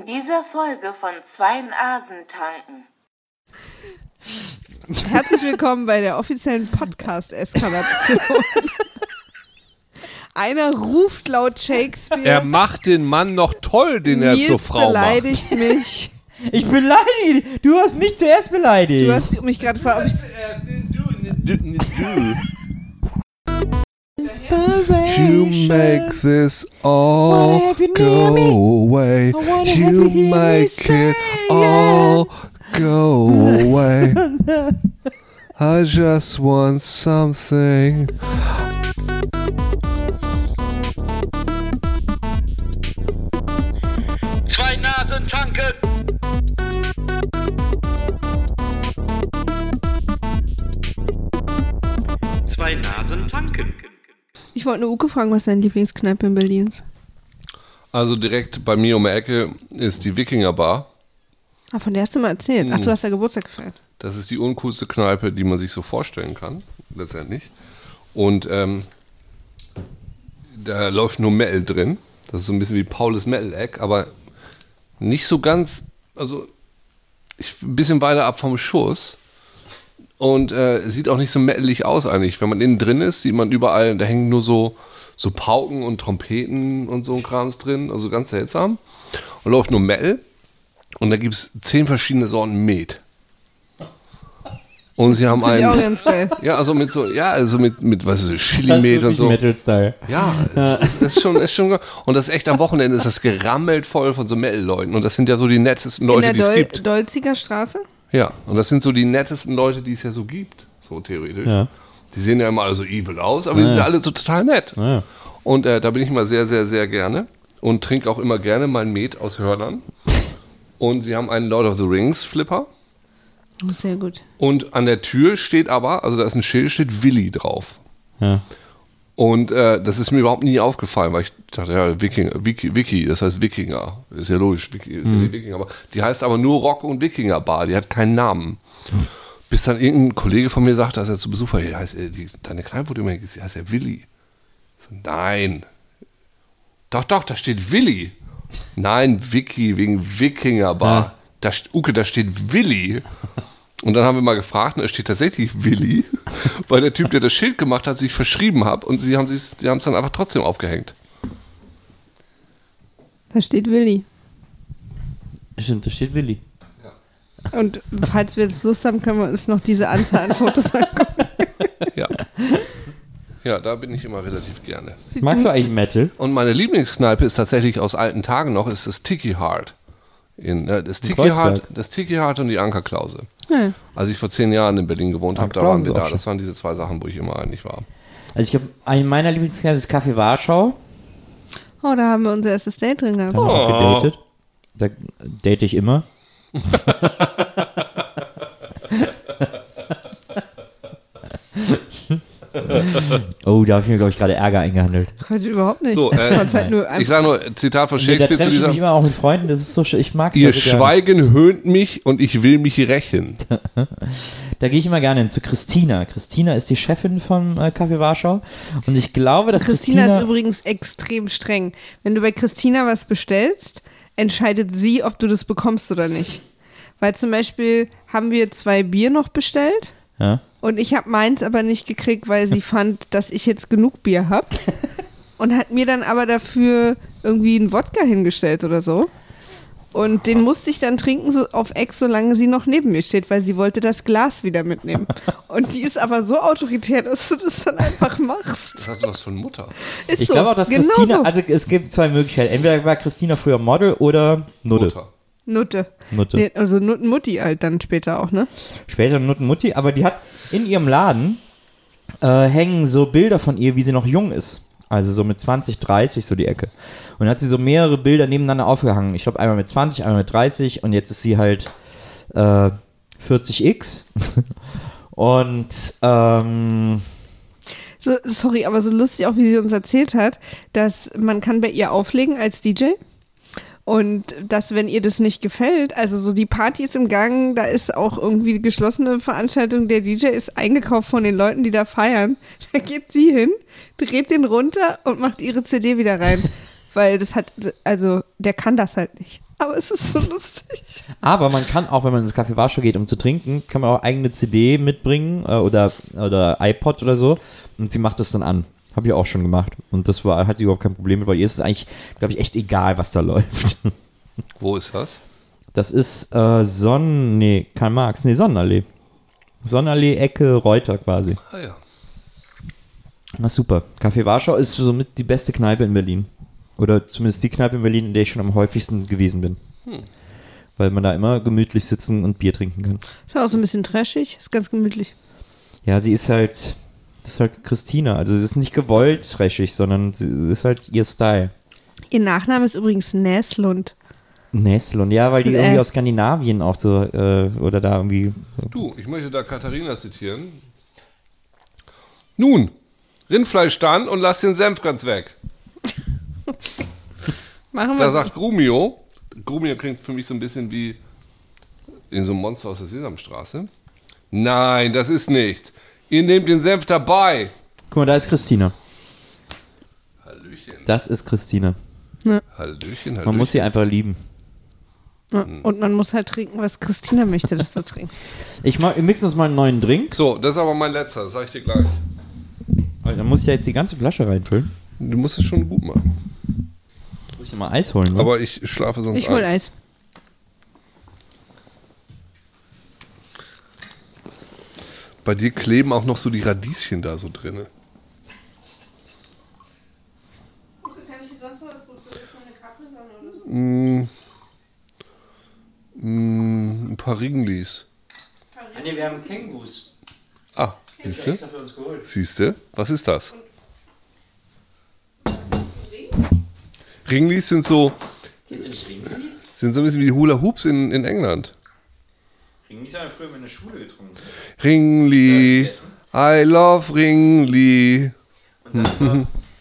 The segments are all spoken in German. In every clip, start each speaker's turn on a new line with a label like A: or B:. A: dieser Folge von Zweien Asen tanken.
B: Herzlich willkommen bei der offiziellen Podcast-Eskalation. Einer ruft laut Shakespeare.
C: Er macht den Mann noch toll, den er
B: Nils
C: zur Frau macht.
B: beleidigt mich.
D: Ich beleidige dich. Du hast mich zuerst beleidigt.
B: Du hast mich gerade gefragt, ob ich
C: You make this all
D: have you near me.
C: go away.
D: wanna have you
C: You
D: hear me
C: make
D: say
C: it all go away. I just want something.
E: Zwei Nasen tanken. Zwei Nasen tanken.
B: Ich wollte nur Uke fragen, was deine Lieblingskneipe in Berlin ist.
C: Also direkt bei mir um die Ecke ist die Wikinger Bar.
B: Ah, von der hast du mal erzählt.
C: Hm.
B: Ach, du hast ja Geburtstag gefeiert.
C: Das ist die uncoolste Kneipe, die man sich so vorstellen kann, letztendlich. Und ähm, da läuft nur Metal drin. Das ist so ein bisschen wie Paulus Metal Eck, aber nicht so ganz, also ich, ein bisschen weiter ab vom Schuss. Und äh, sieht auch nicht so metalig aus eigentlich. Wenn man innen drin ist, sieht man überall, da hängen nur so, so Pauken und Trompeten und so ein Krams drin. Also ganz seltsam. Und läuft nur Metal. Und da gibt es zehn verschiedene Sorten Met. Und sie haben
B: Finde ich auch
C: einen.
B: ganz geil.
C: Ja, also mit so, ja, also mit, mit was ist das,
D: das ist
C: Chili-Met und
D: wirklich
C: so.
D: Metal-Style.
C: Ja, es, es ist schon, es ist schon. Und das ist echt am Wochenende ist das gerammelt voll von so Metal-Leuten. Und das sind ja so die nettesten
B: In der
C: Leute, die es
B: Dol
C: gibt.
B: Dolziger Straße?
C: Ja, und das sind so die nettesten Leute, die es ja so gibt, so theoretisch.
D: Ja.
C: Die sehen ja immer alle so evil aus, aber die sind ja alle so total nett.
D: Ja.
C: Und äh, da bin ich mal sehr, sehr, sehr gerne und trinke auch immer gerne mein Met aus Hörnern. Und sie haben einen Lord of the Rings Flipper.
B: Oh, Sehr gut.
C: Und an der Tür steht aber, also da ist ein Schild, steht Willi drauf.
D: Ja.
C: Und äh, das ist mir überhaupt nie aufgefallen, weil ich dachte, ja, Wikinger, Wiki, Wiki, das heißt Wikinger. Ist ja logisch, Wiki, ist ja die Wikinger. Aber die heißt aber nur Rock- und Wikinger-Bar, die hat keinen Namen. Bis dann irgendein Kollege von mir sagte, als er zu Besuch war, hier heißt, äh, die, deine Kneipe, wo du immer gehst, die heißt ja Willi. Ich So, nein. Doch, doch, da steht Willi. Nein, Wiki, wegen Wikinger-Bar.
D: Ja.
C: Da, st- Uke, da steht Willi. Und dann haben wir mal gefragt und es steht tatsächlich Willi, weil der Typ, der das Schild gemacht hat, sich verschrieben hat und sie haben es die haben's dann einfach trotzdem aufgehängt.
B: Da steht Willi.
D: Stimmt, da steht Willi.
B: Und falls wir jetzt Lust haben, können wir uns noch diese Anzahl an Fotos angucken.
C: Ja. Ja, da bin ich immer relativ gerne.
D: Magst du eigentlich Metal?
C: Und meine Lieblingskneipe ist tatsächlich aus alten Tagen noch, ist das Tiki Hard. In, äh, das, Tiki Hard
D: Kreuzberg.
C: das Tiki Hard und die Ankerklause.
B: Ja.
C: Als ich vor zehn Jahren in Berlin gewohnt habe, da
D: Ankerklause
C: waren
D: ist
C: wir
D: auch
C: da.
D: schön.
C: Das waren diese zwei Sachen, wo ich immer eigentlich war.
D: Also ich glaube, eine meiner Lieblingskneipen ist Café Warschau.
B: Oh, da haben wir unser erstes Date drin
D: Da haben
B: gehabt.
D: wir
C: Oh.
D: auch gedatet. Da date ich immer. oh, da habe ich mir, glaube ich, gerade Ärger eingehandelt.
B: Heute überhaupt nicht.
C: So, äh,
B: Ich fand's halt nur
C: Ich
B: einfach
C: sage nur, Zitat von
D: Nee, da
C: Shakespeare
D: treffe
C: zu
D: ich
C: dieser.
D: mich immer auch mit Freunden, das ist so schön. Ich mag es.
C: Ihr Schweigen höhnt mich und ich will mich rächen.
D: Da gehe ich immer gerne hin, zu Christina. Christina ist die Chefin vom äh, Café Warschau. Und ich glaube, dass
B: Christina,
D: Christina...
B: ist übrigens extrem streng. Wenn du bei Christina was bestellst, entscheidet sie, ob du das bekommst oder nicht. Weil zum Beispiel haben wir zwei Bier noch bestellt
D: ja.
B: und ich habe meins aber nicht gekriegt, weil sie fand, dass ich jetzt genug Bier habe. Und hat mir dann aber dafür irgendwie einen Wodka hingestellt oder so. Und den musste ich dann trinken so auf Ex, solange sie noch neben mir steht, weil sie wollte das Glas wieder mitnehmen. Und die ist aber so autoritär, dass du das dann einfach machst.
C: Das hast du was von Mutter.
B: Ist
D: Ich
B: so.
D: glaube auch, dass
B: genau
D: Christina,
B: so.
D: also es gibt zwei Möglichkeiten. Entweder war Christina früher Model oder Nutte.
C: Mutter.
B: Nutte.
D: Nutte.
B: Nee, also Nuttenmutti halt dann später auch, ne?
D: Später Nuttenmutti, aber die hat in ihrem Laden äh, hängen so Bilder von ihr, wie sie noch jung ist. Also so mit 20, 30 so die Ecke. Und hat sie so mehrere Bilder nebeneinander aufgehangen. Ich glaube einmal mit 20, einmal mit 30 und jetzt ist sie halt äh, 40x. und ähm,
B: So, sorry, aber so lustig auch, wie sie uns erzählt hat, dass man kann bei ihr auflegen als DJ und dass, wenn ihr das nicht gefällt, also so die Party ist im Gang, da ist auch irgendwie geschlossene Veranstaltung, der DJ ist eingekauft von den Leuten, die da feiern, da geht sie hin, dreht den runter und macht ihre CD wieder rein, weil das hat, also der kann das halt nicht. Aber es ist so lustig.
D: Aber man kann auch, wenn man ins Café Warschau geht, um zu trinken, kann man auch eigene CD mitbringen äh, oder, oder iPod oder so. Und sie macht das dann an. Habe ich auch schon gemacht. Und das war, hat sie überhaupt kein Problem mit, weil ihr ist es eigentlich, glaube ich, echt egal, was da läuft.
C: Wo ist das?
D: Das ist äh, Sonn... Nee, Karl Marx. Nee, Sonnenallee. Sonnenallee, Ecke, Reuter quasi.
C: Ah ja.
D: Na super. Café Warschau ist somit die beste Kneipe in Berlin. Oder zumindest die Kneipe in Berlin, in der ich schon am häufigsten gewesen bin. Weil man da immer gemütlich sitzen und Bier trinken kann.
B: Ist auch so ein bisschen trashig, ist ganz gemütlich.
D: Ja, sie ist halt... Das ist halt Christina. Also sie ist nicht gewollt trashig, sondern sie das ist halt ihr Style.
B: Ihr Nachname ist übrigens Näslund.
D: Nestlund, ja, weil die
B: Äh.
D: irgendwie aus Skandinavien auch so, äh, oder da irgendwie
C: Du, ich möchte da Katharina zitieren. Nun, Rindfleisch dann und lass den Senf ganz weg.
B: Machen
C: Da
B: wir
C: sagt Grumio, Grumio klingt für mich so ein bisschen wie in so einem Monster aus der Sesamstraße. Nein, das ist nichts. Ihr nehmt den Senf dabei.
D: Guck mal, da ist Christina.
C: Hallöchen,
D: Das ist Christina.
C: Hallöchen, Hallöchen.
D: Man muss sie einfach lieben.
B: Ja, Und man muss halt trinken, was Christina möchte, dass du trinkst.
D: Ich mach, wir mixen uns mal einen neuen Drink.
C: so, das ist aber mein letzter, das sag ich dir gleich.
D: Aber Da muss ich ja jetzt die ganze Flasche reinfüllen.
C: Du musst es schon gut machen.
D: Muss ich ja mal Eis holen. Ne?
C: Aber ich schlafe sonst
B: Ich hol
C: ein.
B: Eis.
C: Bei dir kleben auch noch so die Radieschen da so ne? drinne.
B: Kann ich dir sonst noch was Gutes? Du willst noch eine Capri-Sonne oder so?
C: Mm. Ein paar Ringlis.
F: Nee, wir haben Kängurus.
C: Ah, siehst du?
F: Extra für uns geholt.
C: Siehst du? Was ist das? Ringlis sind so,
F: Hier sind nicht Ringlies.
C: sind so ein bisschen wie Hula Hoops in, in England.
F: Ringlies haben wir früher in der Schule getrunken.
C: Ringli, I love Ringli.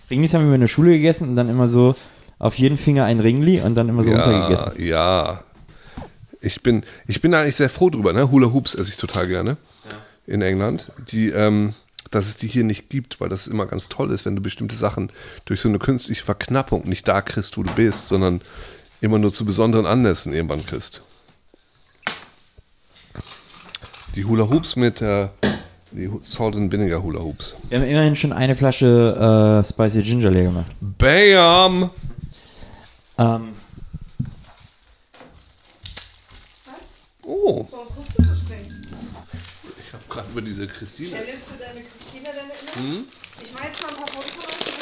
D: Ringlis haben wir in der Schule gegessen und dann immer so auf jeden Finger ein Ringli und dann immer so
C: Ja,
D: runtergegessen.
C: ja. Ich bin, ich bin eigentlich sehr froh drüber. Ne? Hula Hoops esse ich total gerne in England. Die, ähm, dass es die hier nicht gibt, weil das immer ganz toll ist, wenn du bestimmte Sachen durch so eine künstliche Verknappung nicht da kriegst, wo du bist, sondern immer nur zu besonderen Anlässen irgendwann kriegst. Die Hula Hoops mit äh, die Hu- Salt and Vinegar Hula Hoops.
D: Wir haben immerhin schon eine Flasche äh, Spicy Ginger Leer gemacht.
C: Bam!
D: Ähm,
C: Oh. Ich habe gerade über diese Christine.
B: Erlebst du deine Christina deine Erinnerung? Ich mache jetzt mal ein paar Fotos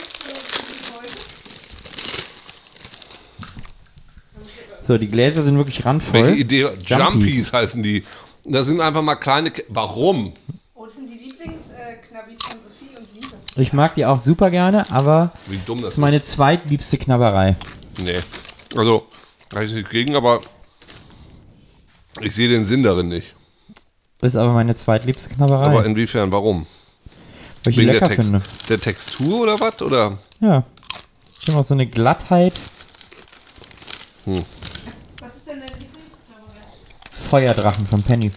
B: von euch
D: so, die Gläser sind wirklich randvoll.
C: Welche Idee? Jumpies. heißen die. Das sind einfach mal kleine. Ke Warum?
B: Oh, das sind die Lieblingsknabbis von Sophie und Lisa.
D: Ich mag die auch super gerne, aber
C: Wie dumm das
D: das ist meine zweitliebste Knabberei.
C: Nee. Also, da ich nichts gegen, aber ich sehe den Sinn darin nicht.
D: Ist aber meine zweitliebste Knabberei,
C: Aber
D: weil
C: inwiefern? Warum?
D: ich die lecker
C: der, Text
D: finde.
C: der Textur oder was? Oder?
D: Ja. Ich habe auch so eine Glattheit. Hm.
B: Was ist denn deine Lieblingsknabberei?
D: Feuerdrachen von Penny.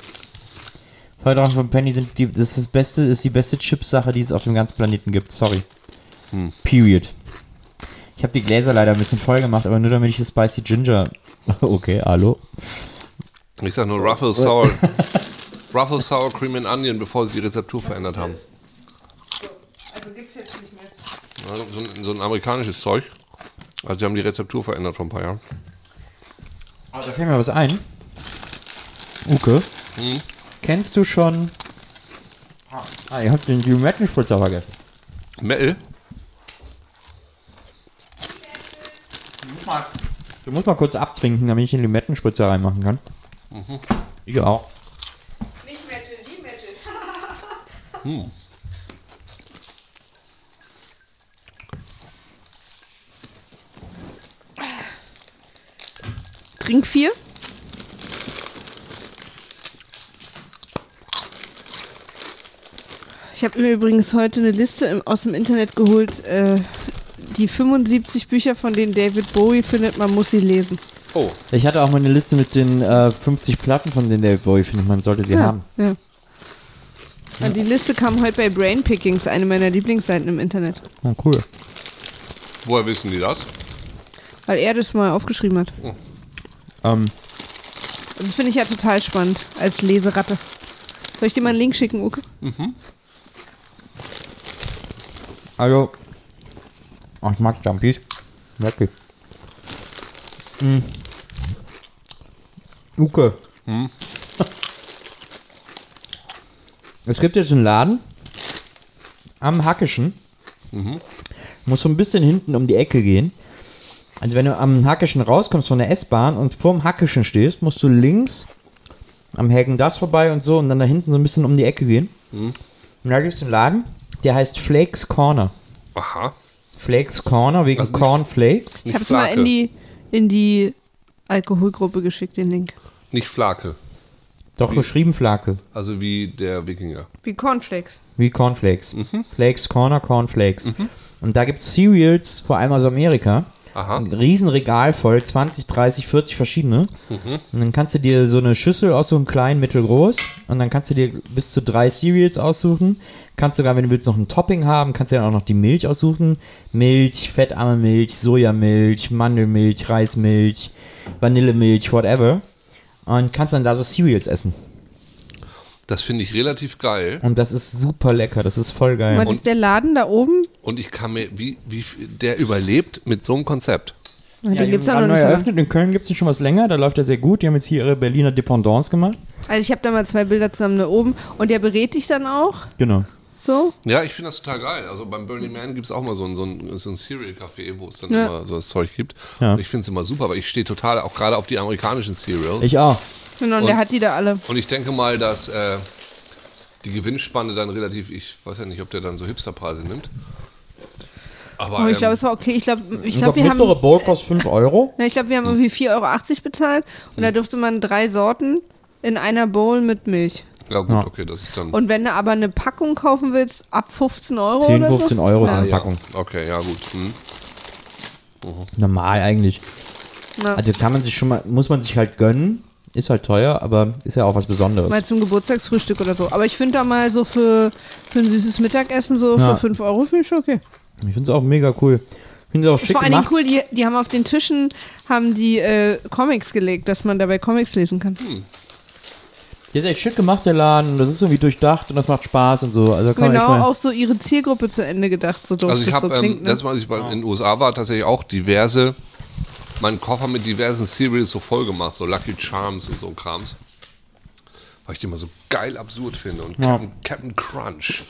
D: Feuerdrachen von Penny sind die, das ist das beste, ist die beste Chips-Sache, die es auf dem ganzen Planeten gibt. Sorry. Hm. Period. Ich habe die Gläser leider ein bisschen voll gemacht, aber nur damit ich das Spicy Ginger. Okay, hallo.
C: Ich sag nur Ruffles Sour. Ruffles Sour Cream and Onion, bevor sie die Rezeptur verändert haben.
B: Also gibt's jetzt nicht mehr.
C: Ja, So ein, so ein amerikanisches Zeug. Also, die haben die Rezeptur verändert vor ein paar Jahren.
D: Oh, da fällt mir was ein. Hm. Uke. Kennst du schon. Ah, ihr habt den geometrischen Spritzer vergessen.
C: Mel?
D: Du musst mal kurz abtrinken, damit ich den Limettenspritzer reinmachen kann. Ich auch.
B: Nicht Metal, die Metal. Trink vier. Ich habe mir übrigens heute eine Liste im, aus dem Internet geholt. Äh, die 75 Bücher, von denen David Bowie findet, man muss sie lesen.
C: Oh,
D: Ich hatte auch mal eine Liste mit den äh, 50 Platten, von denen David Bowie findet, man sollte sie haben.
B: Ja. Ja, Die Liste kam heute bei Brain Pickings, eine meiner Lieblingsseiten im Internet,
D: Oh, cool.
C: woher wissen die das?
B: weil er das mal aufgeschrieben hat.
D: Ähm,
B: Also Das finde ich ja total spannend als Leseratte. Soll ich dir mal einen Link schicken, Uke?
D: also, ach, ich mag Jumpies. Wirklich. Mm. Uke. Es gibt jetzt einen Laden am Hackischen. Muss so ein bisschen hinten um die Ecke gehen. Also wenn du am Hackischen rauskommst von der S-Bahn und vorm Hackischen stehst, musst du links am Hagen das vorbei und so und dann da hinten so ein bisschen um die Ecke gehen. Und da gibt es einen Laden, der heißt Flakes Corner.
C: Aha.
D: Flakes Corner wegen
C: Also nicht-
D: Cornflakes.
B: Ich habe es mal in die, in die Alkoholgruppe geschickt, den Link.
C: Nicht Flake.
D: Doch geschrieben Flake.
C: Also wie der Wikinger.
B: Wie Cornflakes.
D: Wie Cornflakes. Flakes Corner, Cornflakes. Und da gibt es Cereals, vor allem aus Amerika.
C: Aha.
D: Ein Riesenregal voll, 20, 30, 40 verschiedene. Und dann kannst du dir so eine Schüssel aussuchen, klein, mittelgroß. Und dann kannst du dir bis zu drei Cereals aussuchen. Kannst sogar, wenn du willst, noch ein Topping haben, kannst du dann auch noch die Milch aussuchen. Milch, fettarme Milch, Sojamilch, Mandelmilch, Reismilch, Vanillemilch, whatever. Und kannst dann da so Cereals essen.
C: Das finde ich relativ geil.
D: Und das ist super lecker, das ist voll geil.
B: Was ist der Laden da oben?
C: Und ich kann mir, wie, wie der überlebt mit so einem Konzept.
B: Na,
D: Ja,
B: den
D: die
B: gibt's
D: haben
B: ja noch
D: neu
B: nicht so lange.
D: eröffnet. In Köln gibt es den schon was länger, da läuft er sehr gut. Die haben jetzt hier ihre Berliner Dependance gemacht.
B: Also ich habe da mal zwei Bilder zusammen da oben und der berät dich dann auch
D: Genau.
B: so.
C: Ja, ich finde das total geil. Also beim Burning Man gibt es auch mal so ein, so ein, so ein Cereal-Café, wo es dann
B: Ja.
C: immer so das Zeug gibt.
D: Ja.
C: Und ich finde es immer super, aber ich stehe total auch gerade auf die amerikanischen Cereals.
D: Ich auch.
B: Genau, und, der hat die da alle.
C: Und ich denke mal, dass äh, die Gewinnspanne dann relativ, ich weiß ja nicht, ob der dann so Hipsterpreise nimmt. Aber
B: Oh, ich
C: ähm,
B: glaube, es war okay. Ich glaube, ich
D: Doch
B: glaube, wir haben
D: mittlere Bowl kostet 5 Euro.
B: Ja, Ne, ich glaube, wir
D: Hm.
B: haben irgendwie 4,80 Euro bezahlt und da durfte man drei Sorten in einer Bowl mit Milch.
C: ja gut,
D: Ja.
C: okay, das ist dann.
B: Und wenn du aber eine Packung kaufen willst, ab 15 Euro
D: 10,
B: oder
D: 15
B: so.
D: Euro
B: Ja.
D: eine
C: ja,
D: Packung.
C: okay, ja gut. Hm.
D: Normal eigentlich.
B: Ja.
D: Also kann man sich schon mal, muss man sich halt gönnen. Ist halt teuer, aber ist ja auch was Besonderes.
B: Mal zum Geburtstagsfrühstück oder so. Aber ich finde da mal so für, für ein süßes Mittagessen so
D: Ja.
B: für 5 Euro finde ich schon okay.
D: Ich finde es auch mega cool. Ich finde es auch schick
B: Vor allen Dingen
D: gemacht.
B: cool, die, die haben auf den Tischen haben die äh, Comics gelegt, dass man dabei Comics lesen kann.
D: Hm. Der ist echt schick gemacht, der Laden. Das ist irgendwie durchdacht und das macht Spaß und so. Also kann
B: genau,
D: man echt mal,
B: auch so ihre Zielgruppe zu Ende gedacht, so doof
C: Also ich
B: das
C: habe
B: so
C: ähm,
B: klingt. Ne?
C: letztes Mal, als ich bei, in den USA war, tatsächlich auch diverse, meinen Koffer mit diversen Cereals so voll gemacht, so Lucky Charms und so ein Krams. Weil ich die immer so geil absurd finde. Und
D: Ja.
C: Captain, Captain Crunch.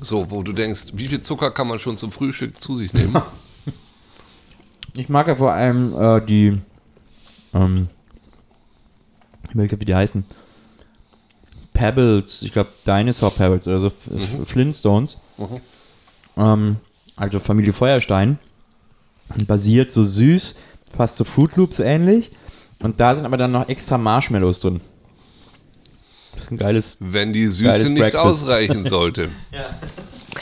C: So, wo du denkst, wie viel Zucker kann man schon zum Frühstück zu sich nehmen?
D: Ich mag ja vor allem äh, die. Ähm, ich weiß nicht, wie die heißen. Pebbles, ich glaube Dinosaur Pebbles oder so, F- F- Flintstones. Ähm, also Familie Feuerstein. Und Basiert so süß, fast so Fruit Loops ähnlich. Und da sind aber dann noch extra Marshmallows drin. Das ist ein geiles.
C: Wenn die Süße
D: Geiles
C: nicht
D: Breakfast.
C: ausreichen sollte.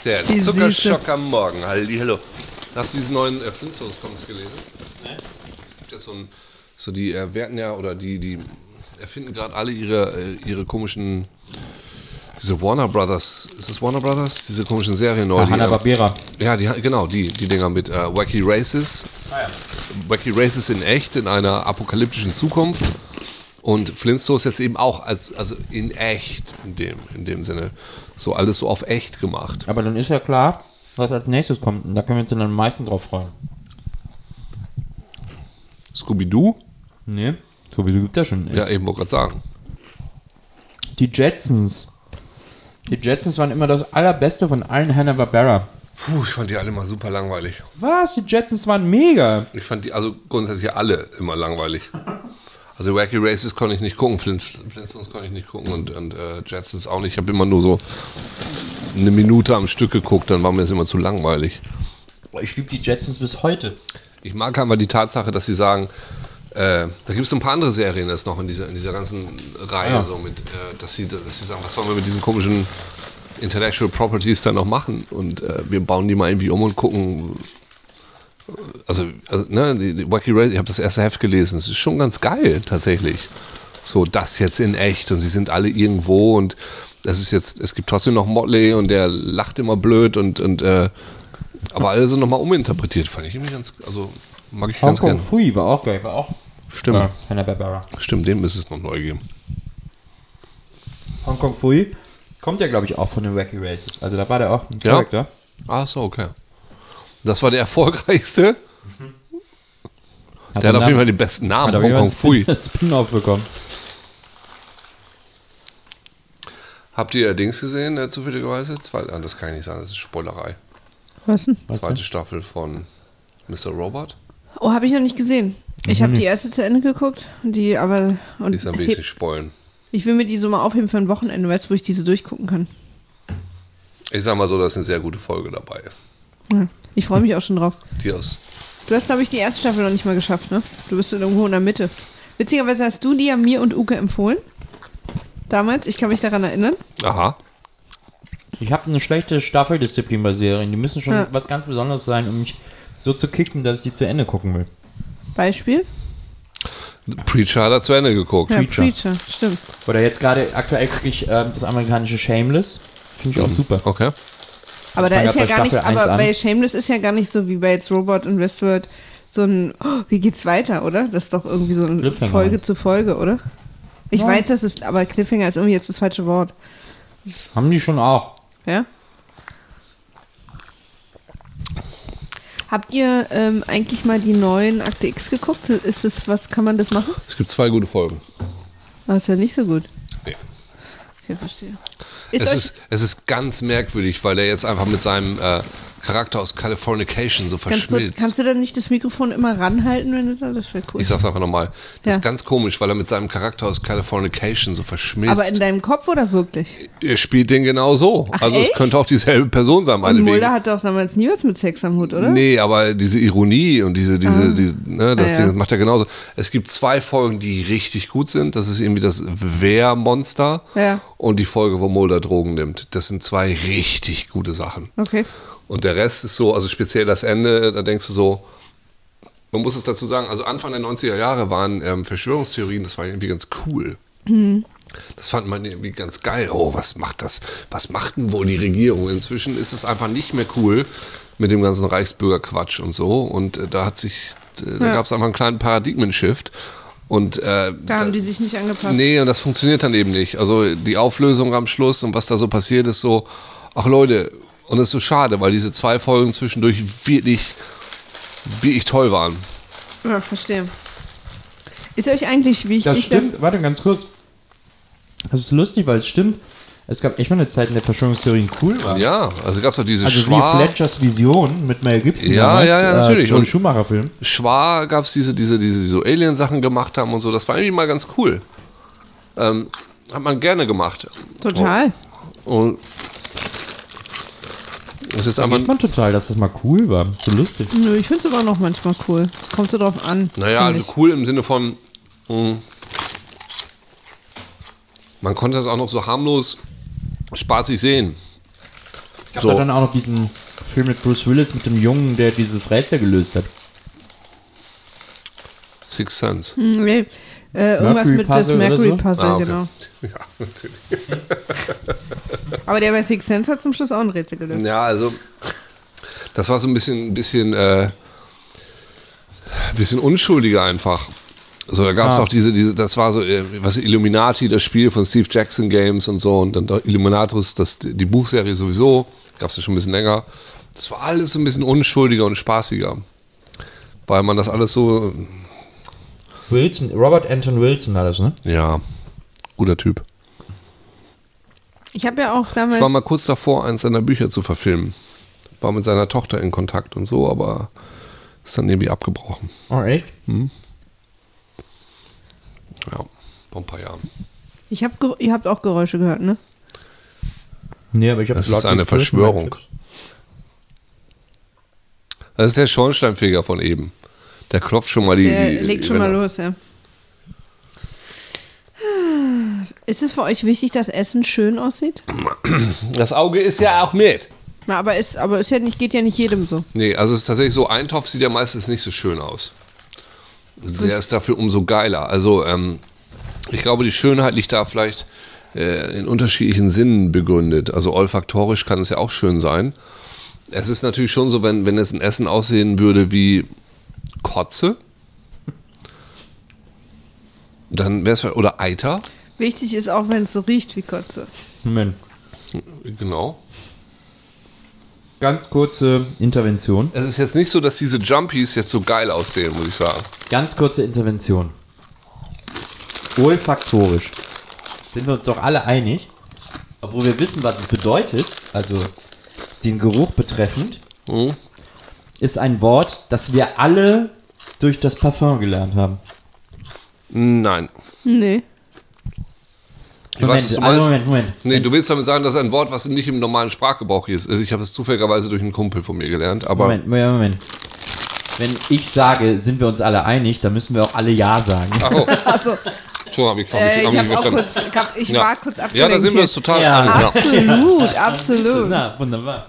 C: Der
B: Die Süße.
C: Zuckerschock am Morgen. Hallihallo. Hast du diesen neuen äh, Flintstones Comics gelesen? Es gibt ja so ein, so die äh, werten ja oder die, die erfinden gerade alle ihre, äh, ihre komischen, diese Warner Brothers, ist das Warner Brothers? Diese komischen Serien neu. die,
D: Hanna Barbera.
C: äh, ja, die, genau, die, die Dinger mit äh, Wacky Races. Wacky Races in echt, in einer apokalyptischen Zukunft. Und Flintstones jetzt eben auch als, also in echt, in dem, in dem Sinne. So alles so auf echt gemacht.
D: Aber dann ist ja klar, was als nächstes kommt. Und da können wir uns dann am meisten drauf freuen.
C: Scooby-Doo?
D: Nee. Sowieso gibt es ja schon.
C: Ja, eben wollte gerade sagen.
D: Die Jetsons. Die Jetsons waren immer das allerbeste von allen Hanna-Barbera.
C: Puh, ich fand die alle mal super langweilig.
D: Was? Die Jetsons waren mega.
C: Ich fand die also grundsätzlich alle immer langweilig. Also Wacky Races konnte ich nicht gucken, Flint, Flintstones konnte ich nicht gucken und, und äh, Jetsons auch nicht. Ich habe immer nur so eine Minute am Stück geguckt, dann war mir das immer zu langweilig.
D: Ich liebe die Jetsons bis heute.
C: Ich mag einfach die Tatsache, dass sie sagen, äh, da gibt es ein paar andere Serien das noch in dieser, in dieser ganzen Reihe,
D: Ja.
C: so mit, äh, dass, sie, dass sie sagen, was sollen wir mit diesen komischen Intellectual Properties dann noch machen? Und äh, wir bauen die mal irgendwie um und gucken. Also, also ne, die, die Wacky Race, ich habe das erste Heft gelesen, es ist schon ganz geil tatsächlich. So, das jetzt in echt und sie sind alle irgendwo und das ist jetzt, es gibt trotzdem noch Motley und der lacht immer blöd und, und äh, aber alle sind nochmal uminterpretiert, fand ich irgendwie ganz, also mag ich
D: Hong
C: ganz
D: Kong
C: gerne.
D: Fui war auch geil. War auch
C: Stimmt,
D: Ja, Hanna-Barbera.
C: stimmt, dem müsste es noch neu geben.
D: Hong Kong Fui kommt ja, glaube ich, auch von den Wacky Races. Also da war der auch ein
C: Ja.
D: Charakter.
C: Ach so, okay. Das war der erfolgreichste.
D: Hat
C: Der hat
D: einen
C: auf jeden Fall
D: Namen-
C: den besten
D: hat
C: Namen,
D: auf
C: Hong
D: jeden
C: Kong
D: Fall einen
C: Fui.
D: Spin- Spin-off bekommen.
C: Habt ihr Dings gesehen, äh, zufälligerweise? Zwei, ah, das kann ich nicht sagen, das ist Spoilerei.
B: Was denn?
C: Zweite Staffel von Mr. Robot.
B: Oh, habe ich noch nicht gesehen. Ich habe die erste zu Ende geguckt, und die aber und
C: Mhm. Die ist ein bisschen spoilen.
B: ich will mir die so mal aufheben für ein Wochenende, weißt du, wo ich diese durchgucken kann.
C: Ich sag mal so, da ist eine sehr gute Folge dabei.
B: Ja. Ich freue
C: Hm.
B: mich auch schon drauf.
C: Die ist
B: Du hast, glaube ich, die erste Staffel noch nicht mal geschafft, ne? Du bist irgendwo in der Mitte. Witzigerweise hast du die ja mir und Uke empfohlen. Damals, ich kann mich daran erinnern.
C: Aha.
D: Ich habe eine schlechte Staffeldisziplin bei Serien. Die müssen schon
B: Ja.
D: was ganz Besonderes sein, um mich so zu kicken, dass ich die zu Ende gucken will.
B: Beispiel?
C: Preacher hat er zu Ende geguckt.
B: Ja,
D: Preacher.
B: Preacher, stimmt.
D: Oder jetzt gerade aktuell gucke ich ähm, das amerikanische Shameless. Finde ich auch super.
C: Okay.
B: Aber da
D: fang
B: ist
D: grad
B: ja
D: bei
B: gar nicht,
D: Staffel
B: aber
D: eins an.
B: bei Shameless ist ja gar nicht so wie bei jetzt Robot und Westworld so ein, oh, wie geht's weiter, oder? Das ist doch irgendwie so ein
D: Cliffhanger
B: Folge
D: meinst
B: zu Folge, oder? Ich weiß, das ist, aber Cliffhanger ist irgendwie jetzt das falsche Wort.
D: Haben die schon auch.
B: Ja? Habt ihr ähm, eigentlich mal die neuen Akte X geguckt? Ist das, was kann man das machen?
C: Es gibt zwei gute Folgen.
B: Das ist ja nicht so gut.
C: Nee.
B: Okay, verstehe.
C: Es
B: euch-
C: ist, es ist ganz merkwürdig, weil er jetzt einfach mit seinem äh, Charakter aus Californication so
B: Ganz kurz,
C: verschmilzt.
B: kannst du dann nicht das Mikrofon immer ranhalten, wenn du da, das wäre cool.
C: ich sag's einfach nochmal. Das
B: Ja.
C: ist ganz komisch, weil er mit seinem Charakter aus Californication so verschmilzt.
B: aber in deinem Kopf oder wirklich?
C: er spielt den genau so.
B: Ach,
C: also
B: echt?
C: es könnte auch dieselbe Person sein,
B: Und Mulder
C: meinetwegen.
B: hat doch damals nie was mit Sex am Hut, oder?
C: Nee, aber diese Ironie und diese, diese, diese ne, das
B: Ah, ja.
C: Ding, das macht er genauso. Es gibt zwei Folgen, die richtig gut sind. Das ist irgendwie das Wehrmonster
B: Ja.
C: und die Folge, wo Mulder Drogen nimmt. Das sind zwei richtig gute Sachen.
B: Okay.
C: Und der Rest ist so, also speziell das Ende, da denkst du so, man muss es dazu sagen, also Anfang der 90er Jahre waren ähm, Verschwörungstheorien, das war irgendwie ganz cool. Das fand man irgendwie ganz geil. Oh, was macht das? Was macht denn wohl die Regierung? Inzwischen ist es einfach nicht mehr cool mit dem ganzen Reichsbürgerquatsch und so. Und äh, da hat sich, äh, da
B: Ja.
C: gab es einfach einen kleinen Paradigmen-Shift. Und äh,
B: Da haben die sich nicht angepasst.
C: Nee, und das funktioniert dann eben nicht. Also die Auflösung am Schluss und was da so passiert ist so, ach Leute, und das ist so schade, weil diese zwei Folgen zwischendurch wirklich, wirklich toll waren.
B: Ja, Ah, verstehe. Ist euch eigentlich wichtig,
D: Das stimmt.
B: dass.
D: Warte, ganz kurz. Das ist lustig, weil es stimmt. Es gab echt mal eine Zeit, in der Verschwörungstheorien cool waren.
C: Ja, also gab es doch diese
D: Also sie
C: Schwa,
D: Fletchers Vision mit Mel Gibson.
C: Ja, ja, ja, natürlich.
D: Und
C: Und-
D: Schumacher-Film.
C: Schwa gab es diese, diese, diese, die so Alien-Sachen gemacht haben und so. Das war irgendwie mal ganz cool. Ähm, hat man gerne gemacht.
B: Total.
C: Oh. Und das ist
D: Da
C: einfach,
D: sieht man total, dass das mal cool war. Das ist so lustig.
B: Nö, ich finde es aber noch manchmal cool. Es kommt so drauf an.
C: naja,
B: finde
C: also
B: ich.
C: cool im Sinne von, mh, man konnte das auch noch so harmlos, spaßig sehen.
D: Gab
C: So.
D: da dann auch noch diesen Film mit Bruce Willis, mit dem Jungen, der dieses Rätsel gelöst hat.
C: Six Sense.
B: Hm, Nee. Äh, irgendwas
D: Mercury
B: mit das
D: Puzzle oder
B: Mercury
D: so?
B: Puzzle,
C: Ah, okay.
B: genau.
C: Ja, natürlich.
B: Aber der bei Six Sense hat zum Schluss auch ein Rätsel gelöst.
C: Ja, also das war so ein bisschen, ein bisschen, äh, ein bisschen unschuldiger einfach. So, da gab es
D: Ah.
C: auch diese, diese, das war so, äh, was Illuminati, das Spiel von Steve Jackson Games und so und dann doch Illuminatus, das, die Buchserie sowieso, gab es ja schon ein bisschen länger. Das war alles so ein bisschen unschuldiger und spaßiger. Weil man das alles so,
D: Wilson, Robert Anton Wilson war das, ne?
C: ja, guter Typ.
B: Ich habe ja auch
C: Ich war
B: damals.
C: mal kurz davor, eins seiner Bücher zu verfilmen. War mit seiner Tochter in Kontakt und so, aber ist dann irgendwie abgebrochen.
D: Oh, echt?
C: Ja, vor ein paar Jahren.
B: Ich hab, ge- ihr habt auch Geräusche gehört, ne?
D: Nee, aber ich habe
C: Das ist eine Verschwörung. Das ist der Schornsteinfeger von eben. Der klopft schon mal die.
B: Der
C: die-
B: legt
C: die
B: schon mal
C: Wände.
B: los, ja. Ist es für euch wichtig, dass Essen schön aussieht?
C: Das Auge ist ja auch mit.
B: Na, aber ist, aber ist ja nicht, geht ja nicht jedem so.
C: Nee, also es ist tatsächlich so, Eintopf sieht ja meistens nicht so schön aus. Der ist dafür umso geiler. Also ähm, ich glaube, die Schönheit liegt da vielleicht äh, in unterschiedlichen Sinnen begründet. Also olfaktorisch kann es ja auch schön sein. Es ist natürlich schon so, wenn, wenn es ein Essen aussehen würde wie Kotze, Dann wär's oder Eiter.
B: Wichtig ist auch, wenn es so riecht wie Kotze.
D: Moment.
C: Genau.
D: Ganz kurze Intervention.
C: Es ist jetzt nicht so, dass diese Jumpies jetzt so geil aussehen, muss ich sagen.
D: Ganz kurze Intervention. Olfaktorisch. Sind wir uns doch alle einig, obwohl wir wissen, was es bedeutet, also den Geruch betreffend,
C: Hm?
D: ist ein Wort, das wir alle durch das Parfum gelernt haben.
C: Nein.
B: Nee.
C: Ich weiß, was du
D: einen
C: meinst.
D: Moment, Moment.
C: Nee, du willst damit sagen, das ist ein Wort, was nicht im normalen Sprachgebrauch hier ist. Also ich habe es zufälligerweise durch einen Kumpel von mir gelernt, aber
D: Moment, Moment, Moment. Wenn ich sage, sind wir uns alle einig, dann müssen wir auch alle Ja sagen.
C: Ach, oh,
B: Also,
C: so habe ich, hab
B: äh,
C: ich, hab
B: ich,
C: ich
B: hab auch
C: verstanden.
B: kurz, ich hab, ich
C: Ja.
B: war kurz abgelenkt.
C: ja, da sind wir
B: hier.
C: uns total
D: Ja.
C: einig. Ja.
B: Absolut, absolut.
D: Na, wunderbar.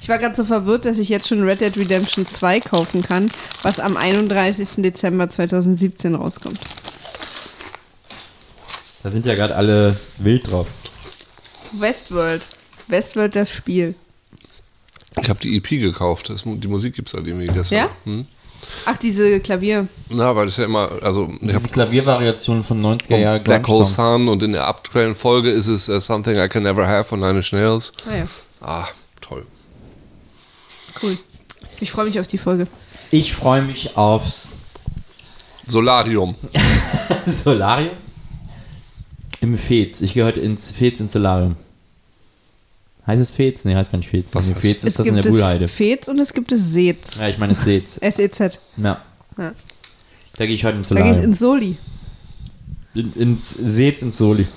B: Ich war gerade so verwirrt, dass ich jetzt schon Red Dead Redemption 2 kaufen kann, was am 31. Dezember 2017 rauskommt.
D: Da sind ja gerade alle wild drauf.
B: Westworld. Westworld, das Spiel.
C: Ich habe die EP gekauft. Das, die Musik gibt es halt irgendwie gestern.
B: Ah. Ja?
C: Hm?
B: Ach, diese Klavier.
C: Na, weil das ja immer, also ich
D: Diese
C: habe
D: Klaviervariation von 90er Jahren.
C: Black Hole Sun und in der aktuellen Folge ist es äh, Something I Can Never Have von Nine Inch Nails.
B: Naja,
C: Ah, toll.
B: cool. Ich freue mich auf die Folge.
D: Ich freue mich aufs
C: Solarium.
D: Solarium. Im Fez. Ich gehe heute ins Fez ins Solarium. Heißt es Fez? Nee, heißt gar nicht Fez.
C: Was
D: nee,
C: heißt-
D: Fez ist
B: es
D: das in
B: gibt
D: der Brühlheide.
B: es Fez und es gibt es Sez.
D: Ja, ich meine es Fez.
B: S-E-Z.
D: Ja.
B: Ja.
D: Da gehe ich heute ins
B: Da geht's
D: Solarium.
B: ins Soli.
D: In, ins Sez, ins Soli.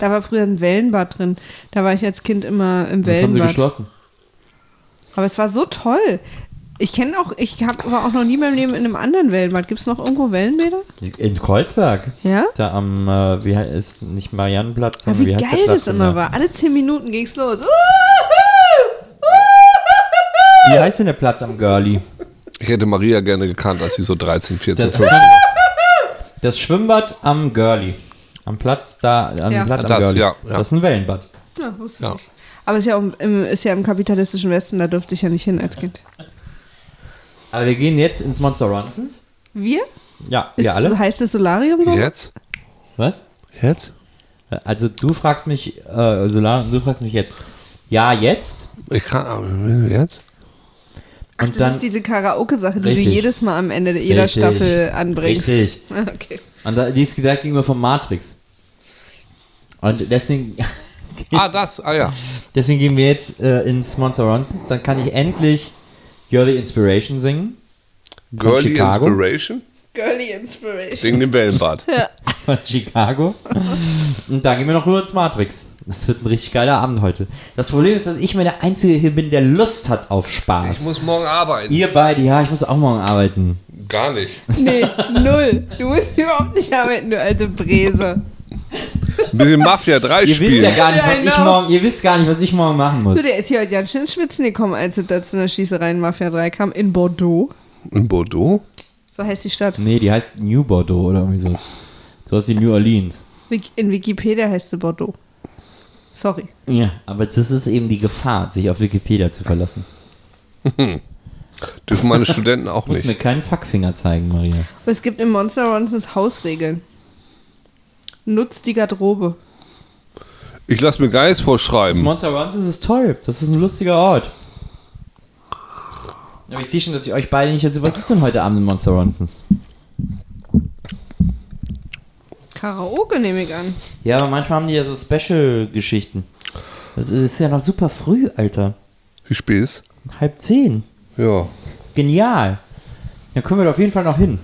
B: Da war früher ein Wellenbad drin. Da war ich als Kind immer im
D: Das haben sie
B: Wellenbad.
D: geschlossen.
B: Aber es war so toll. Ich kenne auch, ich habe aber auch noch nie in meinem Leben in einem anderen Wellenbad. Gibt es noch irgendwo Wellenbäder?
D: In Kreuzberg.
B: Ja?
D: Da am, äh, wie heißt ist nicht Mariannenplatz,
B: Ja,
D: sondern
B: wie,
D: wie, heißt
B: geil
D: der Platz?
B: das immer
D: denn da?
B: war. Alle zehn Minuten ging's los. Uh!
D: Wie heißt denn der Platz am Girlie?
C: Ich hätte Maria gerne gekannt, als sie so 13, 14, 15
D: Das Schwimmbad am Girlie. Am Platz da, an
B: Ja.
D: dem Platz am
C: Das,
D: Girlie.
C: ja, ja.
D: Das ist ein Wellenbad.
B: Ja, wusste
C: Ja.
B: ich. Aber ist ja, im- im, ist ja im kapitalistischen Westen, da durfte ich ja nicht hin als Kind.
D: Aber wir gehen jetzt ins Monster Ronsons.
B: Wir?
D: Ja,
B: Ist,
D: wir alle.
B: Heißt das Solarium so?
C: Jetzt?
D: Was?
C: Jetzt?
D: Also du fragst mich, äh, Solar, du fragst mich jetzt. Ja, jetzt.
C: Ich kann, jetzt?
B: Ach,
D: Und
B: das
D: dann,
B: ist diese Karaoke-Sache, die
D: Richtig.
B: du jedes Mal am Ende jeder
D: Richtig.
B: Staffel anbringst.
D: Richtig.
B: Ah, Okay.
D: und da, die ist direkt gegenüber von Matrix. Und deswegen,
C: Ah, das, ah ja.
D: deswegen gehen wir jetzt äh, ins Monster Ronsons. Dann kann ich endlich Girly Inspiration singen. Von
C: Girly
D: Chicago.
C: Inspiration
B: Girly Inspiration.
C: wegen dem Wellenbad.
D: von Chicago. Und dann gehen wir noch rüber ins Matrix. Das wird ein richtig geiler Abend heute. Das Problem ist, dass ich mir der Einzige hier bin, der Lust hat auf Spaß.
C: Ich muss morgen arbeiten.
D: Ihr beide, ja, ich muss auch morgen arbeiten.
C: Gar nicht.
B: Nee, null. Du musst überhaupt nicht arbeiten, du alte Brese.
C: Ein bisschen Mafia 3
D: Ihr wisst ja
C: spielen.
D: gar nicht,
B: Ja,
D: was ich
B: genau.
D: morgen, ihr wisst gar nicht, was ich morgen machen muss.
B: Du, der ist hier heute ganz schön ins schwitzen gekommen, als es da zu einer Schießerei in Mafia 3 kam, in Bordeaux.
C: In Bordeaux?
B: So heißt die Stadt.
D: Nee, die heißt New Bordeaux oder irgendwie sowas. Sowas wie New Orleans.
B: Wik- In Wikipedia heißt sie Bordeaux. Sorry.
D: Ja, aber das ist eben die Gefahr, sich auf Wikipedia zu verlassen.
C: Dürfen meine Studenten auch
D: Du musst
C: nicht.
D: mir keinen Fackfinger zeigen, Maria.
B: Und es gibt im Monster Ronsons Hausregeln. Nutz die Garderobe.
C: Ich lasse mir Geist
D: Das
C: vorschreiben.
D: Monster Runs ist toll. Das ist ein lustiger Ort. Aber ich sehe schon, dass ich euch beide nicht. Also, was ist denn heute Abend in Monster Runs?
B: Karaoke nehme ich an.
D: Ja, aber manchmal haben die ja so Special-Geschichten. Das ist ja noch super früh, Alter.
C: Wie spät ist?
D: Halb zehn.
C: Ja.
D: Genial. Dann können wir da auf jeden Fall noch hin.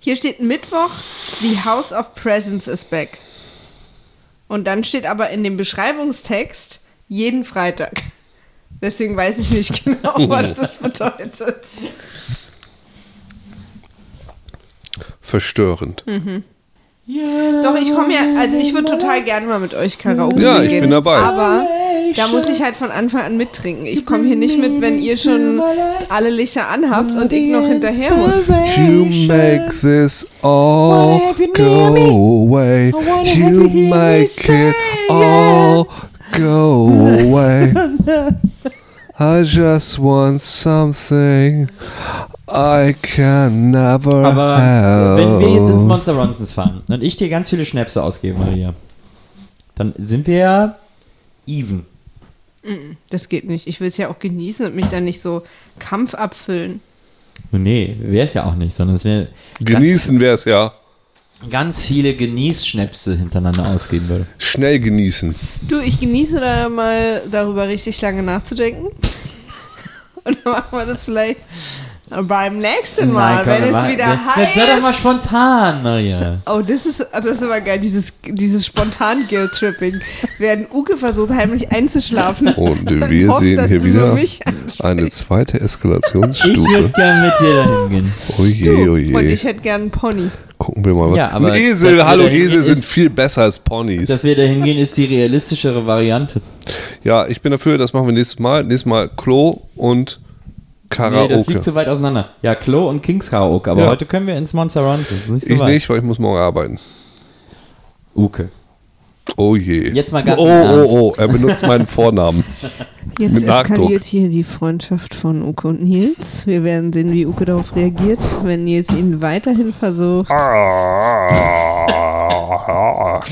B: Hier steht Mittwoch, The House of Presents is back. Und dann steht aber in dem Beschreibungstext jeden Freitag. Deswegen weiß ich nicht genau, was
C: Oh.
B: das bedeutet.
C: Verstörend.
B: Doch, ich komme ja, also ich würde total gerne mal mit euch Karaoke
C: Ja, ich
B: gehen.
C: bin dabei.
B: Aber da muss ich halt von Anfang an mittrinken. Ich komme hier nicht mit, wenn ihr schon alle Lichter anhabt und ich noch hinterher muss.
C: You make this all go away. You make it all go away. I just want something I can never
D: Aber
C: help.
D: wenn wir jetzt ins Monster Ronsons fahren und ich dir ganz viele Schnäpse ausgebe, Maria, dann sind wir ja even.
B: Das geht nicht. Ich will es ja auch genießen und mich dann nicht so Kampf abfüllen.
D: Nee, wäre es ja auch nicht, sondern es wäre
C: genießen wäre es ja.
D: ganz, ganz viele Genießschnäpse hintereinander ausgeben würde.
C: Schnell genießen.
B: Du, ich genieße da mal darüber richtig lange nachzudenken. Und dann machen wir das vielleicht beim nächsten Mal,
D: komm,
B: wenn
D: wir machen-
B: es wieder
D: jetzt,
B: heißt.
D: jetzt sei doch mal spontan, Maria.
B: Oh, das ist, das ist immer geil, dieses, dieses spontan guilt tripping Während Uke versucht, heimlich einzuschlafen.
D: Oh,
C: Und
B: und
C: wir
B: hofft,
C: sehen
B: dass
C: hier
B: du nur
C: wieder
B: Mich
C: eine zweite
D: Ich würde
C: Eskalationsstufe.
D: gerne mit dir dahin gehen.
C: Oh je, oh
B: Und
C: je.
B: ich hätte gern einen Pony.
C: Gucken wir mal. was-
D: Ja, aber
C: Ein
D: das
C: Esel, hallo
D: würde-
C: Esel sind
D: ist-
C: viel besser als Ponys.
D: Dass wir dahin gehen, ist die realistischere Variante.
C: Ja, ich bin dafür, das machen wir nächstes Mal. Nächstes Mal Klo und
D: Nee, das
C: Karaoke.
D: liegt zu weit auseinander. Ja, Klo und Kings Karaoke, aber
C: Ja.
D: heute können wir ins Monster Runs. Das ist nicht so
C: ich
D: weit.
C: nicht, weil ich muss morgen arbeiten.
D: Uke.
C: Oh je.
D: Jetzt mal ganz
C: oh,
D: im Ernst.
C: oh, oh, er benutzt meinen Vornamen.
B: Jetzt
C: Mit Nachdruck.
B: eskaliert hier die Freundschaft von Uke und Nils. Wir werden sehen, wie Uke darauf reagiert, wenn Nils ihn weiterhin versucht.
D: Ah.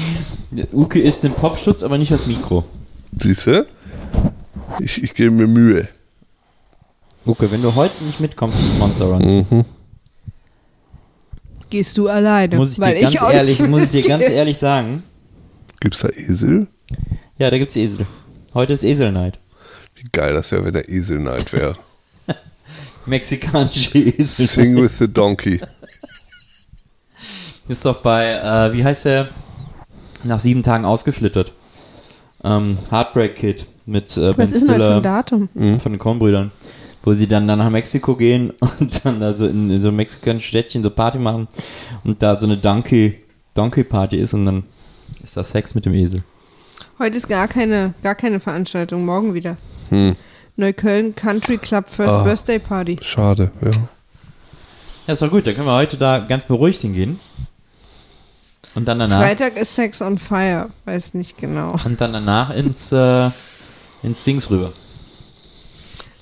D: Uke ist im Popschutz, aber nicht das Mikro.
C: Siehste? Ich, ich gebe mir Mühe.
D: Uke, wenn du heute nicht mitkommst ins Monster Runs,
C: Mhm.
B: Gehst du alleine?
D: muss ich dir ganz
B: auch
D: ehrlich,
B: nicht
D: muss ich dir ganz
B: mitgehe.
D: ehrlich sagen.
C: Gibt's da Esel?
D: Ja, da gibt's Esel. Heute ist Eselnight.
C: Wie geil das wäre, wenn der Esel Night wäre.
D: Mexikanische Esel.
C: Sing with the Donkey.
D: Ist doch bei, äh, wie heißt der? Nach sieben Tagen ausgeflittert. Ähm, Heartbreak Kid mit äh, Ben
B: Was ist denn heute für
D: Stiller
B: ein Datum?
D: von den Kornbrüdern. Wo sie dann, dann nach Mexiko gehen und dann da so in, in so einem mexikanischen Städtchen so Party machen und da so eine Donkey, Donkey Party ist und dann ist da Sex mit dem Esel.
B: Heute ist gar keine, gar keine Veranstaltung, morgen wieder.
C: Hm.
B: Neukölln Country Club First
C: Ah.
B: Birthday Party.
C: Schade, ja.
D: Ja, ist doch gut, dann können wir heute da ganz beruhigt hingehen. Und dann danach,
B: Freitag ist Sex on Fire, weiß nicht genau.
D: und dann danach ins, äh, ins Dings rüber.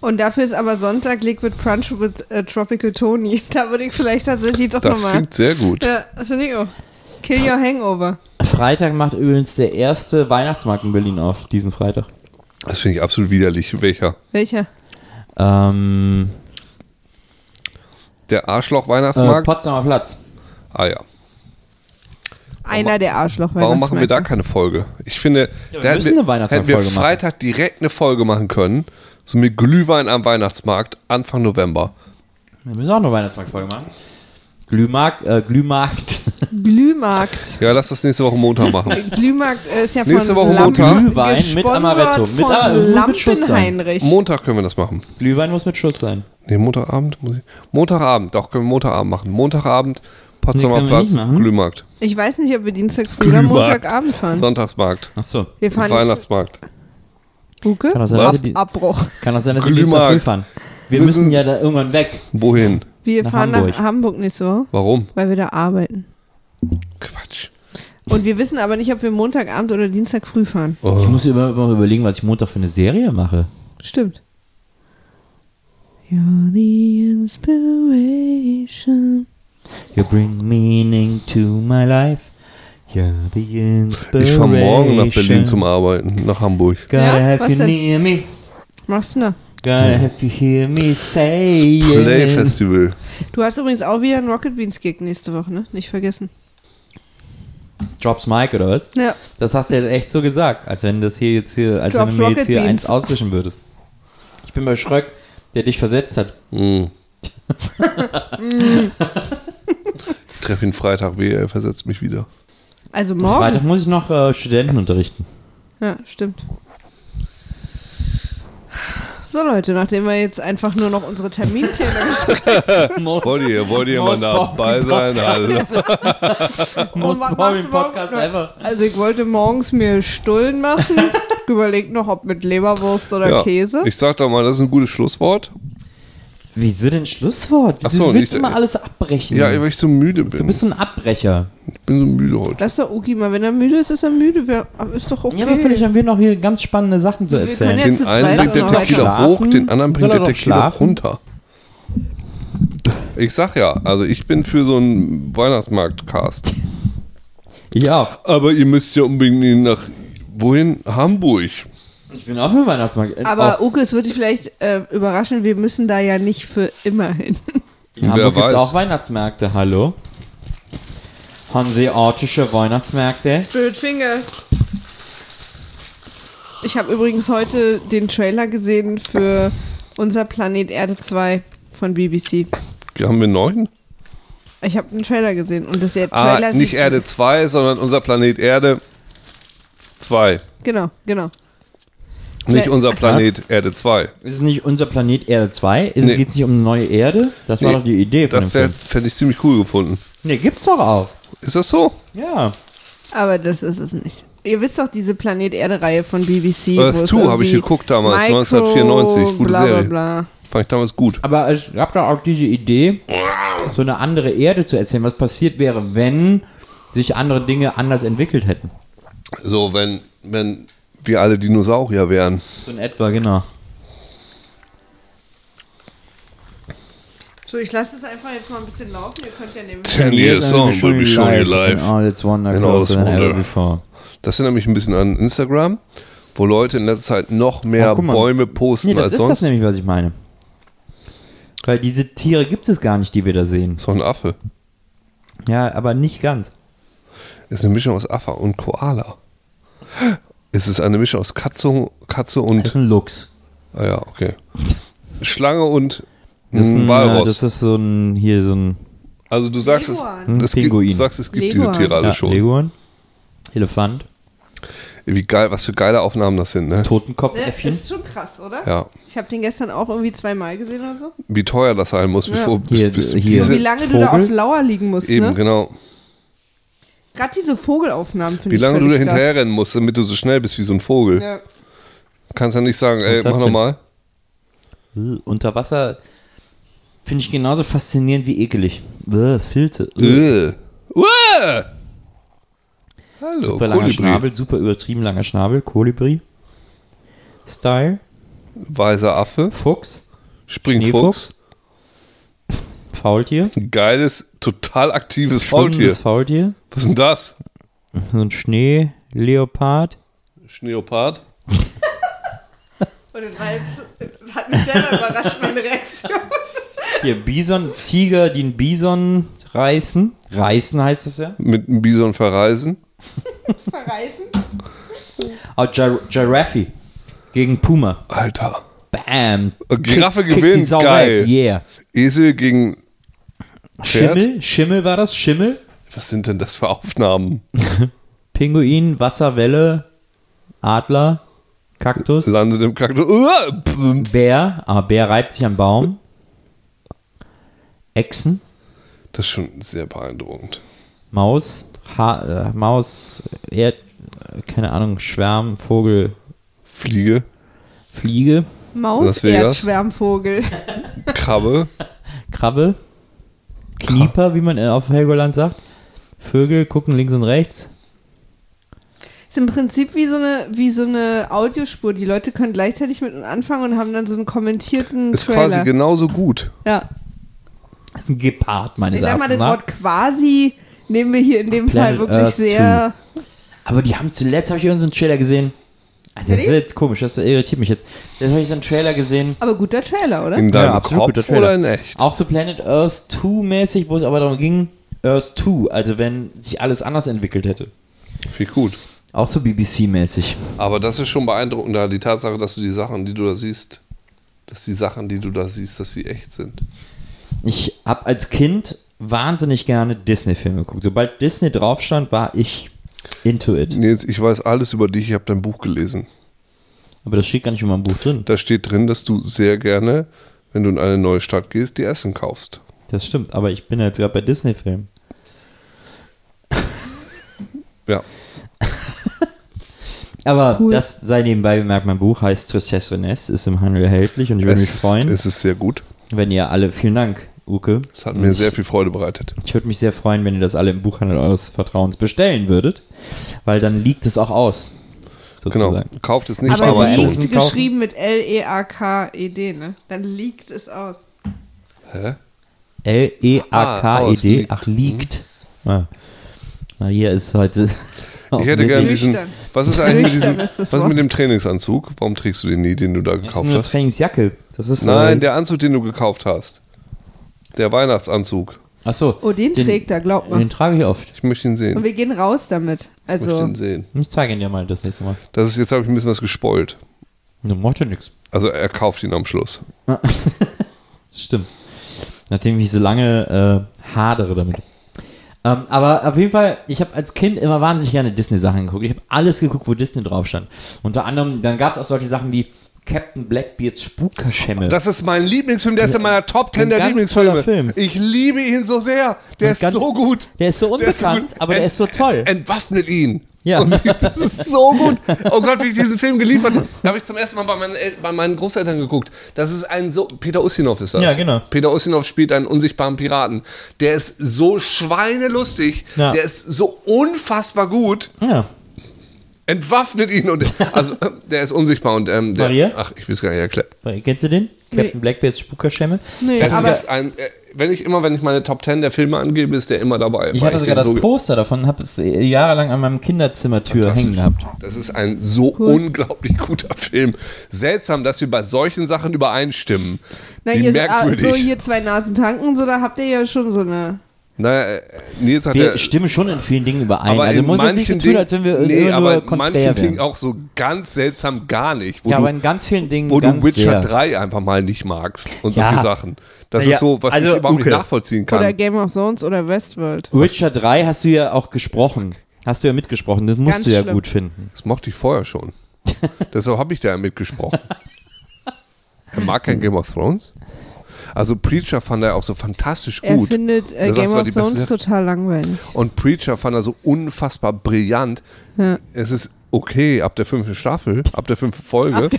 B: Und dafür ist aber Sonntag Liquid Crunch with äh, Tropical Tony. Da würde ich vielleicht tatsächlich doch
C: Das
B: nochmal.
C: klingt sehr gut.
B: Ja, finde ich auch. Kill your hangover.
D: Freitag macht übrigens der erste Weihnachtsmarkt in Berlin auf, diesen Freitag.
C: Das finde ich absolut widerlich. Welcher?
B: Welcher?
D: Ähm,
C: Der
D: äh,
C: Arschloch-Weihnachtsmarkt?
D: Potsdamer Platz.
C: ah ja.
B: Einer der Arschloch.
C: Warum machen wir da keine Folge? Ich finde, da hätten
D: müssen eine
C: wir, hätten
D: Weihnachtsmarktfolge
C: wir
D: machen.
C: Freitag direkt eine Folge machen können. So mit Glühwein am Weihnachtsmarkt Anfang November.
D: Wir müssen auch eine Weihnachtsmarktfolge machen. Glühmarkt, äh, Glühmarkt.
B: Glühmarkt.
C: Ja, lass das nächste Woche Montag machen.
B: Glühmarkt äh, ist ja
C: Nächste
B: von
C: Woche
B: Lampen
C: Montag.
D: Glühwein mit
B: gesponsert
D: Amaretto. Mit
B: von
D: Amaretto. Muss mit Schuss sein.
B: Lampenheinrich.
C: Montag können wir das machen.
D: Glühwein muss mit Schuss sein.
C: Nee, Montagabend muss ich. Montagabend, doch, können wir Montagabend machen. Montagabend, Potsdamer
D: können wir
C: Platz,
D: nicht machen.
C: Glühmarkt.
B: Ich weiß nicht, ob wir Dienstag früh oder Montagabend
D: Also-
B: fahren.
C: Sonntagsmarkt.
D: Ach so.
B: Wir fahren
C: Weihnachtsmarkt.
B: Buke.
D: Kann auch sein, dass wir die-
B: Abbruch.
D: Kann auch sein, dass wir Dienstag früh
C: Glühmarkt.
D: fahren. Wir
C: Müssen-
D: müssen ja da irgendwann weg.
C: Wohin?
B: Wir
D: Nach
B: fahren
D: Hamburg.
B: nach Hamburg nicht so,
C: Warum?
B: weil wir da arbeiten.
C: Quatsch.
B: Und wir wissen aber nicht, ob wir Montagabend oder Dienstag früh fahren.
C: Oh,
D: Ich muss immer, immer überlegen, was ich Montag für eine Serie mache.
B: Stimmt. You're the inspiration.
D: You bring meaning to my life. You're the inspiration.
C: Ich fahre morgen nach Berlin zum Arbeiten, nach Hamburg.
D: Gotta
B: Ja,
D: have
B: was
D: you
B: denn?
D: near me.
B: Machst du da?
D: Gotta have you hear me say.
C: Play Festival.
B: Du hast übrigens auch wieder einen Rocket Beans Gig nächste Woche, ne? Nicht vergessen.
D: Drops Mike oder was?
B: Ja.
D: Das hast du jetzt echt so gesagt, als wenn das hier jetzt hier, als wenn
B: Drops
D: du mir jetzt
B: Rocket
D: hier
B: Beans.
D: eins auswischen würdest. Ich bin bei Schröck, der dich versetzt hat.
C: Mm. ich treffe ihn Freitag, wehe, er versetzt mich wieder.
B: Also morgen.
D: Freitag muss ich noch äh, Studenten unterrichten.
B: Ja, stimmt. So Leute, nachdem wir jetzt einfach nur noch unsere Terminpläne besprechen,
C: Wollt ihr, wollt ihr mal
D: Most
C: dabei
D: Bob-
C: sein? Alles.
D: Most
B: was machst
D: boring
B: du
D: Podcast
B: morgen?
D: ever.
B: also ich wollte morgens mir Stullen machen, überlegt noch, ob mit Leberwurst oder
C: Ja,
B: Käse.
C: ich sag doch mal, das ist ein gutes Schlusswort.
D: Mhm. Wieso denn Schlusswort? Du
C: Ach so,
D: willst
C: nicht-
D: immer alles abbrechen.
C: Ja, weil ich so müde bin.
D: du bist so ein Abbrecher.
C: ich bin so müde heute.
B: Lass doch Uki mal, wenn er müde ist, ist er müde. Wer, aber ist doch okay.
D: Ja, aber vielleicht haben wir noch hier ganz spannende Sachen zu
B: Wir
D: erzählen.
B: können ja
C: Den
B: zu
C: einen
B: zweit
C: bringt der
B: noch weiter
C: Tequila
D: schlafen.
C: hoch, den anderen
D: Soll
C: bringt
D: er
C: der
D: doch
C: Tequila
D: schlafen?
C: runter. Ich sag ja, also ich bin für so einen Weihnachtsmarkt-Cast.
D: Ja,
C: Aber ihr müsst ja unbedingt nach. Wohin? Hamburg.
D: ich bin auch für Weihnachtsmarkt.
B: Aber
D: Auch
C: Oh.
B: Uke, es würde dich vielleicht äh, überraschen, wir müssen da ja nicht für immer hin.
D: in Hamburg
C: wer
D: gibt es
C: weiß.
D: auch Weihnachtsmärkte, hallo? Hanseatische Weihnachtsmärkte.
B: Spirit Fingers. Ich habe übrigens heute den Trailer gesehen für Unser Planet Erde 2 von BBC.
C: Haben wir neun?
B: Ich habe einen Trailer gesehen und das der
C: Ah,
B: Trailer
C: nicht
B: sieht-
C: Erde 2, sondern unser Planet Erde 2.
B: Genau, genau.
C: Nicht
B: Nee.
C: unser Planet Erde 2.
D: Ist es nicht unser Planet Erde 2? Ist
C: Nee.
D: Es geht nicht um eine neue Erde? Das war
C: Nee,
D: doch die Idee von
C: Das
D: dem
C: wäre,
D: Film.
C: fände ich ziemlich cool gefunden.
D: Nee, gibt's doch auch.
C: Ist das so?
D: Ja.
B: Aber das ist es nicht. Ihr wisst doch diese Planet Erde Reihe von BBC.
C: Earth
B: wo es
C: 2 hab ich
B: irgendwie
C: geguckt damals, 1994, gute
B: bla, bla,
C: Serie.
B: Bla.
C: Fand ich damals gut.
D: Aber es gab da auch diese Idee, so eine andere Erde zu erzählen, was passiert wäre, wenn sich andere Dinge anders entwickelt hätten.
C: So, wenn, wenn wir alle Dinosaurier wären.
D: So in etwa, genau.
B: So, ich lasse es einfach jetzt mal ein bisschen laufen. Ihr könnt ja nehmen.
C: Ten years on, we'll be showing you
D: And
B: Genau.
C: live.
D: all its wonder
C: And all its
D: closer than ever
C: wonder.
D: before.
C: Das erinnert mich ein bisschen an Instagram, wo Leute in letzter Zeit noch mehr
D: Oh, guck mal.
C: Bäume posten
D: Nee, das
C: als
D: ist
C: sonst.
D: das nämlich, was ich meine. Weil diese Tiere gibt es gar nicht, die wir da sehen.
C: so ein Affe.
D: Ja, aber nicht ganz.
C: Ist eine Mischung aus Affe und Koala. Es ist eine Mischung aus Katze, Katze und.
D: Das ist ein Luchs.
C: ah ja, okay. Schlange und
D: Das ist
C: ein
D: ein, äh,
C: Walross.
D: das ist so ein, hier so ein
C: also du sagst es,
B: Leguan.
C: das gibt,
D: Pinguin.
C: du sagst, es gibt
B: Leguan.
C: diese Tiere alle
D: ja,
C: schon.
D: Leguan, Elefant,
C: Wie geil, was für geile Aufnahmen das sind, ne?
B: Ne,
D: Totenkopfäffchen.
B: ist schon krass, oder?
C: Ja.
B: Ich habe den gestern auch irgendwie zweimal gesehen oder so.
C: Wie teuer das sein muss, bevor
D: Hier,
C: bis, bis
D: hier.
B: Und wie
C: diese,
B: lange du da
D: Vogel?
B: auf Lauer liegen musst,
C: eben
B: ne?
C: genau.
B: Gerade diese Vogelaufnahmen finde
C: Wie
B: ich
C: lange du da
B: völlig krass.
C: hinterherrennen musst, damit du so schnell bist wie so ein Vogel.
B: Ja.
C: Kannst ja nicht sagen, ey,
D: ist das
C: mach
D: denn?
C: nochmal.
D: Äh, Unter Wasser finde ich genauso faszinierend wie ekelig. Äh, Filze. Äh.
C: Äh. Uah! Hallo,
D: Super langer
C: Kolibri.
D: Schnabel, super übertrieben langer Schnabel, Kolibri. Style,
C: Weißer Affe,
D: Fuchs,
C: Springfuchs.
D: Schneefuchs, Faultier,
C: Geiles, total aktives Faultier.
D: schwimmendes Faultier,
C: Was ist denn das?
D: so ein Schneeleopard.
C: Schneeopard?
B: Und das war jetzt, hat mich selber überrascht, meine Reaktion.
D: Hier Bison, Tiger, die einen Bison reißen. Reißen heißt es ja.
C: Mit einem Bison verreisen?
B: Verreisen.
D: Oh, Gir Giraffe gegen Puma.
C: Alter.
D: Bam.
C: Äh, Giraffe
D: Kick- kick die
C: gewinnt,
D: Sau
C: geil.
D: rein. Yeah.
C: Esel gegen. Pferd?
D: Schimmel, Schimmel war das, Schimmel.
C: Was sind denn das für Aufnahmen?
D: Pinguin, Wasserwelle, Adler, Kaktus,
C: Landet im Kaktus. Uah, pf,
D: Bär. Ah, Bär reibt sich am Baum. Echsen,
C: Das ist schon sehr beeindruckend.
D: Maus, ha äh, Maus, Erd, äh, keine Ahnung, Schwärm, Vogel,
C: Fliege,
D: Fliege,
B: Maus,
C: Las Vegas.
B: Erdschwärmvogel.
C: Krabbe,
D: Krabbe, Knieper, wie man äh, auf Helgoland sagt. Vögel gucken links und rechts.
B: Ist im Prinzip wie so eine, wie so eine Audiospur. Die Leute können gleichzeitig mit uns anfangen und haben dann so einen kommentierten
C: ist
B: Trailer.
C: quasi genauso gut.
B: ja.
D: Das ist ein Gepard, meines
B: Ich sag mal, das
D: Erachtens. nach.
B: Wort quasi nehmen wir hier in dem Fall
D: Planet
B: wirklich
D: Earth
B: sehr.
D: Aber die haben zuletzt, habe ich irgendeinen Trailer gesehen. Also das ist jetzt komisch, das irritiert mich jetzt. Jetzt habe ich so einen Trailer gesehen.
B: Aber guter Trailer, oder?
C: In deinem Kopf
D: Trailer.
C: oder in echt?
D: Auch so Planet Earth 2 mäßig, wo es aber darum ging, Earth 2, also wenn sich alles anders entwickelt hätte.
C: Viel gut.
D: Auch so BBC mäßig.
C: Aber das ist schon beeindruckend, da die Tatsache, dass du die Sachen, die du da siehst, dass die Sachen, die du da siehst, dass sie echt sind.
D: Ich habe als Kind wahnsinnig gerne Disney-Filme geguckt. Sobald Disney drauf stand, war ich into it.
C: Nils, ich weiß alles über dich, ich habe dein Buch gelesen.
D: Aber das steht gar nicht in meinem Buch drin.
C: Da steht drin, dass du sehr gerne, wenn du in eine neue Stadt gehst, dir Essen kaufst.
D: Das stimmt, aber ich bin jetzt gerade bei Disney-Filmen.
C: Ja.
D: Aber
B: Cool.
D: das sei nebenbei bemerkt, mein Buch heißt Tristesse Renesse, ist im Handel erhältlich und ich würde mich
C: Es ist,
D: freuen,
C: es ist sehr gut.
D: wenn ihr alle, vielen Dank, Uke.
C: Es hat mir sehr viel Freude bereitet.
D: Ich würde mich sehr freuen, wenn ihr das alle im Buchhandel eures Vertrauens bestellen würdet, weil dann liegt es auch aus.
C: Genau.
D: Sozusagen.
C: Kauft es nicht bei
B: Aber
D: Aber
C: Amazon.
D: Amazon
B: liegt
D: kaufen?
B: E geschrieben mit L-E-A-K-E-D, ne? Dann liegt es aus.
C: Hä? Genau.
D: E
C: Ah, aus,
D: L-E-A-K-E-D.
C: liegt.
D: Ach, liegt. Ah. Na, hier ist heute.
C: Ich hätte gerne
B: Nüchtern.
C: diesen. Was ist eigentlich mit
B: Nüchtern
C: diesem,
B: ist das
C: Was ist
B: Wort.
C: mit dem Trainingsanzug? Warum trägst du den nie, den du da gekauft
D: eine
C: hast?
D: Trainingsjacke. Das ist. äh,
C: Nein, der Anzug, den du gekauft hast. Der Weihnachtsanzug.
D: Achso.
B: Oh, den, trägt er, glaubt
D: Den
B: man.
D: trage ich oft.
C: Ich möchte ihn
B: Und
C: sehen.
B: wir gehen raus damit.
C: Ich möchte
B: Also,
C: ihn sehen.
D: Ich zeige ihn dir mal das nächste Mal.
C: Das ist jetzt habe ich ein bisschen was gespoilt.
D: Du macht ja nichts.
C: Also er kauft ihn am Schluss.
D: Das stimmt. Nachdem ich so lange äh, hadere damit. Ähm, aber auf jeden Fall, ich habe als Kind immer wahnsinnig gerne Disney-Sachen geguckt. Ich habe alles geguckt, wo Disney drauf stand. Unter anderem, dann gab es auch solche Sachen wie Captain Blackbeards Spukerschemme.
C: Das ist mein Lieblingsfilm. Der ist in meiner Top 10
D: Ein
C: der
D: ganz
C: Lieblingsfilme.
D: toller Film.
C: Ich liebe ihn so sehr. Der
D: Und
C: ist
D: ganz-
C: so gut.
D: der ist so
C: Der ist so
D: unbekannt,
C: gut.
D: aber der
C: Ent-
D: ist so toll.
C: Entwaffnet ihn.
D: Ja.
C: Und sie- Das ist so gut. Oh Gott, wie ich diesen Film geliefert habe. Da habe ich zum ersten Mal bei meinen, El- bei meinen Großeltern geguckt. Das ist ein so. Peter Ustinov ist das.
D: Ja, genau.
C: Peter Ustinov spielt einen unsichtbaren Piraten. Der ist so schweinelustig.
D: Ja.
C: Der ist so unfassbar gut.
D: ja.
C: Entwaffnet ihn. Und, also, äh, der ist unsichtbar. Und, ähm, der,
D: Maria?
C: Ach, ich will es gar nicht erklären.
D: Kennst du den? Captain
B: Nee.
D: Blackbeards Spukerschemme.
B: nee,
C: Das
B: aber
C: ist ein, äh, wenn ich immer, wenn ich meine Top 10 der Filme angebe, ist der immer dabei.
D: Ich
C: weil
D: hatte sogar
C: den
D: das
C: so ge-
D: Poster davon, habe es äh, jahrelang an meinem Kinderzimmertür hängen gehabt.
C: Das ist ein so unglaublich guter Film. Seltsam, dass wir bei solchen Sachen übereinstimmen.
B: na,
C: Wie
B: hier, sind- ah,
C: merkwürdig.
B: so hier zwei Nasen tanken und so, da habt ihr ja schon so eine.
C: naja, äh, Nils hat
D: Wir
C: ja,
D: stimmen schon in vielen Dingen überein.
C: aber
D: also
C: in
D: muss es
C: manchen
D: nicht so tun,
C: Dingen-
D: als wenn wir
C: nee,
D: immer
C: aber
D: nur
C: in manchen
D: konträr wären.
C: Dingen auch so ganz seltsam gar nicht. Wo
D: ja,
C: du,
D: aber in ganz vielen Dingen
C: wo
D: ganz
C: du Witcher
D: sehr.
C: 3 einfach mal nicht magst und
D: Ja.
C: solche Sachen. Das
D: Naja,
C: ist so, was
D: also,
C: ich überhaupt
D: okay.
C: nicht nachvollziehen
B: Oder
C: kann.
B: Game of Thrones oder Westworld.
D: Witcher 3 hast du ja auch gesprochen. Hast du ja mitgesprochen. Das musst
B: Ganz
D: du ja
B: schlimm.
D: gut finden.
C: Das mochte ich vorher schon. Deshalb habe ich da ja mitgesprochen. Er mag kein Game of Thrones. Also Preacher fand er auch so fantastisch
B: Er
C: gut.
B: findet äh,
C: Das ist
B: Game
C: zwar
B: of
C: die beste
B: Thrones
C: Serie.
B: total langweilig.
C: Und Preacher fand er so unfassbar brillant.
B: Ja.
C: Es ist okay, ab der fünften Staffel, ab der fünften Folge,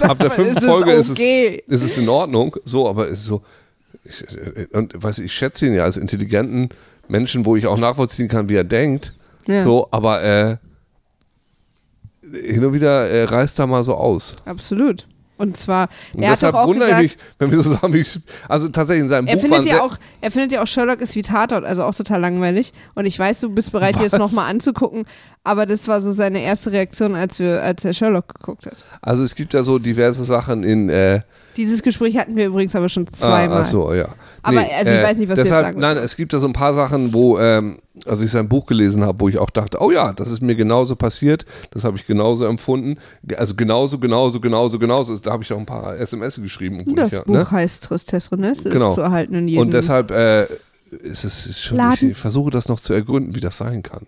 C: ab der, fünften
B: ist es
C: Folge ist,
B: okay.
C: es, ist es in Ordnung. So, aber es ist so. Ich, äh, und weiß ich, ich schätze ihn ja als intelligenten Menschen, wo ich auch nachvollziehen kann, wie er denkt.
B: Ja.
C: So, aber äh, hin und wieder äh, reißt er mal so aus.
B: Absolut. Und zwar,
C: Und
B: er hat doch
C: deshalb
B: auch
C: wundere
B: gesagt,
C: ich mich, wenn wir so sagen, wie ich, also tatsächlich in seinem
B: er
C: Buch waren
B: findet,
C: sehr-
B: ja auch, er findet ja auch Sherlock ist wie Tatort, also auch total langweilig. Und ich weiß, du bist bereit, dir das
C: Was?
B: nochmal anzugucken, aber das war so seine erste Reaktion, als, wir, als er Sherlock geguckt hat.
C: also es gibt ja so diverse Sachen in äh,
B: Dieses Gespräch hatten wir übrigens aber schon zweimal.
C: Ah, ach so, ja. äh,
B: Aber, also, ich weiß nicht, was du jetzt
C: deshalb,
B: sagen
C: Nein,
B: wolltest.
C: es gibt da so ein paar Sachen, wo, ähm, als ich sein Buch gelesen habe, wo ich auch dachte, oh ja, das ist mir genauso passiert, das habe ich genauso empfunden. Ge- Also genauso, genauso, genauso, genauso. Da habe ich auch ein paar SMS geschrieben. obwohl
B: Das
C: ich ja,
B: Buch
C: ne?
B: heißt Tristesse Renesse,
C: Genau.
B: ist zu erhalten in jedem.
C: Und deshalb äh, ist es ist schon,
B: Laden.
C: ich versuche das noch zu ergründen, wie das sein kann.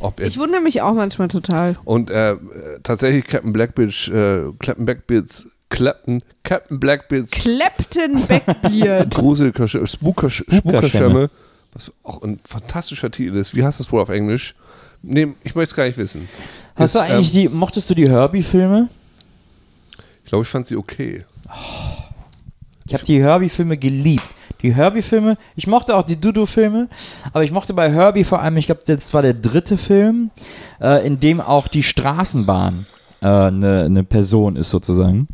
C: Ob er
B: ich wundere mich auch manchmal total.
C: und äh, äh, tatsächlich Captain Blackbeard, äh, Captain Blackbeards, Clapton, Captain Blackbeards
B: Clapton Backbeard.
C: Gruselkirche, Spookersch
D: Spookerschemme.
C: Spookerschemme, äh, was auch ein fantastischer Titel ist. Wie heißt das wohl auf Englisch? Nee, ich möchte es gar nicht wissen.
D: Hast du
C: Ist,
D: eigentlich die, mochtest du die Herbie-Filme?
C: Ähm, ich glaube, ich fand sie okay.
D: Ich habe die Herbie-Filme geliebt. Die Herbie-Filme, ich mochte auch die Dudu-Filme, aber ich mochte bei Herbie vor allem, ich glaube, das war der dritte Film, äh, in dem auch die Straßenbahn äh, eine eine Person ist sozusagen.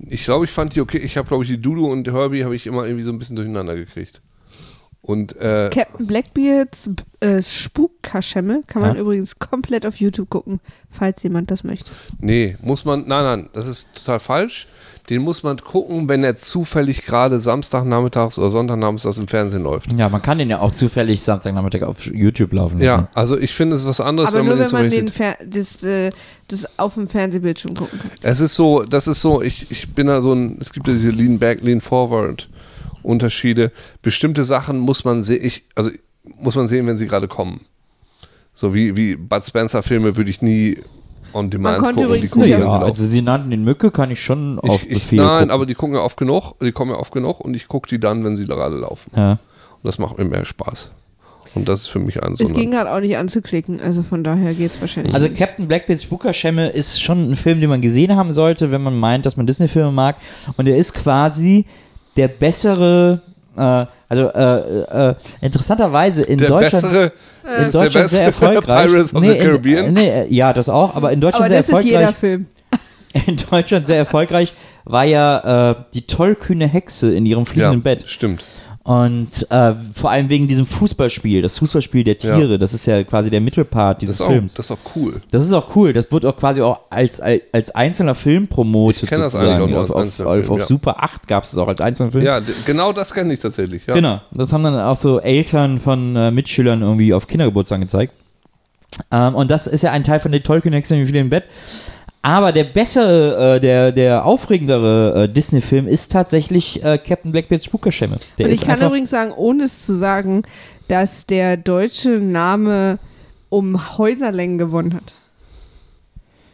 C: Ich glaube, ich fand die okay. Ich habe, glaube ich, die Dudu und Herbie habe ich immer irgendwie so ein bisschen durcheinander gekriegt. Und äh,
B: Captain Blackbeards äh, Spukkaschemme kann man
D: Ja.
B: übrigens komplett auf YouTube gucken, falls jemand das möchte.
C: nee, muss man, nein, nein, das ist total falsch. Den muss man gucken, wenn er zufällig gerade Samstagnachmittags oder Sonntagnachmittags im Fernsehen läuft.
D: Ja, man kann den ja auch zufällig Samstagnachmittag auf YouTube laufen lassen.
C: Ja, also ich finde es ist was anderes,
B: Aber
C: wenn
B: nur
C: man den
B: wenn man
C: zufällig
B: den
C: sieht.
B: Fer das, äh, das auf dem Fernsehbildschirm gucken kann.
C: Es ist so, das ist so, ich, ich bin da so ein, es gibt ja diese Lean Back, Lean Forward Unterschiede. Bestimmte Sachen muss man sehen, ich, also muss man sehen, wenn sie gerade kommen. So wie, wie Bud Spencer Filme würde ich nie on demand
B: konnte
C: gucken.
B: übrigens
C: gucke ich,
B: nicht
C: wenn
D: Ja,
C: sie laufen.
D: also sie nannten den Mücke, kann ich schon auf
C: ich, ich,
D: Befehl
C: nein,
D: gucken.
C: aber die gucken ja oft genug, die kommen ja oft genug und ich gucke die dann, wenn sie gerade laufen.
D: ja.
C: Und das macht mir mehr Spaß. Und das ist für mich ein so
B: Es ging
C: ein-
B: gerade auch nicht anzuklicken, also von daher geht es wahrscheinlich.
D: Also
B: nicht.
D: Captain Blackbeards Spukerschemme ist schon ein Film, den man gesehen haben sollte, wenn man meint, dass man Disney-Filme mag. Und er ist quasi der bessere, äh, also äh, äh, interessanterweise in
C: der
D: Deutschland.
C: bessere,
D: in Deutschland sehr erfolgreich.
C: Pirates of the Caribbean.
D: In, nee, äh, ja, das auch, aber in Deutschland
B: aber
D: sehr
B: das ist jeder
D: erfolgreich.
B: Film.
D: In Deutschland sehr erfolgreich war ja äh, die tollkühne Hexe in ihrem
C: ja,
D: fliegenden Bett.
C: stimmt.
D: Und äh, vor allem wegen diesem Fußballspiel, das Fußballspiel der Tiere, das ist ja quasi der Mittelpart
C: Das
D: dieses
C: ist, auch,
D: Films.
C: das ist auch cool.
D: Das ist auch cool. Das wird auch quasi auch als, als einzelner Film promotet.
C: Ich kenn das
D: sozusagen.
C: eigentlich auch nur
D: auf,
C: als einzelner
D: auf,
C: Film,
D: auf
C: ja.
D: Super 8 gab es das auch als einzelner Film.
C: Ja, d- genau das kenne ich tatsächlich. Ja.
D: Genau. Das haben dann auch so Eltern von äh, Mitschülern irgendwie auf Kindergeburtstagen gezeigt. Ähm, und das ist ja ein Teil von der Tolkien-Hexe wie viel im Bett. Aber der bessere, äh, der, der aufregendere äh, Disney-Film ist tatsächlich äh, Captain Blackbeards Spukerschemme. Der
B: Und
D: ist
B: ich kann
D: einfach-
B: übrigens sagen, ohne es zu sagen, dass der deutsche Name um Häuserlängen gewonnen hat.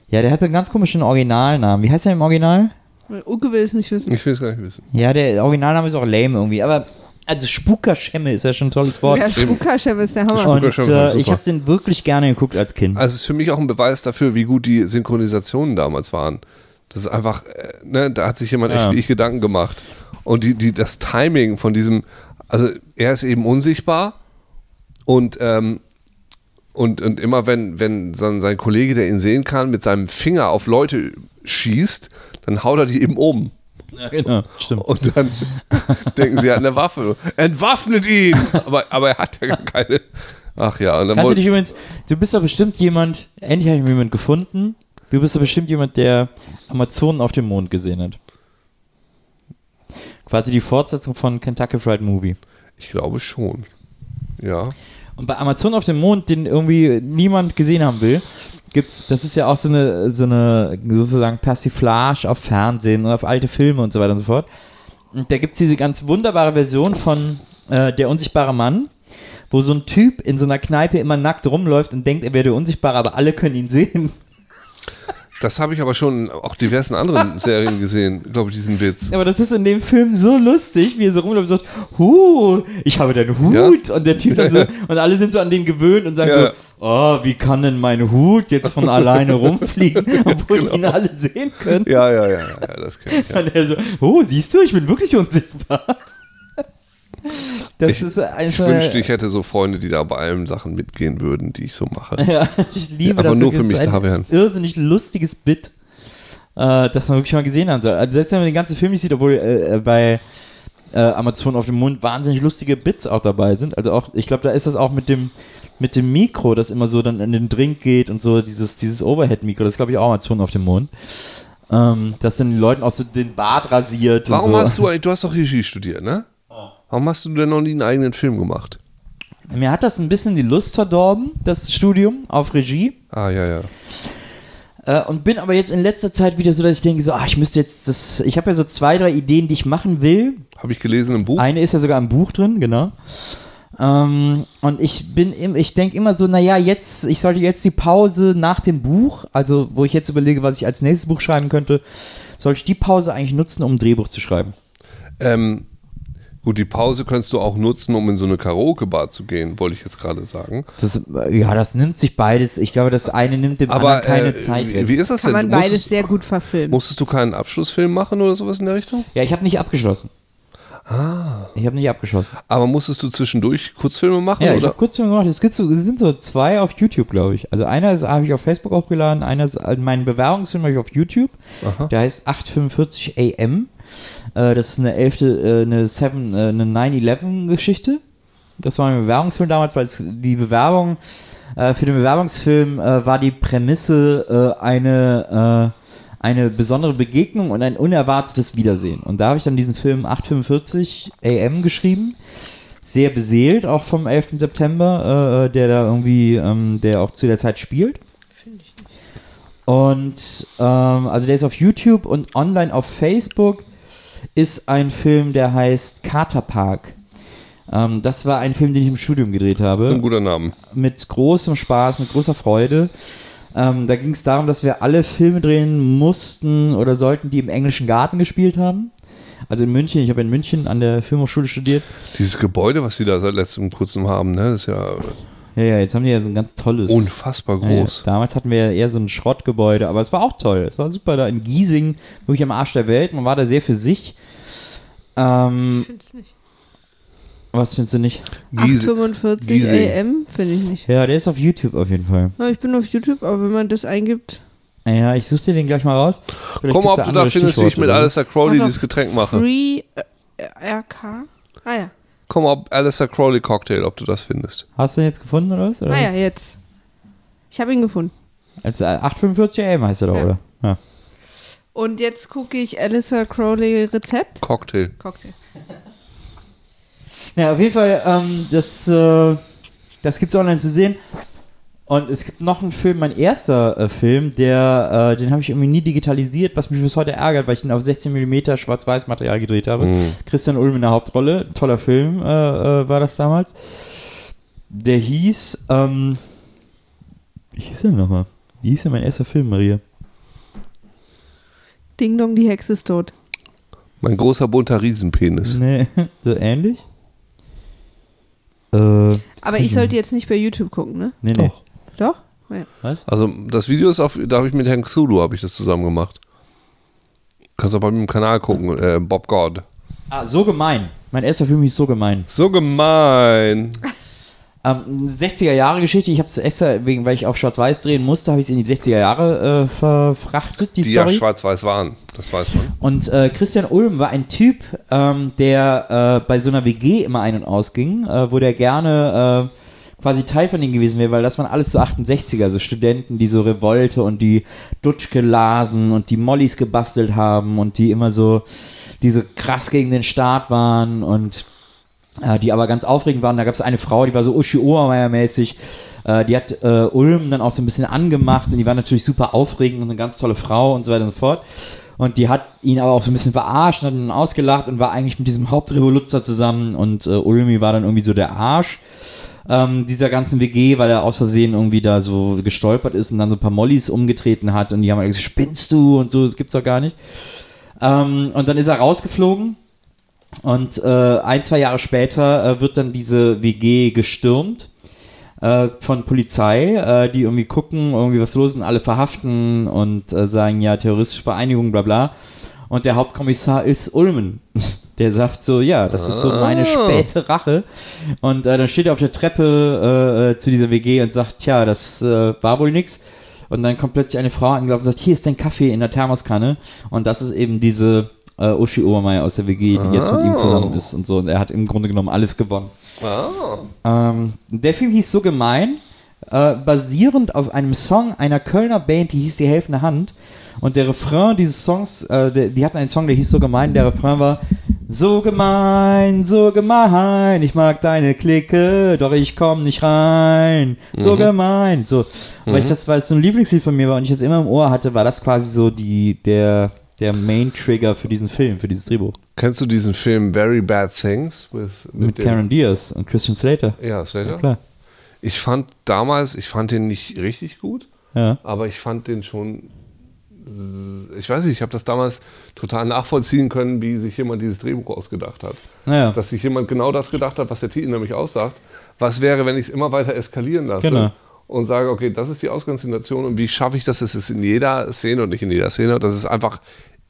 D: Ja, der hatte einen ganz komischen Originalnamen. Wie heißt der im Original?
B: Weil Uke will es nicht wissen.
C: Ich will es gar nicht wissen.
D: Ja, der Originalname ist auch lame irgendwie. Aber also Spukerschemme ist ja schon ein tolles Wort.
B: Ja, Spukaschew ist der Hammer.
D: Und
C: Spukerschemme ist
D: äh,
C: super.
D: ich habe den wirklich gerne geguckt als Kind.
C: Also es ist für mich auch ein Beweis dafür, wie gut die Synchronisationen damals waren. Das ist einfach, äh, ne, da hat sich jemand
D: Ja.
C: echt wirklich Gedanken gemacht. Und die, die, das Timing von diesem, also er ist eben unsichtbar und, ähm, und, und immer wenn, wenn sein, sein Kollege, der ihn sehen kann, mit seinem Finger auf Leute schießt, dann haut er die eben um.
D: Ja, genau, stimmt.
C: Und dann denken sie, er hat eine Waffe. Entwaffnet ihn! Aber, aber er hat ja gar keine. Ach ja, und dann
D: Kannst du
C: wollte-
D: dich übrigens, du bist doch bestimmt jemand, endlich habe ich mir jemand gefunden. Du bist doch bestimmt jemand, der Amazonen auf dem Mond gesehen hat. Quasi die Fortsetzung von Kentucky Fried Movie.
C: Ich glaube schon. Ja.
D: Und bei Amazonen auf dem Mond, den irgendwie niemand gesehen haben will, gibt's, das ist ja auch so eine, so eine sozusagen Persiflage auf Fernsehen und auf alte Filme und so weiter und so fort. Und da gibt es diese ganz wunderbare Version von äh, Der unsichtbare Mann, wo so ein Typ in so einer Kneipe immer nackt rumläuft und denkt, er wäre der Unsichtbare, aber alle können ihn sehen.
C: Das habe ich aber schon in auch diversen anderen Serien gesehen, glaube ich, diesen Witz.
D: Aber das ist in dem Film so lustig, wie er so rumläuft und sagt, Huh, ich habe deinen Hut. Und der Typ dann so, und alle sind so an den gewöhnt und sagen
C: Ja.
D: so, oh, wie kann denn mein Hut jetzt von alleine rumfliegen, obwohl ihn alle sehen können.
C: Ja, ja, ja, ja, ja das kenne ich. genau. Ja.
D: Und er so, oh, siehst du, ich bin wirklich unsichtbar. Das ist eins
C: Ich
D: meiner-
C: wünschte, ich hätte so Freunde, die da bei allen Sachen mitgehen würden, die ich so mache.
D: Ja, ich liebe
C: aber
D: das.
C: nur
D: wirklich.
C: für
D: Das ist
C: mich
D: ein
C: da wären.
D: Irrsinnig lustiges Bit, äh, das man wirklich mal gesehen haben soll. Also selbst wenn man den ganzen Film nicht sieht, obwohl äh, äh, bei äh, Amazon auf dem Mund wahnsinnig lustige Bits auch dabei sind. Also auch, ich glaube, da ist das auch mit dem mit dem Mikro, das immer so dann in den Drink geht und so dieses dieses Overhead-Mikro. Das glaube ich auch Amazon auf dem Mond. Ähm, dass dann den Leuten auch so den Bart rasiert
C: Warum
D: und so.
C: hast du, eigentlich- du hast doch Regie studiert, ne? Warum hast du denn noch nie einen eigenen Film gemacht?
D: Mir hat das ein bisschen die Lust verdorben, das Studium auf Regie.
C: Ah, ja, ja.
D: Äh, und bin aber jetzt in letzter Zeit wieder so, dass ich denke, so, ah, ich müsste jetzt das. Ich habe ja so zwei, drei Ideen, die ich machen will.
C: Habe ich gelesen im Buch?
D: Eine ist ja sogar im Buch drin, genau. Ähm, und ich bin, im, ich denke immer so, naja, jetzt, ich sollte jetzt die Pause nach dem Buch, also wo ich jetzt überlege, was ich als nächstes Buch schreiben könnte, sollte ich die Pause eigentlich nutzen, um ein Drehbuch zu schreiben.
C: Ähm, gut, die Pause könntest du auch nutzen, um in so eine Karaoke-Bar zu gehen, wollte ich jetzt gerade sagen.
D: Das, ja, das nimmt sich beides. Ich glaube, das eine nimmt dem
C: Aber
D: anderen keine
C: äh,
D: Zeit
C: wie, wie
D: weg.
C: ist das
B: Kann
C: denn?
B: man beides
C: Musstest,
B: sehr gut verfilmen.
C: musstest du keinen Abschlussfilm machen oder sowas in der Richtung?
D: Ja, ich habe nicht abgeschlossen. Ah. Ich habe nicht abgeschlossen.
C: Aber musstest du zwischendurch Kurzfilme machen?
D: Ja, ich
C: oder?
D: habe Kurzfilme gemacht. Es, gibt so, es sind so zwei auf YouTube, glaube ich. Also einer ist habe ich auf Facebook hochgeladen, einer ist äh, meinen Bewerbungsfilm habe ich auf YouTube. Der heißt 845 AM. Äh, das ist eine 11. Äh, eine 7 äh, eine 9/11 Geschichte. Das war mein Bewerbungsfilm damals, weil es, die Bewerbung äh, für den Bewerbungsfilm äh, war die Prämisse äh, eine äh, eine besondere Begegnung und ein unerwartetes Wiedersehen. Und da habe ich dann diesen Film 845 AM geschrieben sehr beseelt, auch vom 11. September, äh, äh, der da irgendwie, ähm, der auch zu der Zeit spielt. Und ähm, also der ist auf YouTube und online auf Facebook ist ein Film, der heißt Katerpark. Ähm, das war ein Film, den ich im Studium gedreht habe
C: Das ist ein guter Name.
D: mit großem Spaß, mit großer Freude. Ähm, da ging es darum, dass wir alle Filme drehen mussten oder sollten, die im englischen Garten gespielt haben. Also in München, ich habe in München an der Filmhochschule studiert.
C: Dieses Gebäude, was sie da seit letztem kurzem haben, ne, das ist ja
D: Ja, ja, jetzt haben die ja so ein ganz tolles.
C: unfassbar
D: Ja, ja.
C: groß.
D: Damals hatten wir ja eher so ein Schrottgebäude, aber es war auch toll. Es war super da in Giesing, wirklich am Arsch der Welt. Man war da sehr für sich. Ähm, was findest du nicht?
C: Giese-
B: 845
C: Giesing.
B: AM finde ich nicht.
D: Ja, der ist auf YouTube auf jeden Fall.
B: Ja, ich bin auf YouTube, aber wenn man das eingibt.
D: Ja, ich suche dir den gleich mal raus. Vielleicht
C: Guck mal,
D: gibt's
C: ob du da
D: andere ne?
C: findest, wie ich
D: Stichworte
C: mit
D: oder so.
C: Alistair Crowley
B: Warte,
C: dieses Getränk mache.
B: Free äh, RK? äh, Ah ja.
C: Komm, ob Alistair Crowley Cocktail, ob du das findest.
D: Hast du den jetzt gefunden oder was? Oder?
B: Naja, jetzt. Ich habe ihn gefunden.
D: Also, äh, 845 AM heißt er doch,
B: Ja.
D: oder? Ja.
B: Und jetzt gucke ich Alistair Crowley Rezept.
C: Cocktail.
B: Cocktail.
D: Ja, auf jeden Fall, ähm, das, äh, das gibt's online zu sehen. Und es gibt noch einen Film, mein erster äh, Film, der, äh, den habe ich irgendwie nie digitalisiert, was mich bis heute ärgert, weil ich den auf 16mm Schwarz-Weiß-Material gedreht habe. Christian Ulm in der Hauptrolle, toller Film äh, äh, war das damals. Der hieß, ähm, wie hieß der nochmal? Wie hieß denn mein erster Film, Maria?
B: Ding Dong, die Hexe ist tot.
C: Mein großer bunter Riesenpenis.
D: Nee, so ähnlich? Äh,
B: Aber ich sollte jetzt nicht bei YouTube gucken, ne?
D: nee, nee.
C: Doch.
B: Doch? Oh Ja.
C: Also das Video ist auf, da habe ich mit Herrn Xulu habe ich das zusammen gemacht. Kannst du auch bei mir im Kanal gucken, äh, Bob God.
D: Ah, so gemein. Mein erster Film hieß so gemein.
C: So gemein.
D: Ähm, 60er Jahre Geschichte, ich habe es extra, wegen, weil ich auf Schwarz-Weiß drehen musste, habe ich es in die 60er Jahre äh, verfrachtet, die,
C: Die ja
D: Story.
C: schwarz-weiß waren, das weiß man.
D: und äh, Christian Ulm war ein Typ, ähm, der äh, bei so einer WG immer ein- und ausging, äh, wo der gerne äh, quasi Teil von denen gewesen wäre, weil das waren alles so 68er, so Studenten, die so Revolte und die Dutschke lasen und die Mollys gebastelt haben und die immer so, die so krass gegen den Staat waren und äh, die aber ganz aufregend waren. Da gab es eine Frau, die war so Uschi Obermeier-mäßig. Äh, die hat äh, Ulm dann auch so ein bisschen angemacht und die war natürlich super aufregend und eine ganz tolle Frau und so weiter und so fort. Und die hat ihn aber auch so ein bisschen verarscht und hat ihn ausgelacht und war eigentlich mit diesem Hauptrevoluzzer zusammen und äh, Ulmi war dann irgendwie so der Arsch ähm, dieser ganzen WG, weil er aus Versehen irgendwie da so gestolpert ist und dann so ein paar Mollys umgetreten hat und die haben alle gesagt, spinnst du und so, das gibt's doch gar nicht. Ähm, und dann ist er rausgeflogen und äh, ein, zwei Jahre später äh, wird dann diese WG gestürmt äh, von Polizei, äh, die irgendwie gucken, irgendwie was los ist und alle verhaften und äh, sagen, ja, terroristische Vereinigung, bla bla. Und der Hauptkommissar ist Ulmen. Der sagt so, ja, das ist so meine späte Rache. Und äh, dann steht er auf der Treppe äh, äh, zu dieser WG und sagt, tja, das äh, war wohl nix. Und dann kommt plötzlich eine Frau angelaufen und sagt, hier ist dein Kaffee in der Thermoskanne. Und das ist eben diese äh, Uschi Obermeier aus der WG, die jetzt mit ihm zusammen ist und so. Und er hat im Grunde genommen alles gewonnen. Ähm, der Film hieß so gemein, äh, basierend auf einem Song einer Kölner Band, die hieß Die Helfende Hand. Und der Refrain dieses Songs, äh, der, die hatten einen Song, der hieß so gemein, der Refrain war so gemein, so gemein, ich mag deine Clique, doch ich komm nicht rein,
C: Mhm.
D: so gemein, so. Und Weil ich das, weil es so ein Lieblingslied von mir war und ich das immer im Ohr hatte, war das quasi so die, der, der Main-Trigger für diesen Film, für dieses Drehbuch.
C: Kennst du diesen Film Very Bad Things with,
D: Mit
C: dem-
D: Karen Diaz und Christian Slater.
C: Ja, Slater.
D: Klar.
C: Ich fand damals, ich fand den nicht richtig gut,
D: Ja.
C: aber ich fand den schon. Ich weiß nicht, ich habe das damals total nachvollziehen können, wie sich jemand dieses Drehbuch ausgedacht hat.
D: Naja.
C: Dass sich jemand genau das gedacht hat, was der Titel nämlich aussagt. Was wäre, wenn ich es immer weiter eskalieren lasse
D: Genau.
C: und sage, okay, das ist die Ausgangssituation und wie schaffe ich das, dass es in jeder Szene und nicht in jeder Szene, dass es einfach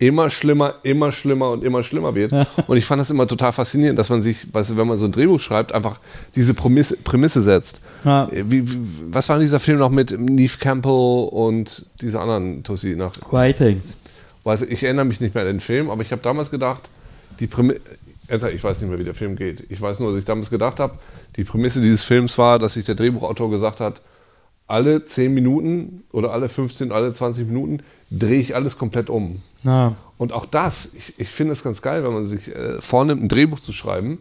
C: immer schlimmer, immer schlimmer und immer schlimmer wird. Und ich fand das immer total faszinierend, dass man sich, weißt du, wenn man so ein Drehbuch schreibt, einfach diese Prämisse, Prämisse setzt. Äh,
D: Ja.
C: Wie, wie, was war denn dieser Film noch mit Neve Campbell und dieser anderen Tussi nach
D: Why Things.
C: weiß ich erinnere mich nicht mehr an den Film, aber ich habe damals gedacht, die Prämisse, ich weiß nicht mehr, wie der Film geht. Ich weiß nur, dass ich damals gedacht habe, die Prämisse dieses Films war, dass sich der Drehbuchautor gesagt hat, alle 10 Minuten oder alle 15, alle 20 Minuten drehe ich alles komplett um.
D: Na.
C: Und auch das, ich, ich finde es ganz geil, wenn man sich äh, vornimmt, ein Drehbuch zu schreiben,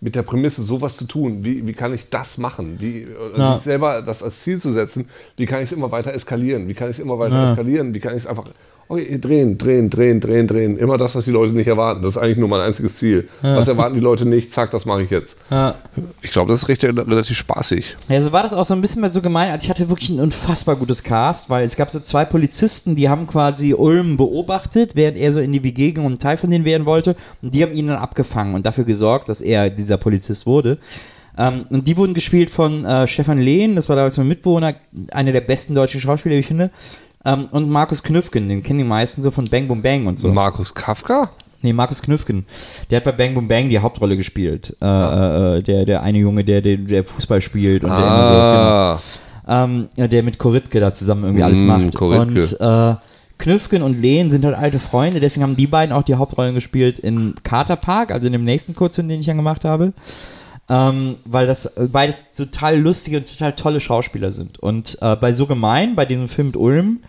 C: mit der Prämisse, sowas zu tun. Wie, wie kann ich das machen? Wie, äh,
D: Ja.
C: Sich selber das als Ziel zu setzen, wie kann ich es immer weiter eskalieren? Wie kann ich es immer weiter
D: Ja.
C: eskalieren? Wie kann ich es einfach okay, drehen, drehen, drehen, drehen, drehen? Immer das, was die Leute nicht erwarten. Das ist eigentlich nur mein einziges Ziel. Was erwarten die Leute nicht? Zack, das mache ich jetzt.
D: Ja.
C: Ich glaube, das ist recht, relativ spaßig.
D: Ja, so war das auch so ein bisschen mal so gemein. Also ich hatte wirklich ein unfassbar gutes Cast, weil es gab so zwei Polizisten, die haben quasi Ulm beobachtet, während er so in die WG ging und ein Teil von denen werden wollte. Und die haben ihn dann abgefangen und dafür gesorgt, dass er dieser Polizist wurde. Ähm, und die wurden gespielt von äh, Stefan Lehn, das war damals mein Mitbewohner, einer der besten deutschen Schauspieler, wie ich finde. Ähm, und Markus Knüpfgen, den kennen die meisten so von Bang Boom Bang und so.
C: Markus Kafka?
D: Nee, Markus Knüpfgen. Der hat bei Bang Boom Bang die Hauptrolle gespielt. Äh, äh, äh, der, der eine Junge, der, der, der Fußball spielt und der immer so, genau
C: Ah,
D: ähm, ja, der mit Koritke da zusammen irgendwie alles
C: Mm,
D: macht.
C: Koritke.
D: Und äh, Knüffgen und Lehn sind halt alte Freunde, deswegen haben die beiden auch die Hauptrollen gespielt in Katerpark, also in dem nächsten Kurzfilm, den ich dann gemacht habe. Ähm, weil das äh, beides total lustige und total tolle Schauspieler sind. Und äh, bei So Gemein, bei diesem Film mit Ulm,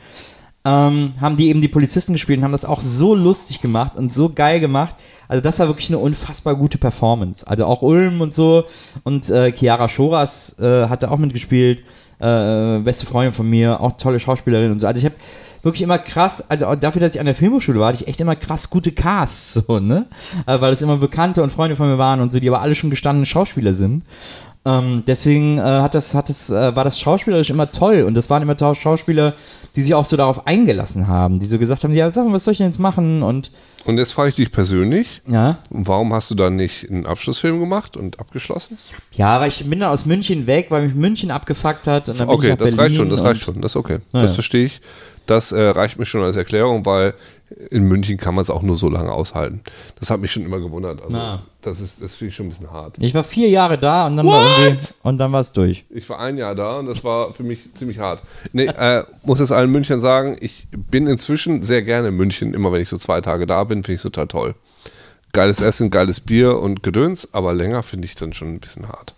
D: ähm, haben die eben die Polizisten gespielt und haben das auch so lustig gemacht und so geil gemacht. Also das war wirklich eine unfassbar gute Performance. Also auch Ulm und so und äh, Chiara Schoras äh, hatte auch mitgespielt, äh, beste Freundin von mir, auch tolle Schauspielerin und so. Also ich habe wirklich immer krass, also auch dafür, dass ich an der Filmhochschule war, hatte ich echt immer krass gute Casts, so, ne? Äh, weil es immer Bekannte und Freunde von mir waren und so, die aber alle schon gestandene Schauspieler sind. Ähm, deswegen äh, hat das, hat das, äh, war das schauspielerisch immer toll. Und das waren immer tau- Schauspieler, die sich auch so darauf eingelassen haben, die so gesagt haben, ja, sag mal, was soll ich denn jetzt machen? Und
C: Und jetzt frage ich dich persönlich,
D: ja.
C: warum hast du dann nicht einen Abschlussfilm gemacht und abgeschlossen?
D: Ja, weil ich bin dann aus München weg, weil mich München abgefuckt hat. Und dann bin ich
C: okay,
D: nach
C: das
D: Berlin
C: reicht schon, das
D: und- Ah,
C: reicht schon, das ist okay. das
D: ja.
C: verstehe ich. Das äh, reicht mir schon als Erklärung, weil in München kann man es auch nur so lange aushalten. Das hat mich schon immer gewundert. Also,
D: Na.
C: das ist, das finde ich schon ein bisschen hart.
D: Ich war vier Jahre da und dann war irgendwie, und dann war es durch.
C: Ich war ein Jahr da und das war für mich ziemlich hart. Nee, äh, muss jetzt allen Münchnern sagen, ich bin inzwischen sehr gerne in München. Immer wenn ich so zwei Tage da bin, finde ich es total toll. Geiles Essen, geiles Bier und Gedöns, aber länger finde ich dann schon ein bisschen hart.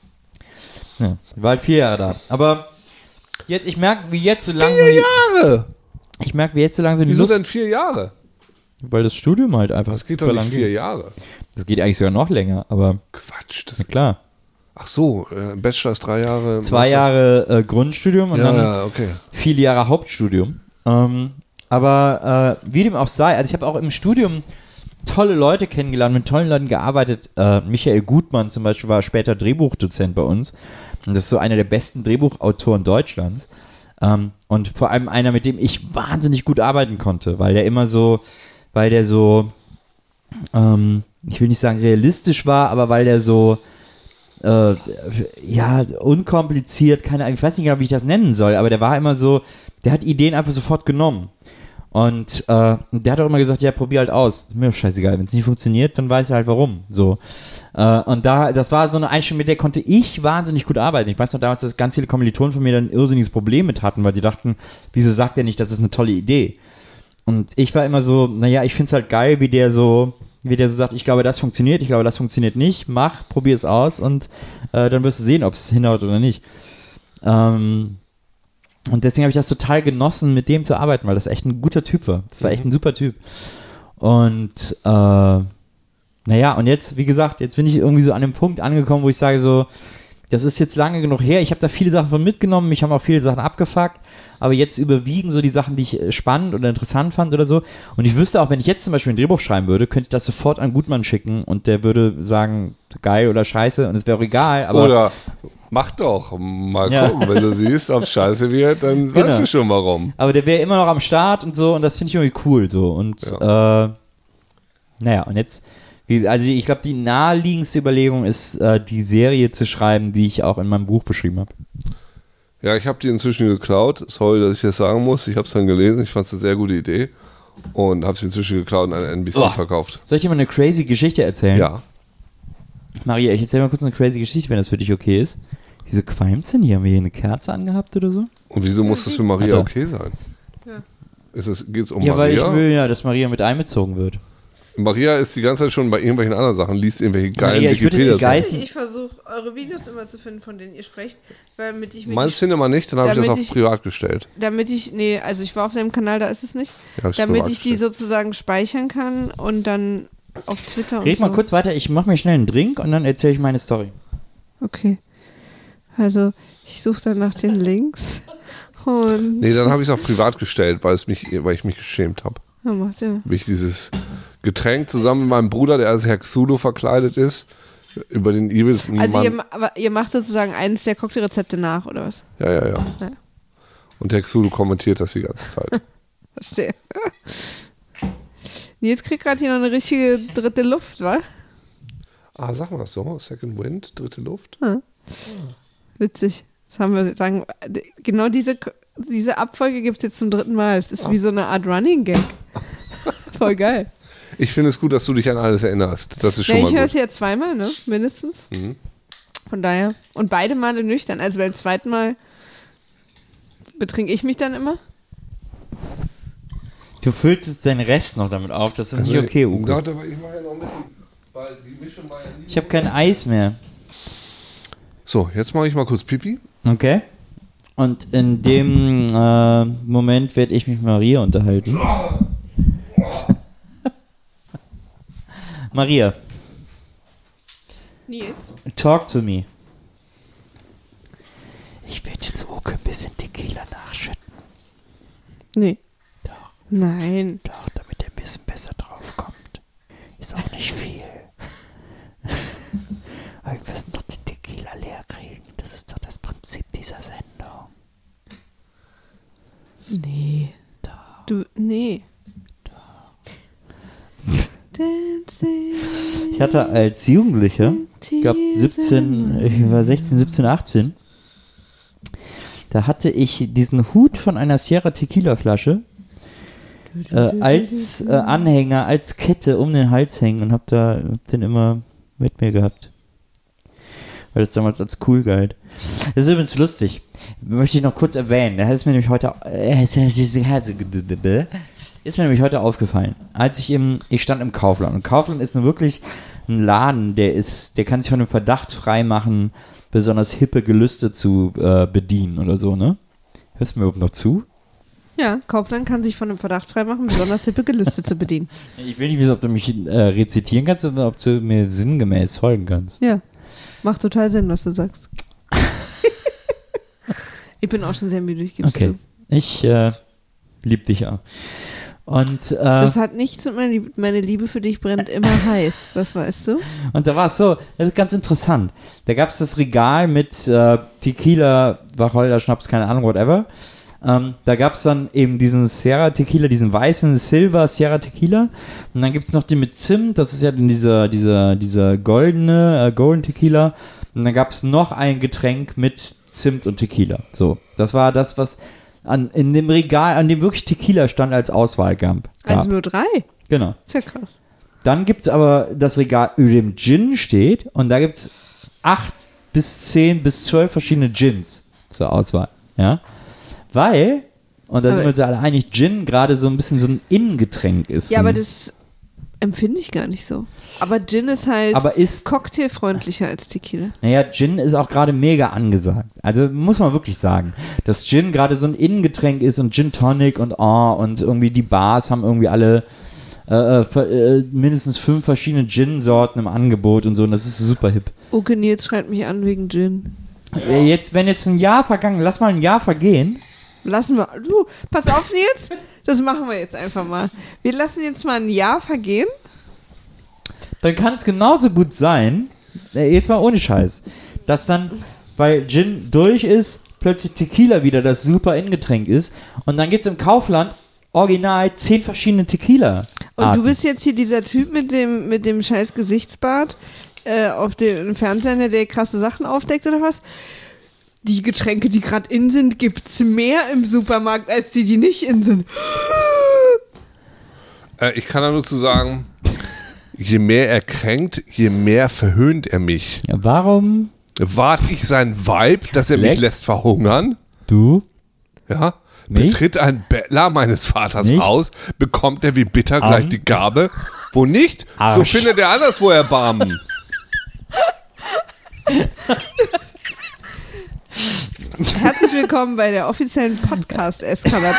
D: Ja, ich war halt vier Jahre da. Aber jetzt, ich merke, wie jetzt so langsam. Vier
C: Jahre!
D: Ich merke, wie jetzt so langsam die
C: Wieso
D: Lust.
C: denn vier Jahre?
D: Weil das Studium halt einfach
C: Das geht doch nicht vier
D: geht.
C: Jahre.
D: Das geht eigentlich sogar noch länger, aber
C: Quatsch. Das,
D: na klar.
C: ach so, äh, Bachelor ist drei Jahre.
D: Zwei
C: Master-
D: Jahre äh, Grundstudium und
C: Ja,
D: dann
C: ja, okay.
D: viele Jahre Hauptstudium. Ähm, aber äh, wie dem auch sei, also ich habe auch im Studium tolle Leute kennengelernt, mit tollen Leuten gearbeitet. Äh, Michael Gutmann zum Beispiel war später Drehbuchdozent bei uns. Und das ist so einer der besten Drehbuchautoren Deutschlands. Ähm, und vor allem einer, mit dem ich wahnsinnig gut arbeiten konnte, weil der immer so, weil der so, ähm, ich will nicht sagen realistisch war, aber weil der so, äh, ja, unkompliziert, keine Ahnung, ich weiß nicht genau, wie ich das nennen soll, aber der war immer so, der hat Ideen einfach sofort genommen. Und äh, der hat auch immer gesagt, ja, probier halt aus. Ist mir scheißegal, wenn es nicht funktioniert, dann weiß er halt warum. So. Äh, und da, das war so eine Einstellung, mit der konnte ich wahnsinnig gut arbeiten. Ich weiß noch damals, dass ganz viele Kommilitonen von mir dann ein irrsinniges Problem mit hatten, weil die dachten, wieso sagt er nicht, das ist eine tolle Idee? Und ich war immer so, naja, ich find's halt geil, wie der so, wie der so sagt, ich glaube, das funktioniert, ich glaube, das funktioniert nicht, mach, probier es aus und äh, dann wirst du sehen, ob es hinhaut oder nicht. Ähm, und deswegen habe ich das total genossen, mit dem zu arbeiten, weil das echt ein guter Typ war. Das war echt ein super Typ. Und äh, naja, und jetzt, wie gesagt, jetzt bin ich irgendwie so an dem Punkt angekommen, wo ich sage so, das ist jetzt lange genug her. Ich habe da viele Sachen von mitgenommen, mich haben auch viele Sachen abgefuckt, aber jetzt überwiegen so die Sachen, die ich äh, spannend oder interessant fand oder so. Und ich wüsste auch, wenn ich jetzt zum Beispiel ein Drehbuch schreiben würde, könnte ich das sofort an Gutmann schicken und der würde sagen, geil oder scheiße und es wäre auch egal. Aber
C: Oder mach doch, mal
D: Ja.
C: gucken. Wenn du siehst, ob scheiße wird, dann
D: Genau.
C: weißt du schon warum.
D: Aber der wäre immer noch am Start und so und das finde ich irgendwie cool so. Und äh, naja, und jetzt, wie- also ich glaube, die naheliegendste Überlegung ist, äh, die Serie zu schreiben, die ich auch in meinem Buch beschrieben habe.
C: Ja, ich habe die inzwischen geklaut. Sorry, dass ich das sagen muss. Ich habe es dann gelesen. Ich fand es eine sehr gute Idee. Und habe sie inzwischen geklaut und an NBC
D: Boah.
C: verkauft.
D: Soll ich dir mal eine crazy Geschichte erzählen?
C: Ja.
D: Maria, ich erzähle mal kurz eine crazy Geschichte, wenn das für dich okay ist. Wieso qualmt's denn hier? Haben wir hier eine Kerze angehabt oder so?
C: Und wieso muss das für Maria
D: Alter.
C: okay sein? Ist es, geht's um
D: ja, weil
C: Maria?
D: ich will ja, dass Maria mit einbezogen wird.
C: Maria ist die ganze Zeit schon bei irgendwelchen anderen Sachen, liest irgendwelche geilen
D: Maria, ich würde jetzt die
C: Wikipedia-Sachen.
D: Geist-
B: Ich, ich versuche, eure Videos immer zu finden, von denen ihr sprecht, weil damit ich mir
C: Meins
B: die-
C: finde man nicht, dann habe ich das
B: Damit
C: auf
B: ich-
C: privat gestellt.
B: damit ich, nee, also ich war auf deinem Kanal, da ist es nicht,
C: Ja, hab ich
B: damit
C: privat
B: ich die
C: gestellt.
B: sozusagen speichern kann und dann auf Twitter
D: Red
B: und
D: mal
B: so.
D: kurz weiter, ich mache mir schnell einen Drink und dann erzähle ich meine Story.
B: Okay. Also ich suche dann nach den Links und
C: Nee, dann habe ich es auf privat gestellt, weil, es mich, weil ich mich geschämt habe.
B: dann macht er.
C: Wie ich dieses Getränk zusammen mit meinem Bruder, der als Herr Xudo verkleidet ist, über den übelsten
B: Also
C: Mann.
B: ihr, ma- aber ihr macht sozusagen eines der Cocktailrezepte nach, oder was?
C: Ja, ja, ja.
B: Ja.
C: Und der Xudu kommentiert das die ganze Zeit.
B: Verstehe. Nils kriegt gerade hier noch eine richtige dritte Luft, wa?
C: ah, sag mal so, Second Wind, dritte Luft.
B: Ah. Witzig. Das haben wir sagen. Genau diese, diese Abfolge gibt es jetzt zum dritten Mal. Es ist wie so eine Art Running Gag. Voll geil.
C: Ich finde es gut, dass du dich an alles erinnerst. Das ist schon
B: Ja, ich höre
C: mal
B: es
C: gut. Mhm.
B: ja zweimal, ne? Mindestens. Von daher. Und beide Male nüchtern. Also beim zweiten Mal betrinke ich mich dann immer.
D: Du Du füllst jetzt deinen Rest noch damit auf. Das ist
C: Also
D: nicht okay, Uke.
C: Gott, aber ich mache ja noch ein bisschen. Weil die Mischung war ja nie-
D: Ich habe kein Eis mehr.
C: So, jetzt mache ich mal kurz Pipi.
D: Okay. Und in dem äh, Moment werde ich mich mit Maria unterhalten. Maria,
B: Nils.
D: talk to me. Ich werde jetzt Oke ein bisschen Tequila nachschütten,
B: Nee. Nein.
D: doch, damit er ein bisschen besser draufkommt. Ist auch nicht viel. Aber wir müssen doch den Tequila leer kriegen. Das ist doch das Prinzip dieser Sendung.
B: Nee. Du, nee. Dancing.
D: Ich hatte als Jugendlicher, ich glaube 17, ich war 16, 17, 18, da hatte ich diesen Hut von einer Sierra Tequila Flasche äh, als äh, Anhänger, als Kette um den Hals hängen und habe da hab den immer mit mir gehabt. Weil das damals als cool galt. Das ist übrigens lustig. Möchte ich noch kurz erwähnen. Da ist mir nämlich heute äh, ist mir nämlich heute aufgefallen, als ich im ich stand im Kaufland und Kaufland ist nun wirklich ein Laden, der ist, der kann sich von dem Verdacht frei machen, besonders hippe Gelüste zu äh, bedienen oder so, ne? Hörst du mir überhaupt noch zu?
B: Ja, Kaufland kann sich von dem Verdacht freimachen, besonders hippe Gelüste zu bedienen.
D: Ich will nicht wissen, ob du mich äh, rezitieren kannst oder ob du mir sinngemäß folgen kannst.
B: Ja. Macht total Sinn, was du sagst. ich bin auch schon sehr müde, ich gebe
D: Okay.
B: zu.
D: Ich äh, lieb dich auch. Und, äh,
B: Das hat nichts mit meiner Liebe, meine Liebe für dich brennt immer heiß, das weißt du.
D: und da war es so, das ist ganz interessant. Da gab es das Regal mit äh, Tequila, Wacholder, Schnaps, keine Ahnung, whatever. Ähm, da gab es dann eben diesen Sierra Tequila, diesen weißen Silver Sierra Tequila. Und dann gibt es noch den mit Zimt, das ist ja dann dieser, dieser, dieser goldene, äh, Golden Tequila. Und dann gab es noch ein Getränk mit Zimt und Tequila. So, das war das, was an, in dem Regal, an dem wirklich Tequila stand, als Auswahl gab.
B: Also nur drei.
D: genau.
B: Ist ja krass.
D: Dann gibt es aber das Regal, über dem Gin steht. Und da gibt es acht bis zehn bis zwölf verschiedene Gins zur Auswahl. Ja? Weil, und da sind
B: Aber-
D: wir uns ja alle einig, Gin gerade so ein bisschen so ein Innengetränk ist.
B: Ja, aber
D: Ein-
B: das empfinde ich gar nicht so. Aber Gin ist halt
D: aber ist,
B: cocktailfreundlicher als Tequila.
D: naja, Gin ist auch gerade mega angesagt. Also muss man wirklich sagen, dass Gin gerade so ein Innengetränk ist und Gin Tonic und oh, und irgendwie die Bars haben irgendwie alle äh, äh, ver- äh, mindestens fünf verschiedene Gin-Sorten im Angebot und so und das ist super hip.
B: Uke Nils schreibt mich an wegen Gin.
D: Äh, Jetzt, wenn jetzt ein Jahr vergangen, lass mal ein Jahr vergehen.
B: Lassen wir. Du, pass auf, Nils. Das machen wir jetzt einfach mal. Wir lassen jetzt mal ein Jahr vergehen.
D: dann kann es genauso gut sein, äh, jetzt mal ohne Scheiß, dass dann, weil Gin durch ist, plötzlich Tequila wieder das super Innengetränk ist und dann gibt es im Kaufland original zehn verschiedene Tequila.
B: Und du bist jetzt hier dieser Typ mit dem, mit dem scheiß Gesichtsbart äh, auf dem Fernsehen, der krasse Sachen aufdeckt oder was? Die Getränke, die gerade in sind, gibt's mehr im Supermarkt, als die, die nicht in sind.
C: Äh, ich kann da nur zu sagen, je mehr er kränkt, je mehr verhöhnt er mich.
D: Warum
C: Wart ich sein Weib, dass er mich
D: Lex?
C: lässt verhungern?
D: du?
C: Ja.
D: Mich?
C: Betritt ein Bettler meines Vaters
D: Nicht?
C: aus, bekommt er wie bitter gleich
D: Arm?
C: die Gabe. Wo nicht, so
D: Arsch.
C: findet er anderswo Erbarmen.
B: Herzlich willkommen bei der offiziellen Podcast-Eskalation.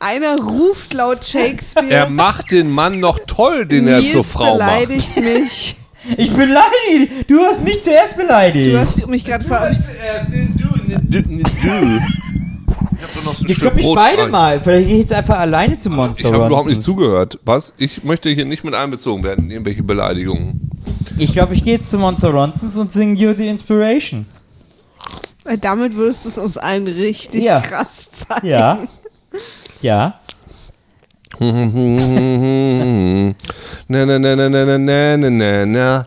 B: Einer ruft laut
C: Er
B: Shakespeare.
C: macht den Mann noch toll, den er
B: Nils
C: zur Frau macht.
B: beleidigt mich.
D: Ich beleidige, du hast mich zuerst beleidigt.
B: Du hast mich gerade verabschiedet.
C: Äh, Ich hab doch noch so ein Stück
D: ich glaube, ich
C: Brot
D: beide
C: rein.
D: mal. Vielleicht gehe ich jetzt einfach alleine zu Monster
C: Ich habe überhaupt nicht
D: Runs.
C: zugehört. Was? Ich möchte hier nicht mit einbezogen werden in irgendwelche Beleidigungen.
D: Ich glaube, ich gehe jetzt zu Monster Ronsons und singe You the Inspiration.
B: Weil Damit würdest du es uns allen richtig
D: Ja.
B: krass zeigen.
D: Ja. ja.
C: na, Mhm. na, na, na, na, na, na, na, na.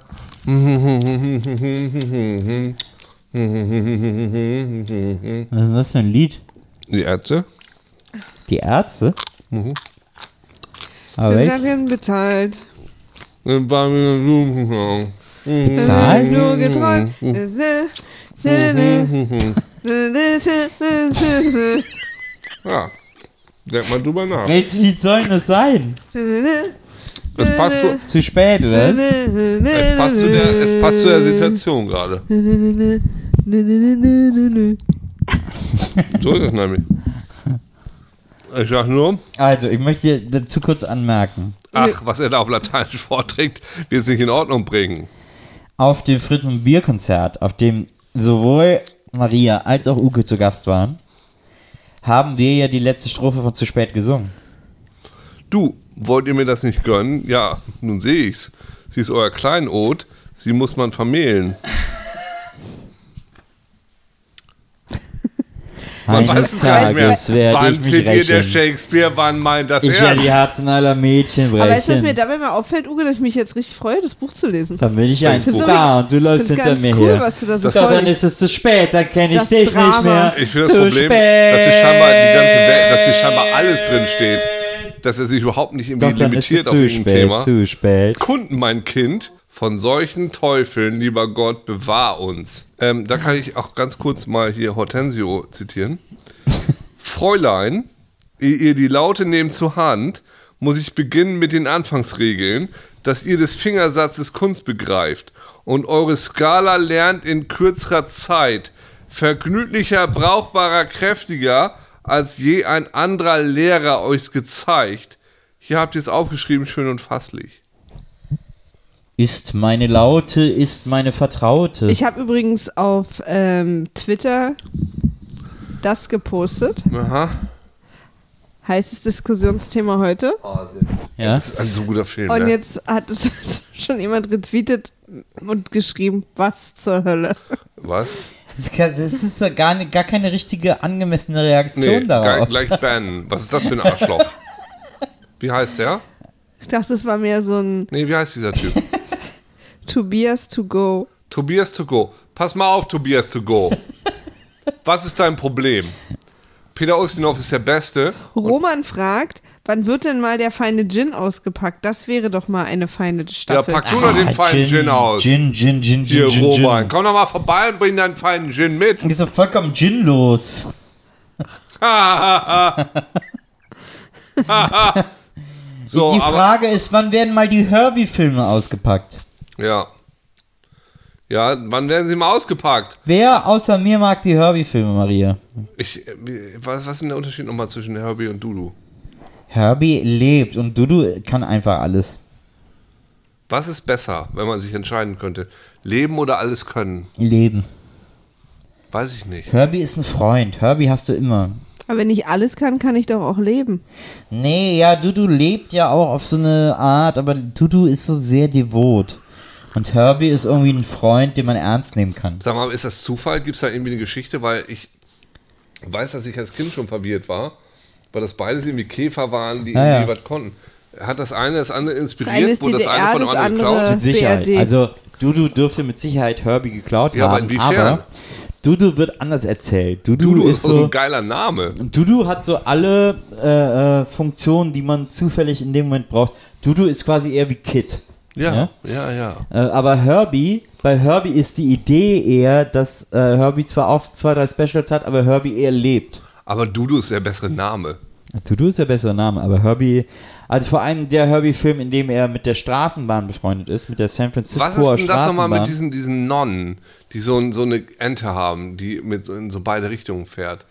D: Was ist denn das für ein Lied?
C: Die Ärzte?
D: Die Ärzte?
C: Mhm.
D: Aber
B: Wir
D: echt?
B: werden bezahlt.
C: äh, Bezahlt?
D: Bezahlt?
B: Nur getreu.
C: Ja. Denk mal drüber nach.
D: Welches Lied soll denn das sein?
C: Es passt, zu,
D: Zu spät, oder?
B: Also-
D: was?
C: es, passt zu der, es passt zu der Situation gerade. So ist es nämlich. Ich sag nur,
D: Also, ich möchte dazu kurz anmerken.
C: ach, was er da auf Lateinisch vorträgt, wird es nicht in Ordnung bringen.
D: Auf dem Fritz und Bier Konzert, auf dem sowohl Maria als auch Uke zu Gast waren, haben wir ja die letzte Strophe von Zu spät gesungen.
C: Du, wollt ihr mir das nicht gönnen? Ja, nun sehe ich's. Sie ist euer Kleinod, sie muss man vermählen. Man weiß
D: Eines
C: es gar nicht
D: Tages
C: mehr.
D: werde
C: Wann
D: ich mich
C: zählt hier der
D: rächen.
C: Shakespeare, wann meint das
D: Ich werde die
C: Herz?
D: Herzen aller Mädchen brechen.
B: Aber weißt du, was mir dabei mal auffällt, Uwe, dass ich mich jetzt richtig freue, das Buch zu lesen?
D: Dann bin ich ein
B: Das ist
D: Star
B: so-
D: und du läufst
B: das ist
D: hinter
B: ganz
D: mir
B: cool,
D: her.
B: was du da so
D: Doch, dann
B: vorliest.
D: ist es zu spät, dann kenne ich
B: Das
D: dich
B: Drama.
D: nicht mehr.
C: Ich finde das
D: zu
C: Problem,
D: spät.
C: dass hier scheinbar die ganze Welt, dass hier scheinbar alles drin steht. Dass er sich überhaupt nicht irgendwie
D: Doch, dann ist es
C: limitiert auf
D: zu
C: irgendein
D: spät,
C: Thema.
D: zu spät.
C: Kunden, mein Kind, von solchen Teufeln, lieber Gott, bewahr uns. Ähm, da kann ich auch ganz kurz mal hier Hortensio zitieren. Fräulein, ehe ihr die Laute nehmt zur Hand, muss ich beginnen mit den Anfangsregeln, dass ihr des Fingersatzes Kunst begreift und eure Skala lernt in kürzerer Zeit, vergnüglicher, brauchbarer, kräftiger, als je ein anderer Lehrer euch's gezeigt. Hier habt ihr es aufgeschrieben, schön und fasslich.
D: Ist meine Laute, ist meine Vertraute.
B: Ich habe übrigens auf ähm, Twitter das gepostet.
C: Aha.
B: Heißes Diskussionsthema heute.
D: ja?
C: Das ist ein so guter Film.
B: Und
C: ne?
B: jetzt hat es schon jemand retweetet und geschrieben, was zur Hölle.
C: Was?
D: Das kann- das ist ja gar, nicht- gar keine richtige angemessene Reaktion
C: Nee, gleich,
D: darauf.
C: gleich bannen. Was ist das für ein Arschloch? Wie heißt der?
B: Ich dachte, das war mehr so ein
C: Nee, wie heißt dieser Typ?
B: Tobias to go.
C: Tobias to go. Pass mal auf, Tobias to go. Was ist dein Problem? Peter Ustinov ist der Beste.
B: Roman fragt, wann wird denn mal der feine Gin ausgepackt? Das wäre doch mal eine feine Staffel.
C: Ja, pack du doch den feinen Gin, aus.
D: Ah, Gin, Gin, Gin,
C: Hier,
D: Gin, Gin,
C: Roman.
D: Gin.
C: Komm doch mal vorbei und bring deinen feinen Gin mit.
D: Ist doch vollkommen ginlos.
C: so,
D: die
C: aber.
D: Frage ist, wann werden mal die Herbie-Filme ausgepackt?
C: Ja. Ja, wann werden sie mal ausgepackt?
D: Wer außer mir mag die Herbie-Filme, Maria?
C: Ich, äh, was, was ist denn der Unterschied nochmal zwischen Herbie und Dudu?
D: Herbie lebt und Dudu kann einfach alles.
C: Was ist besser, wenn man sich entscheiden könnte? Leben oder alles können?
D: Leben.
C: Weiß ich nicht.
D: Herbie ist ein Freund. Herbie hast du immer.
B: Aber wenn ich alles kann, kann ich doch auch leben.
D: Nee, ja, Dudu lebt ja auch auf so eine Art, aber Dudu ist so sehr devot. Und Herbie ist irgendwie ein Freund, den man ernst nehmen kann.
C: Sag mal, ist das Zufall? Gibt es da irgendwie eine Geschichte? Weil ich weiß, dass ich als Kind schon verwirrt war, weil das beides irgendwie Käfer waren, die
D: Ja,
C: irgendwie
D: ja.
C: was konnten. Hat das eine das andere
B: Das eine
C: inspiriert,
B: ist
C: wurde das eine
B: DDR,
C: von dem
B: das
C: anderen
B: andere-
C: geklaut?
D: Mit Sicherheit.
B: BRD.
D: Also Dudu dürfte mit Sicherheit Herbie geklaut
C: Ja, aber
D: haben,
C: inwiefern?
D: aber Dudu wird anders erzählt. Dudu,
C: Dudu
D: ist
C: ist so
D: so
C: ein geiler Name.
D: Dudu hat so alle äh, äh, Funktionen, die man zufällig in dem Moment braucht. Dudu ist quasi eher wie Kid.
C: Ja, ja, ja.
D: Äh, aber Herbie, bei Herbie ist die Idee eher, dass äh, Herbie zwar auch zwei, drei Specials hat, aber Herbie eher lebt.
C: Aber Dudu ist der bessere Name.
D: Dudu ist der bessere Name, aber Herbie, also vor allem der Herbie-Film, in dem er mit der Straßenbahn befreundet ist, mit der San Franciscoer
C: Was ist denn das
D: Straßenbahn.
C: nochmal mit diesen, diesen Nonnen, die so, ein- so eine Ente haben, die mit so, in so beide Richtungen fährt?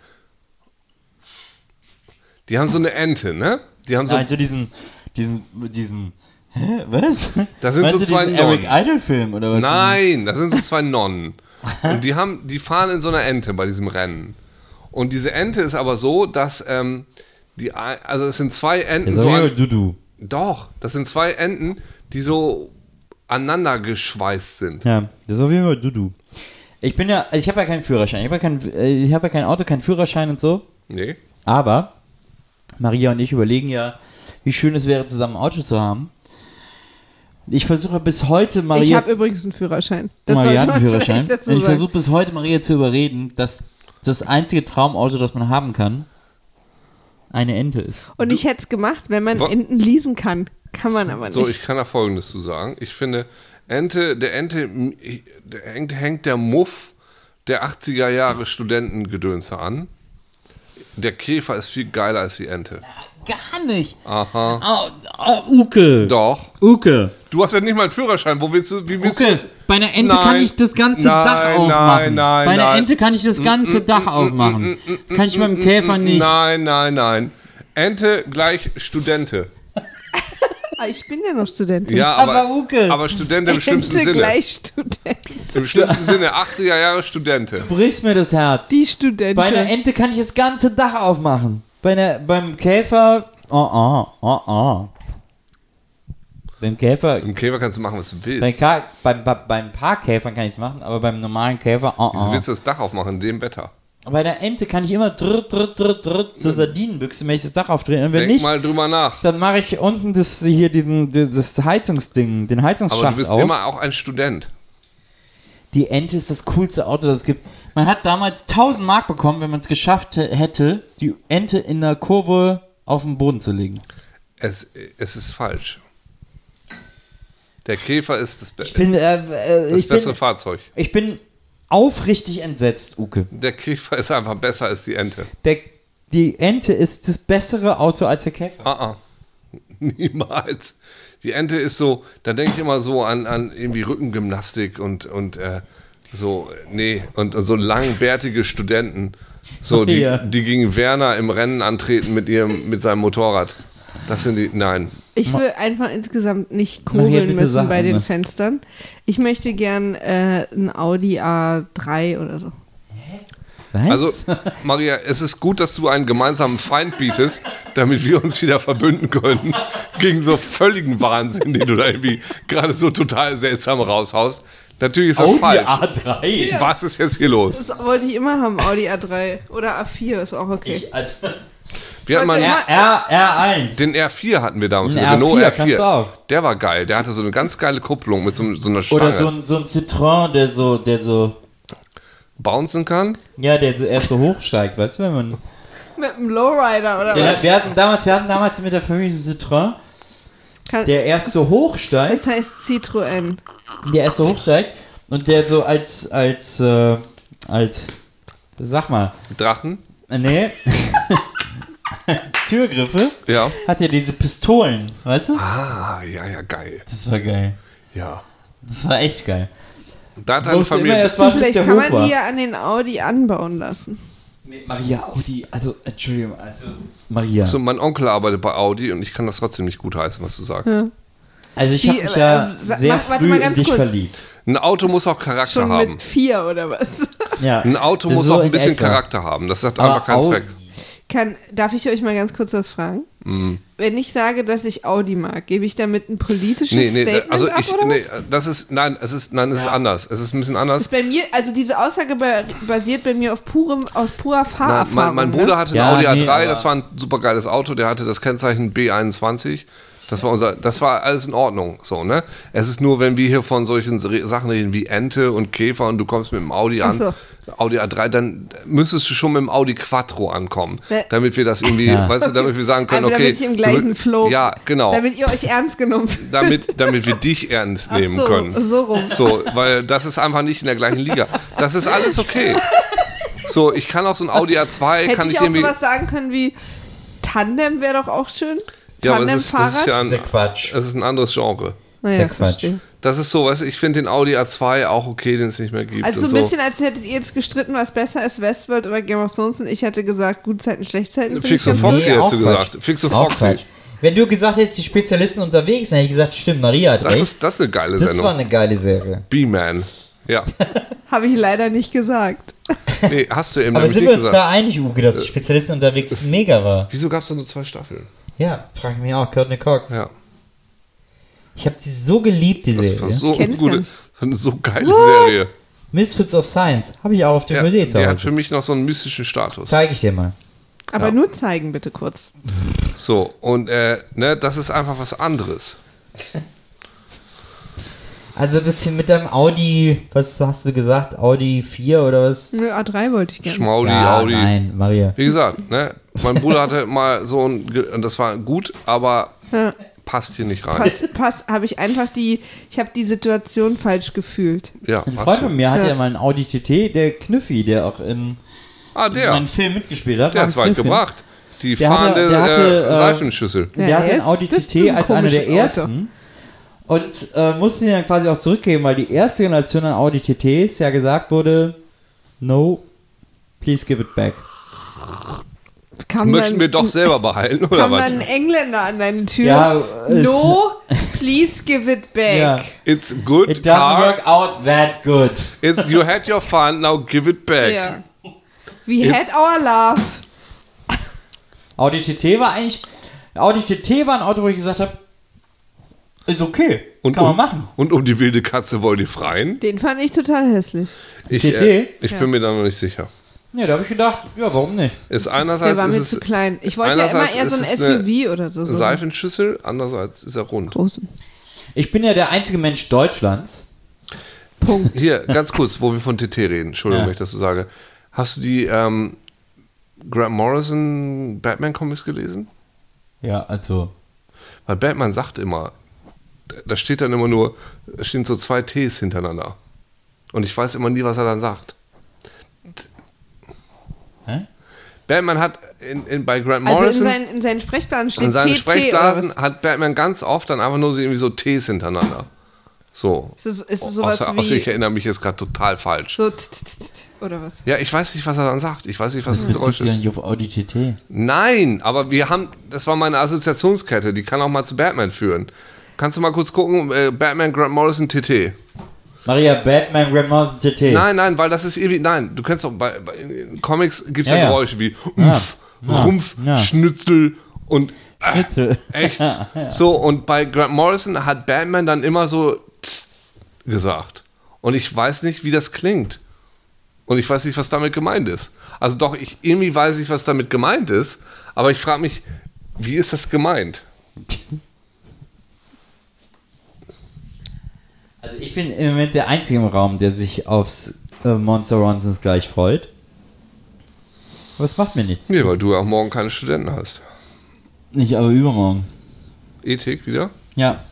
C: Die haben so eine Ente, ne? Die haben so.
D: Nein, so diesen, diesen, diesen, hä, was?
C: Das sind
D: Meinst
C: so
D: du
C: zwei
D: diesen
C: Nonnen.
D: Eric Idle-Film oder was?
C: Nein, das sind so zwei Nonnen. Und die, haben, die fahren in so einer Ente bei diesem Rennen. Und diese Ente ist aber so, dass ähm, die, ein- also es sind zwei Enten,
D: Das
C: so
D: ist
C: an,
D: Dudu.
C: doch, das sind zwei Enten, die so aneinander geschweißt sind.
D: Ja, das ist auf jeden Fall Dudu. Ich bin ja, also ich habe ja keinen Führerschein, ich habe ja, kein- äh, ich hab ja kein Auto, keinen Führerschein und so,
C: Nee?
D: aber Maria und ich überlegen ja, wie schön es wäre, zusammen ein Auto zu haben. Ich versuche bis heute Maria...
B: ich habe
D: zu-
B: übrigens einen Führerschein.
D: Maria hat
B: sollte
D: einen
B: man
D: Führerschein.
B: vielleicht dazu
D: Und ich
B: sagen.
D: versuche bis heute Maria zu überreden, dass das einzige Traumauto, das man haben kann, eine Ente ist.
B: Und ich hätte es gemacht, wenn man
C: Wa-
B: Enten leasen kann. Kann man aber nicht.
C: So, ich kann da Folgendes zu sagen. Ich finde, Ente, der Ente, der hängt, hängt der Muff der 80er Jahre Studentengedönse an. Der Käfer ist viel geiler als die Ente.
G: Gar nicht.
C: Aha.
G: Oh, oh, Uke.
C: Doch.
G: Uke.
C: Du hast ja nicht mal einen Führerschein. Wo willst du, wie willst
G: Uke.
C: du?
G: Bei einer Ente
C: Nein.
G: kann ich das ganze
C: Nein,
G: Dach
C: nein,
G: aufmachen.
C: nein,
G: Bei einer
C: nein. Mm,
G: Ente kann ich das ganze Dach aufmachen. Kann ich beim Käfer nicht.
C: Nein, nein, nein. Ente gleich Studente.
B: Ah, ich bin ja noch Studentin.
C: Ja, aber,
G: Aber Uke.
C: aber Studente im schlimmsten
B: Ente
C: Sinne.
B: gleich Student.
C: Im schlimmsten Sinne, 80er Jahre Studente.
D: Brichst mir das Herz.
B: Die Studentin.
D: Bei einer Ente kann ich das ganze Dach aufmachen. Bei einer, beim Käfer. Oh, oh, oh, oh. Beim Käfer.
C: Im Käfer kannst du machen, was du willst.
D: Beim, Ka beim, bei- beim Parkkäfern kann ich es machen, aber beim normalen Käfer. Oh,
C: Wieso
D: oh.
C: Also willst du das Dach aufmachen in dem Wetter?
D: Bei einer Ente kann ich immer drr, drr, drr, drr, zur Sardinenbüchse mäßig das Dach aufdrehen. Und wenn
C: Denk
D: nicht,
C: mal drüber nach.
D: dann mache ich unten das hier diesen, das Heizungsding, den Heizungsschacht
C: Aber du bist
D: auf.
C: immer auch ein Student.
D: Die Ente ist das coolste Auto, das es gibt. Man hat damals 1000 Mark bekommen, wenn man es geschafft h- hätte, die Ente in der Kurve auf den Boden zu legen.
C: Es, es ist falsch. Der Käfer ist das, Be
D: Ich bin, äh, äh,
C: das
D: ich,
C: bessere
D: bin,
C: Fahrzeug.
D: ich bin aufrichtig entsetzt, Uke.
C: Der Käfer ist einfach besser als die Ente.
D: Der, die Ente ist das bessere Auto als der Käfer.
C: Ah, ah. Niemals. Die Ente ist so, da denke ich immer so an, an irgendwie Rückengymnastik und, und äh, so, nee, und so langbärtige Studenten. So, die,
D: Ja.
C: die gegen Werner im Rennen antreten mit ihrem, mit seinem Motorrad. Das sind die. Nein.
B: Ich will einfach insgesamt nicht
D: Nachher
B: kurbeln
D: bitte
B: müssen
D: Sachen
B: bei den
D: anders.
B: Fenstern. Ich möchte gern äh, ein Audi A3 oder so.
D: Was?
C: Also, Maria, es ist gut, dass du einen gemeinsamen Feind bietest, damit wir uns wieder verbünden können gegen so völligen Wahnsinn, den du da irgendwie gerade so total seltsam raushaust. Natürlich ist das
D: Audi
C: falsch.
D: A3.
C: Was ist jetzt hier los?
B: Das wollte ich immer haben, Audi A3 oder A4 ist auch okay.
D: Ich als R,
C: Wir hatten mal einen,
D: R, R1.
C: den R4 hatten wir damals,
D: Den
C: den Renault
D: R4,
C: R4.
D: kannst du auch.
C: Der war geil. Der hatte so eine ganz geile Kupplung mit so, so einer Stange.
D: Oder so ein, so ein Citroën, der so, der so,
C: Bouncen kann.
D: ja, der so erst so hochsteigt, weißt du, wenn man...
B: Mit einem Lowrider oder
D: Ja,
B: was?
D: wir, hatten damals, wir hatten damals mit der Familie so einen Citroën,
B: Kann,
D: der erst so
B: das
D: hochsteigt,
B: heißt Citroën.
D: der erst so hochsteigt und der so als, als, äh, als, sag mal,
C: Drachen.
D: äh, nee, als Türgriffe
C: Ja.
D: hat er diese Pistolen, weißt du?
C: Ah, ja, ja, geil.
D: Das war geil.
C: Ja.
D: Das war echt geil.
C: Da hat
D: Du
C: eine
D: musst immer
C: Familie.
D: erst warten, bis
B: Vielleicht
D: der
B: kann
D: hoch
B: man
D: war.
B: die ja an den Audi anbauen lassen.
D: Maria Audi, also, Entschuldigung, also, Maria.
C: So, mein Onkel arbeitet bei Audi und ich kann das trotzdem nicht gut heißen, was du sagst.
D: Also ich
B: Die,
D: habe mich ja
B: ähm, sa-
D: sehr
B: mach- warte
D: früh
B: mal
D: in
B: ganz
D: dich
B: kurz.
D: verliebt.
C: Ein Auto muss auch Charakter
B: Schon
C: haben.
B: mit vier oder was?
D: Ja.
C: Ein Auto muss
D: So
C: auch ein
D: in
C: bisschen
D: etwa.
C: Charakter haben. Das hat
D: Aber
C: einfach keinen
D: Audi-
C: Zweck.
B: Kann, darf ich euch mal ganz kurz was fragen?
C: Mhm.
B: Wenn ich sage, dass ich Audi mag, gebe ich damit ein politisches
C: Nee, nee,
B: Statement
C: also
B: ab
C: ich,
B: oder
C: nee,
B: was?
C: das ist, nein, es ist, nein, es ist anders. Es ist ein bisschen anders.
B: Ist bei mir, also diese Aussage ba- basiert bei mir auf purem, aus purer
C: Nein,
B: Fahrerfahrung. ne?
C: mein, mein Bruder hatte ein
D: Ja,
C: Audi
D: nee,
C: A3,
D: aber-
C: das war ein super geiles Auto, der hatte das Kennzeichen B21. Das war unser, das war alles in Ordnung, so, ne? Es ist nur, wenn wir hier von solchen Re- Sachen reden wie Ente und Käfer und du kommst mit dem Audi an,
B: Ach
C: Audi A3, dann müsstest du schon mit dem Audi Quattro ankommen,
B: Ne.
C: damit wir das irgendwie, weißt du, damit wir sagen
B: Ne?
C: können,
B: Einfach,
C: okay.
B: damit ich im gleichen
C: du-
B: Flow.
C: Ja, genau.
B: Damit ihr euch ernst genommen fühlt.
C: damit, damit wir dich ernst nehmen
B: so,
C: können.
B: so rum.
C: So, weil das ist einfach nicht in der gleichen Liga. Das ist alles okay. So, ich kann auch so ein Audi A2,
B: Hätte
C: kann
B: ich,
C: ich,
B: auch
C: irgendwie.
B: sowas sagen können wie Tandem wäre doch auch schön.
C: ja, aber es ist, das ist ja
D: Das ist ja
C: ein,
D: Quatsch.
C: es ist ein anderes Genre.
B: naja,
D: ja Quatsch.
B: verstehe.
C: Das ist so, weißt du, ich finde den Audi A2 auch okay, den es nicht mehr gibt.
B: Also
C: und
B: so ein
C: so.
B: bisschen, als hättet ihr jetzt gestritten, was besser ist, Westworld oder Game of Thrones und ich hätte gesagt, gute Zeiten, Schlechtzeiten. finde
C: Fix
B: ich
C: und
B: ganz
C: Foxy
B: gut.
C: hättest du
D: auch Quatsch.
C: gesagt. Fix und
D: Auch
C: Foxy.
D: Quatsch. Wenn du gesagt hättest, die Spezialisten unterwegs, dann hätte ich gesagt, stimmt, Maria hat
C: Das
D: recht.
C: ist, das ist eine geile
D: das war
C: Sendung.
D: eine geile Serie.
C: B-Man. Ja.
B: Habe ich leider nicht gesagt.
C: Nee, hast du eben
D: Aber
C: nämlich
D: sind
C: nicht
D: wir uns
C: gesagt. Äh,
D: da einig, Uke, dass die Spezialisten unterwegs mega war?
C: Wieso gab es da nur zwei Staffeln?
D: Ja, frag ich mich auch, Courtney Cox.
C: Ja.
D: Ich habe sie so geliebt, die
C: Das war
D: Serie.
C: so
B: kenn
C: eine
B: es
C: gute,
B: gar
C: das
B: nicht.
C: war eine so geile Serie.
D: Misfits of Science habe ich auch auf DVD
C: Ja,
D: zu
C: der hat für
D: Hause.
C: mich noch so einen mystischen Status.
D: Zeige ich dir mal.
B: Aber nur zeigen bitte kurz.
C: So, und äh, ne, das ist einfach was anderes.
D: Also das hier mit deinem Audi, was hast du gesagt? Audi 4 oder was?
B: Nö, A3 wollte ich gerne.
C: Schmaudi,
D: Ja,
C: Audi.
D: nein, Maria.
C: Wie gesagt, ne, mein Bruder hatte mal so ein, Ge- und das war gut, aber passt hier nicht rein.
B: Pass, pass, habe ich einfach die, ich habe die Situation falsch gefühlt.
C: Ja,
D: Ein
C: passt
D: Freund von
C: so.
D: mir hatte
B: Ja.
D: ja mal einen Audi TT, der Knüffi, der auch in
C: Ah,
D: der.
C: der.
D: meinen Film mitgespielt hat.
C: Der hat
D: Max
C: zwei
D: Griffin.
C: gebracht. Die
D: Der hatte-
C: fahrende
D: der hatte,
C: äh,
D: äh,
C: Seifenschüssel.
D: Der
B: Ja,
D: hat den
B: jetzt-
D: Audi
B: das ist
D: TT
B: ein
D: als einer der
B: komisches Auto.
D: ersten und äh, musste den dann quasi auch zurückgeben, weil die erste Generation an Audi TTs ja gesagt wurde, no, please give it back.
B: Kam
C: Möchten
B: dann,
C: wir doch selber behalten, oder
B: Kam
C: was?
B: dann ein Engländer an deine Tür.
D: Ja, es-
B: no, please give it back.
D: Ja.
C: It's a good
D: It doesn't
C: car.
D: work out that good.
C: It's, you had your fun, now give it back.
B: Ja. We had our love.
D: Audi TT war eigentlich, Audi TT war ein Auto, wo ich gesagt habe, ist okay,
C: Und
D: kann
C: um,
D: man machen.
C: Und um die wilde Katze wollen die freien.
B: Den fand ich total hässlich.
C: Ich,
D: TT?
C: äh, ich bin mir da noch nicht sicher.
D: Ja, da habe ich gedacht, ja, warum nicht?
C: Ist
B: Der
C: einerseits
B: war mir
C: ist
B: zu
C: Also es
B: klein. Ich wollte ja immer
C: einerseits
B: eher so ein
C: ist es eine
B: SUV oder so. so einen
C: Seifenschüssel, andererseits ist er rund.
B: großen.
D: Ich bin ja der einzige Mensch Deutschlands.
C: Hier, ganz kurz, wo wir von TT reden. Entschuldigung,
D: Ja.
C: wenn ich das so sage. Hast du die ähm, Grant Morrison Batman Comics gelesen?
D: Ja, also.
C: Weil Batman sagt immer, da- da steht dann immer nur, da stehen so zwei Ts hintereinander. Und ich weiß immer nie, was er dann sagt.
D: Hä?
C: Batman hat in, in, bei Grant
B: Also in
C: Morrison,
B: seinen, in seinen Sprechblasen steht
C: an seinen
B: TT oder
C: Sprechblasen,
B: was?
C: hat Batman ganz oft dann einfach nur so irgendwie so Ts hintereinander. So.
B: Ist es, ist es sowas
C: Außer,
B: wie
C: außer ich erinnere mich jetzt gerade total falsch.
B: so t -t -t -t oder was?
C: Ja, ich weiß nicht, was er dann sagt. Ich weiß nicht, was das Geräusch
D: Bezieht sich ja
C: ist.
D: nicht auf Audi TT.
C: Nein, aber wir haben, das war meine Assoziationskette, die kann auch mal zu Batman führen. Kannst du mal kurz gucken, äh, Batman Grant Morrison TT.
D: Maria, Batman, Grand Morrison TT.
C: Nein, nein, weil das ist irgendwie, nein, du kennst doch, bei, bei in Comics gibt es ja,
D: Ja, ja.
C: Geräusche wie Rumpf,
D: Ja.
C: Rumpf,
D: Ja.
C: Schnitzel und
D: Schnitzel.
C: echt. So, und bei Grant Morrison hat Batman dann immer so tss gesagt. Und ich weiß nicht, wie das klingt. Und ich weiß nicht, was damit gemeint ist. Also doch, ich irgendwie weiß ich, was damit gemeint ist, aber ich frage mich, wie ist das gemeint?
D: Also ich bin im Moment der Einzige im Raum, der sich aufs äh, Monster Ronsons gleich freut. Aber es macht mir nichts.
C: Nee, weil du ja auch morgen keine Studenten hast. E
D: Nicht, aber übermorgen.
C: Ethik wieder?
D: Ja.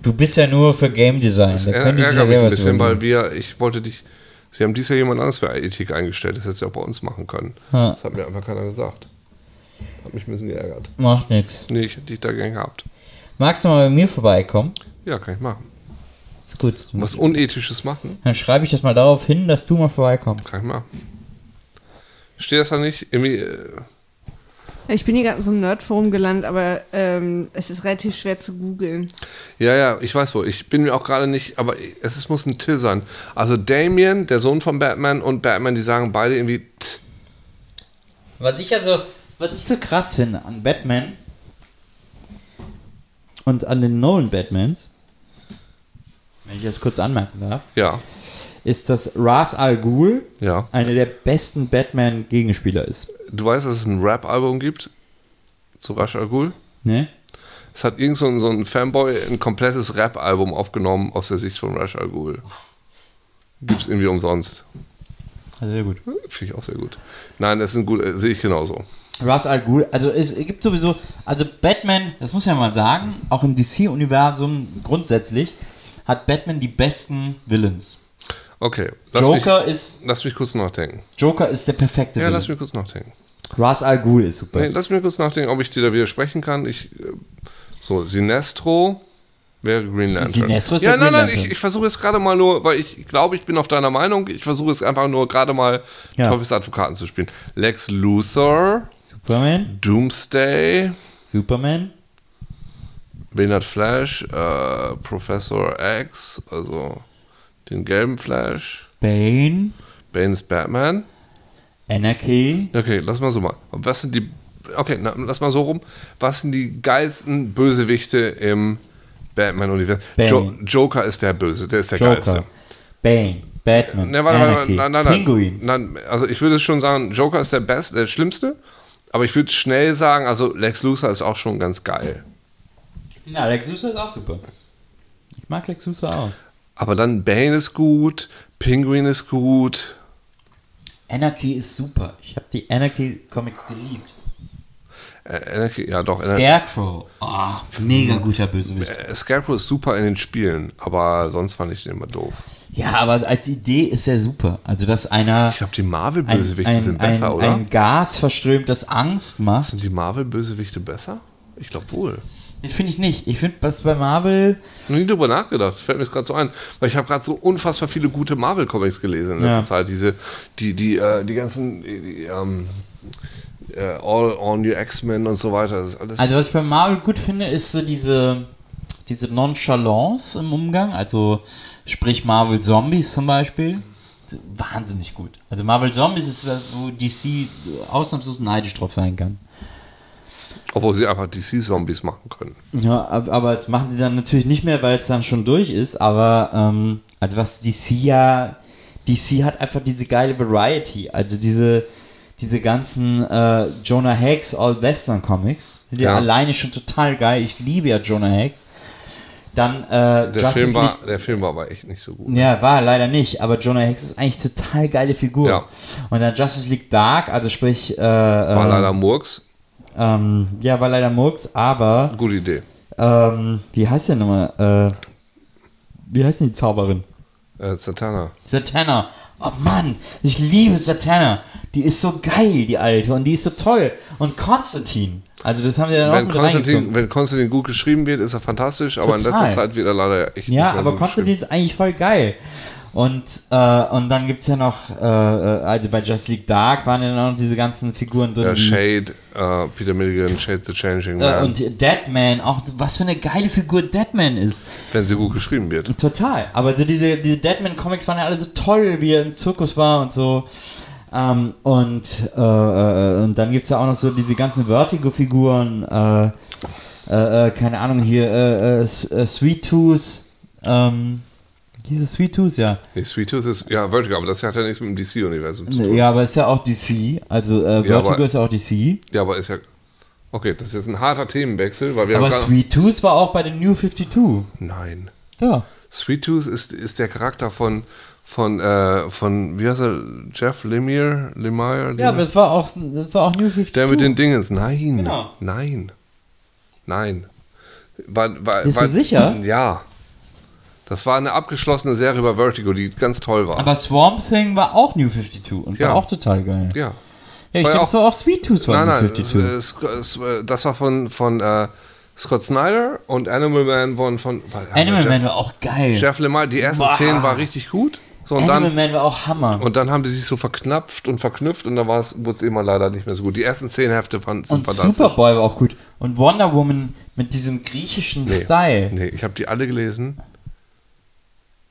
D: Du bist ja nur für Game Design. Da
C: Ärger
D: können die sich ja
C: mich ein
D: selber was
C: bisschen, weil wir,
D: überlegen.
C: ich wollte dich, sie haben dies Jahr jemand anderes für E Ethik eingestellt, das hättest du ja auch bei uns machen können.
D: Ja.
C: Das hat mir einfach keiner gesagt. Hat mich ein bisschen geärgert.
D: Macht nichts.
C: Nee, ich hätte dich da gern gehabt.
D: Magst du mal bei mir vorbeikommen?
C: Ja, kann ich machen.
D: Ist gut.
C: Was Unethisches machen,
D: Dann schreibe ich das mal darauf hin, dass du mal vorbeikommst.
C: kann ich machen. Steht das da nicht? Irgendwie, äh,
B: Ich bin hier gerade in so einem Nerdforum gelandet, aber ähm, es ist relativ schwer zu googeln.
C: ja, ja, ich weiß wo. Ich bin mir auch gerade nicht, aber es ist, muss ein Till sein. Also Damien, der Sohn von Batman und Batman, die sagen beide irgendwie t.
D: Was ich also, was ich so krass finde an Batman und an den Nolan Batmans, wenn ich das kurz anmerken darf,
C: Ja,
D: ist, dass Ra's al Ghul
C: ja.
D: einer der besten Batman-Gegenspieler ist.
C: Du weißt, dass es ein Rap-Album gibt? Zu Ra's al Ghul?
D: Ne?
C: Es hat irgend so ein, so ein Fanboy ein komplettes Rap-Album aufgenommen aus der Sicht von Rush Al Ghul. Gibt's irgendwie umsonst.
D: Also sehr gut.
C: Finde ich auch sehr gut. Nein, das ist ein gut, äh, sehe ich genauso.
D: Ra's al Ghul, also es gibt sowieso, also Batman, das muss ich ja mal sagen, auch im DC-Universum grundsätzlich hat Batman die besten Villains.
C: Okay, lass,
D: Joker Mhm. ist,
C: mich, lass mich kurz nachdenken.
D: Joker ist der perfekte
C: Ja,
D: Villain.
C: lass mich kurz nachdenken.
D: Ra's al Ghul ist super.
C: Nee, lass mich kurz nachdenken, ob ich dir da widersprechen kann. Ich, äh, so, Sinestro wäre Green Lantern.
D: Sinestro ist
C: ja,
D: ja
C: nein,
D: Green
C: nein,
D: Lantern.
C: ich, ich versuche es gerade mal nur, weil ich glaube, ich bin auf deiner Meinung. Ich versuche es einfach nur gerade mal
D: Ja.
C: Teufelsadvokaten zu spielen. Lex Luthor,
D: Superman,
C: Doomsday,
D: Superman,
C: Wen hat Flash? Äh, Professor X, also den gelben Flash.
D: Bane,
C: Bane ist Batman.
D: Anarchy.
C: Okay, lass mal so mal. Und Was sind die. Okay, na, lass mal so rum. Was sind die geilsten Bösewichte im Batman-Universum?
D: Bane.
C: Jo Joker ist der Böse, der ist der geilste.
D: Joker, Bane, Batman,
C: Ne, warte, warte,
D: Anarchy,
C: nein, nein, nein.
D: Pinguin.
C: Nein, also ich würde schon sagen, Joker ist der Best, der Schlimmste. Aber ich würde schnell sagen, also Lex Luthor ist auch schon ganz geil.
D: Ja, Lex Luthor ist auch super. Ich mag Lex Luthor auch.
C: Aber dann Bane ist gut, Penguin ist gut.
D: Anarchy ist super. Ich habe die Anarchy-Comics geliebt.
C: Äh, Anarchy- ja, doch. Anarchy-
D: Scarecrow. Ah, mega guter Bösewicht.
C: Äh, Scarecrow ist super in den Spielen, aber sonst fand ich den immer doof.
D: Ja, aber als Idee ist er super. Also, dass einer.
C: Ich glaube, die
D: Ein,
C: Marvel-Bösewichte
D: ein,
C: sind besser,
D: ein,
C: oder?
D: ein Gas verströmt, das Angst macht.
C: sind die Marvel-Bösewichte besser? Ich glaube wohl.
D: Das finde ich nicht. Ich finde, was bei Marvel.
C: Noch nie drüber nachgedacht. Fällt mir jetzt gerade so ein. Weil ich habe gerade so unfassbar viele gute Marvel-Comics gelesen in letzter
D: Ja.
C: Zeit. Diese, die, die, äh, die ganzen äh, die, ähm, äh, All, All New X-Men und so weiter. Das ist alles.
D: Also, was ich bei Marvel gut finde, ist so diese, diese Nonchalance im Umgang. Also, sprich Marvel Zombies zum Beispiel. Wahnsinnig gut. Also, Marvel Zombies ist, wo DC ausnahmslos neidisch drauf sein kann.
C: obwohl sie einfach DC-Zombies machen können.
D: Ja, ab- aber das machen sie dann natürlich nicht mehr, weil es dann schon durch ist, aber ähm, also was DC ja, DC hat einfach diese geile Variety, also diese, diese ganzen äh, Jonah Hex All Western Comics sind ja,
C: Ja.
D: alleine schon total geil, ich liebe ja Jonah Hex. Dann äh,
C: Der, Film war, der Film war aber echt nicht so gut.
D: ja, war leider nicht, aber Jonah Hex ist eigentlich total geile Figur.
C: Ja.
D: Und dann Justice League Dark, also sprich äh,
C: War
D: äh,
C: leider Murks.
D: ähm, ja, war leider Murks, aber
C: Gute Idee.
D: ähm, wie heißt der nochmal? Äh, wie heißt denn die Zauberin?
C: Äh, Satana.
D: Satana. Oh Mann, ich liebe Satana. Die ist so geil, die alte. Und die ist so toll. Und Konstantin. Also das haben wir dann auch
C: Wenn
D: mit
C: Konstantin,
D: reingezogen.
C: wenn Konstantin gut geschrieben wird, ist er fantastisch, aber in
D: Total.
C: letzter Zeit wird er leider echt
D: Ja,
C: nicht mehr
D: aber
C: gut
D: Konstantin ist eigentlich voll geil. Und, äh, und dann gibt es ja noch, äh, äh, also bei Just League Dark waren ja noch diese ganzen Figuren drin.
C: geschrieben. Äh,
D: die-
C: Shade, äh, Peter Milligan, Shade the Changing
D: äh,
C: Man,
D: und Deadman, auch was für eine geile Figur Deadman ist.
C: wenn sie gut geschrieben wird.
D: Total. Aber so diese, diese Deadman-Comics waren ja alle so toll, wie er im Zirkus war und so. Ähm, und, äh, äh, und dann gibt es ja auch noch so diese ganzen Vertigo-Figuren. Äh, äh, äh, keine Ahnung, hier äh, äh, S- äh, Sweet Tooth. Ähm, hieß es Sweet Tooth, ja.
C: Nee, Sweet Tooth ist, ja, Vertigo, aber das hat ja nichts mit dem DC-Universum zu tun. Ja.
D: Ja, aber ist ja auch DC. Also äh, Vertigo
C: aber-
D: ist ja auch DC.
C: aber ist ja. Okay, das ist jetzt ein harter Themenwechsel, weil wir
D: Aber
C: haben gerade-
D: Sweet Tooth war auch bei den New 52.
C: Nein.
D: Ja.
C: Sweet Tooth ist, ist der Charakter von, von, äh, von, wie heißt er? Jeff Lemire? Lemire?
D: Ja, aber das war auch, das war auch New 52.
C: Der mit den Dingens. Nein.
D: Genau.
C: Nein. Nein. War, war,
D: Bist du
C: war,
D: sicher?
C: Ja. Das war eine abgeschlossene Serie über Vertigo, die ganz toll war.
D: aber Swamp Thing war auch New 52 und
C: Ja.
D: war auch total geil.
C: ja.
D: Ja, ich
C: war ja
D: dachte
C: auch-
D: so auch Sweet Tooth war
C: Nein,
D: nein,
C: nein.
D: 52.
C: äh, Sc- äh, s- äh, Das war von, von äh, Scott Snyder und Animal Man von. von äh,
D: Animal
C: Jeff,
D: Man war auch geil.
C: Jeff Lemire, die ersten
D: Boah.
C: zehn war richtig gut. So, und
D: Animal
C: dann,
D: Man war auch Hammer. Und,
C: Und dann haben die sich so verknapft und verknüpft und dann war es, wurde es immer leider nicht mehr so gut. Die ersten zehn Hefte fanden sind fantastisch.
D: Superboy war auch gut. Und Wonder Woman mit diesem griechischen
C: nee,
D: Style.
C: Nee, ich habe die alle gelesen.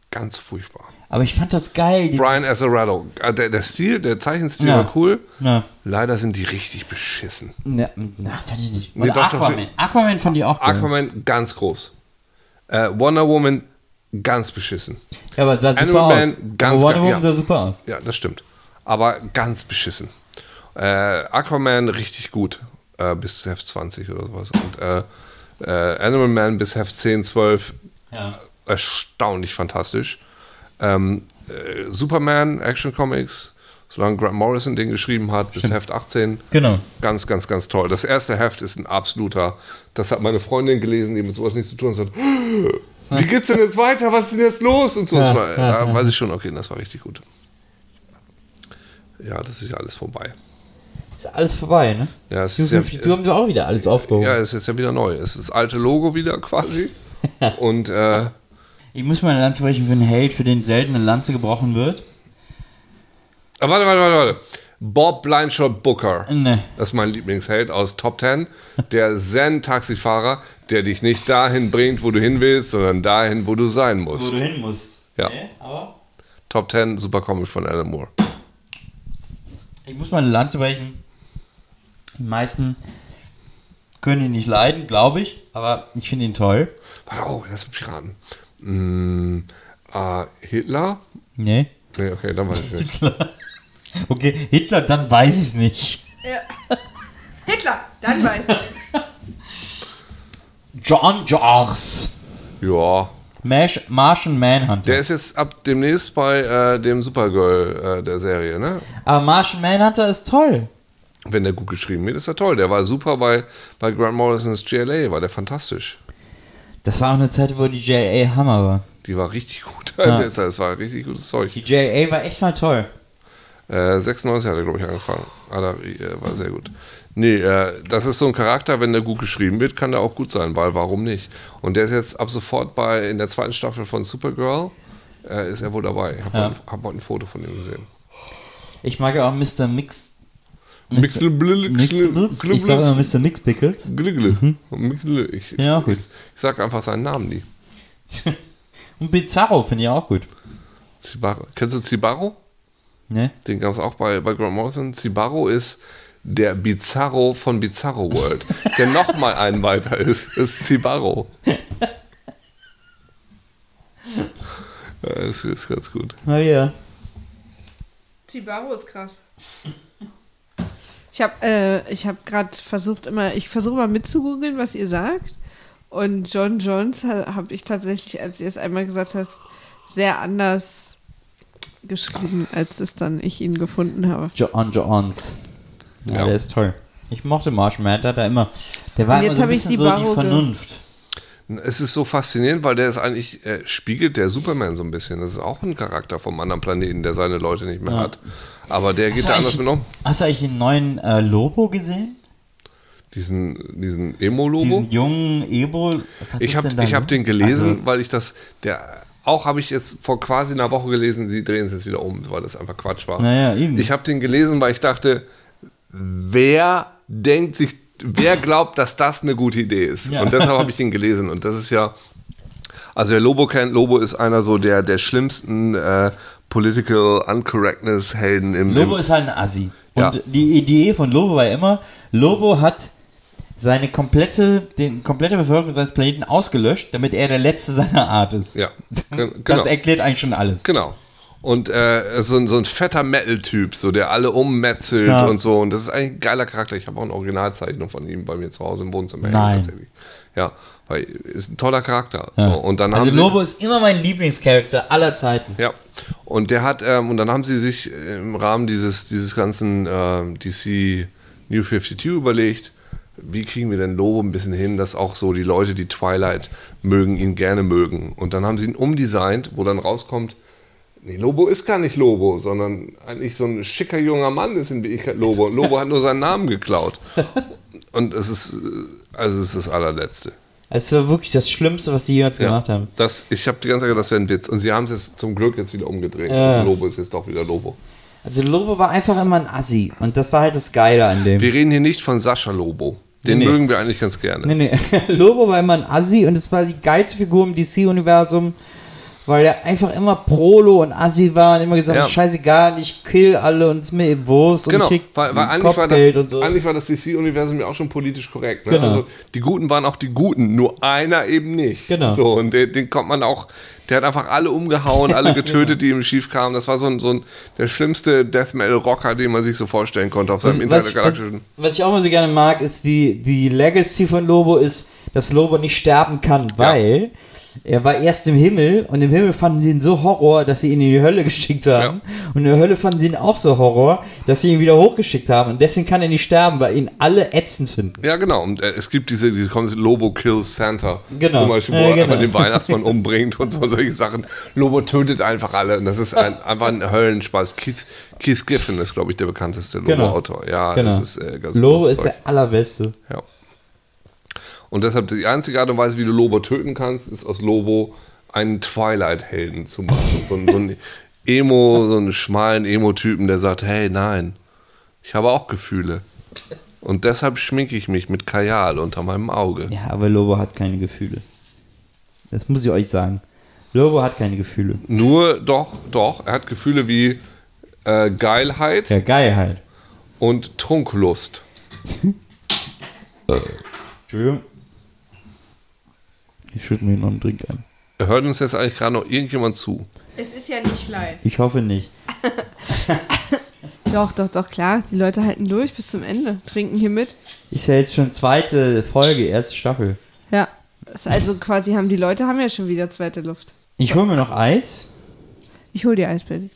C: Ganz furchtbar.
D: Aber ich fand das geil. Dieses,
C: Brian Azzarello. Äh, Der, der Stil, der Zeichenstil
D: Ja.
C: war cool.
D: na,
C: Leider sind die richtig beschissen.
D: na, na, fand ich nicht.
C: Nee,
D: Oder
C: doch, doch,
D: Aquaman. Aquaman fand ich auch geil.
C: Aquaman ganz groß. Äh, Wonder Woman ganz beschissen.
D: ja, aber sah super
C: Animal
D: aus.
C: Man, ganz
D: aber Wonder
C: geil,
D: Woman
C: ja.
D: sah super aus.
C: Ja, das stimmt. Aber ganz beschissen. Äh, Aquaman richtig gut. Äh, bis zu Heft 20 oder sowas. Und äh, äh, Animal Man bis Heft 10, 12
D: Ja.
C: erstaunlich fantastisch. Ähm, äh, Superman, Action Comics, solange Grant Morrison den geschrieben hat, bis Heft 18.
D: Genau.
C: Ganz, ganz, ganz toll. Das erste Heft ist ein absoluter. Das hat meine Freundin gelesen, die mit sowas nichts zu tun hat. und sagt, Wie geht's denn jetzt weiter? Was ist denn jetzt los? Und so. das war, da weiß ich schon, okay, das war richtig gut. Ja, das ist ja alles vorbei.
D: Ist alles vorbei, ne?
C: Ja, es
D: New
C: ist ja,
D: 52 haben wir auch wieder alles aufgehoben.
C: ja, es ist ja wieder neu. Es ist das alte Logo wieder quasi. Und äh,
D: Ich muss mal eine Lanze brechen für einen Held, für den selten eine Lanze gebrochen wird.
C: Ah, warte, warte, warte, warte. Bob Blindshot Booker.
D: Nee.
C: Das ist mein Lieblingsheld aus Top 10. Der Zen-Taxifahrer, der dich nicht dahin bringt, wo du hin willst, sondern dahin, wo du sein
D: Wo
C: musst.
D: du hin musst.
C: Ja.
D: Ne? Aber
C: Top 10, super Comic von Alan Moore.
D: Ich muss mal eine Lanze brechen. Die meisten können ihn nicht leiden, glaube ich. Aber ich finde ihn toll.
C: Warte, oh, das sind Piraten. Mm, äh, Hitler?
D: Nee.
C: Nee, okay, dann weiß ich nicht.
D: Okay, Hitler, dann weiß ich es nicht.
B: Hitler, dann weiß ich.
D: John Jars.
C: Ja.
D: Mash, Martian Manhunter.
C: Der ist jetzt ab demnächst bei äh, dem Supergirl äh, der Serie, ne?
D: Aber Martian Manhunter ist toll.
C: Wenn der gut geschrieben wird, ist er toll. Der war super bei, bei Grant Morrison's GLA, war der fantastisch.
D: Das war auch eine Zeit, wo die JA Hammer war.
C: Die war richtig gut.
D: Ja.
C: Das war richtig gutes Zeug.
D: Die JA war echt mal toll.
C: Äh, 96 hat er, glaube ich, angefangen. Hat er, äh, war sehr gut. Nee, äh, das ist so ein Charakter, wenn der gut geschrieben wird, kann der auch gut sein, weil warum nicht? Und der ist jetzt ab sofort bei in der zweiten Staffel von Supergirl, äh, ist er wohl dabei. Ich habe hab heute ein Foto von ihm gesehen.
D: Ich mag ja auch Mr. Mix.
C: Mixel Blille- Glille-
D: Mixpickles? Ich sag immer Mr. Mixpickles.
C: Glille- Glille. Mixel- Ich, ich,
D: Ja, gut.
C: ich, ich sag einfach seinen Namen nie.
D: Und Bizarro finde ich auch gut.
C: Zibarro. Kennst du Zibarro?
D: Ne?
C: Den gab es auch bei, bei Grant Morrison. Zibarro ist der Bizarro von Bizarro World, der nochmal einen weiter ist. Ist Zibarro. Ja, das ist ganz gut.
D: Maria.
B: Zibaro ist krass. Ich habe äh, ich hab gerade versucht immer, ich versuche mal mitzugoogeln, was ihr sagt. Und John Jones habe ich tatsächlich, als ihr es einmal gesagt habt, sehr anders geschrieben, als es dann ich ihn gefunden habe.
D: John Johns. Ja,
C: Ja.
D: der ist toll. Ich mochte Marsh Mad, der hat da immer. Der war
B: Und
D: immer
B: jetzt
D: so ein
B: hab ich
D: bisschen
B: die
D: so
B: Barrow
D: die
B: ge-
D: Vernunft.
C: Es ist so faszinierend, weil der ist eigentlich, äh, spiegelt der Superman so ein bisschen. Das ist auch ein Charakter vom anderen Planeten, der seine Leute nicht mehr hat. Aber der geht
D: Hast
C: da
D: du
C: anders
D: eigentlich-
C: mit um.
D: Hast du eigentlich den neuen äh, Lobo gesehen?
C: Diesen, diesen Emo-Lobo.
D: Diesen jungen Ebo. Was
C: Ich
D: ist
C: habe
D: denn da
C: ich hab
D: los?
C: den gelesen,
D: Also,
C: weil ich das, der auch habe ich jetzt vor quasi einer Woche gelesen, sie drehen es jetzt wieder um, weil das einfach Quatsch war.
D: Naja, eben.
C: Ich habe den gelesen, weil ich dachte, wer denkt sich, wer glaubt, dass das eine gute Idee ist?
D: Ja.
C: Und deshalb habe ich den gelesen. Und das ist ja, also wer Lobo kennt, Lobo ist einer so der, der schlimmsten äh, Political Uncorrectness Helden im,
D: Lobo
C: im
D: ist halt ein Assi.
C: Ja.
D: Und die Idee von Lobo war immer, Lobo hat seine komplette, den komplette Bevölkerung seines Planeten ausgelöscht, damit er der Letzte seiner Art ist.
C: ja, gen-
D: Das erklärt eigentlich schon alles.
C: Genau. Und äh, so, ein- so ein fetter Metal-Typ, so der alle ummetzelt
D: Ja.
C: und so. Und das ist eigentlich ein geiler Charakter. Ich habe auch eine Originalzeichnung von ihm bei mir zu Hause im Wohnzimmer. hängen,
D: Nein.
C: tatsächlich. Ja, weil ist ein toller Charakter.
D: Ja.
C: So, und dann
D: also
C: haben sie-
D: Lobo ist immer mein Lieblingscharakter aller Zeiten.
C: ja. Und der hat, ähm, und dann haben sie sich im Rahmen dieses, dieses ganzen ähm, DC New 52 überlegt, wie kriegen wir denn Lobo ein bisschen hin, dass auch so die Leute, die Twilight mögen, ihn gerne mögen. Und dann haben sie ihn umdesignt, wo dann rauskommt, nee, Lobo ist gar nicht Lobo, sondern eigentlich so ein schicker junger Mann ist in Wirklichkeit Lobo. Und Lobo hat nur seinen Namen geklaut. Und es ist, äh, also es ist das allerletzte.
D: Es war wirklich das Schlimmste, was die jemals gemacht haben.
C: Das, ich habe die ganze Zeit gedacht, das wäre ein Witz. Und sie haben es jetzt zum Glück jetzt wieder umgedreht.
D: Ja.
C: Also Lobo ist jetzt doch wieder Lobo.
D: Also Lobo war einfach immer ein Assi. Und das war halt das Geile an dem.
C: Wir reden hier nicht von Sascha Lobo. Den
D: Nee, nee.
C: mögen wir eigentlich ganz gerne.
D: Nee, nee. Lobo war immer ein Assi und es war die geilste Figur im DC-Universum, weil er einfach immer Prolo und Assi war und immer gesagt
C: Ja.
D: hat, scheißegal, ich kill alle und es ist mir eben Wurst
C: Genau,
D: und ich krieg
C: weil, weil eigentlich, war das,
D: Kopfgeld und so.
C: eigentlich war das DC-Universum ja auch schon politisch korrekt. Ne?
D: Genau.
C: Also die Guten waren auch die Guten, nur einer eben nicht.
D: Genau.
C: So, und den, den kommt man auch, der hat einfach alle umgehauen, alle
D: genau.
C: getötet, die ihm schief kamen. Das war so ein, so ein der schlimmste Death Metal-Rocker, den man sich so vorstellen konnte auf seinem
D: was, ich- was,
C: intergalaktischen.
D: was ich auch immer so gerne mag, ist die, die Legacy von Lobo ist, dass Lobo nicht sterben kann, weil er war erst im Himmel und im Himmel fanden sie ihn so Horror, dass sie ihn in die Hölle geschickt haben. Und in der Hölle fanden sie ihn auch so Horror, dass sie ihn wieder hochgeschickt haben. Und deswegen kann er nicht sterben, weil ihn alle ätzend finden.
C: Ja, genau. Und äh, es gibt diese, diese kommen Lobo Kills Santa.
D: Genau.
C: Zum Beispiel, wo
D: Ja,
C: er
D: genau.
C: einfach den Weihnachtsmann umbringt und so solche Sachen. Lobo tötet einfach alle. Und das ist ein, einfach ein Höllenspaß. Keith, Keith Giffen ist, glaube ich, der bekannteste Lobo-Autor. Ja,
D: Genau.
C: das ist äh, ganz
D: Lobo
C: großes
D: ist der allerbeste.
C: Zeug. ja. Und deshalb die einzige Art und Weise, wie du Lobo töten kannst, ist aus Lobo einen Twilight-Helden zu machen. So, ein- so ein Emo, so einen schmalen Emo-Typen, der sagt, hey, nein, ich habe auch Gefühle. Und deshalb schminke ich mich mit Kajal unter meinem Auge.
D: Ja, aber Lobo hat keine Gefühle. Das muss ich euch sagen. Lobo hat keine Gefühle.
C: Nur, doch, doch, er hat Gefühle wie äh, Geilheit
D: Ja, geil halt.
C: und Trunklust.
D: Entschuldigung. Ich schütte mir noch einen Drink ein.
C: Hört uns jetzt eigentlich gerade noch irgendjemand zu?
B: Es ist ja nicht live.
D: Ich hoffe nicht.
B: Doch, doch, doch, klar. Die Leute halten durch bis zum Ende, trinken hier mit.
D: Ist ja jetzt schon zweite Folge, erste Staffel.
B: Ja. Ist also quasi haben die Leute haben ja schon wieder zweite Luft.
D: Ich hole mir noch Eis.
B: Ich hol dir Eis, Baby.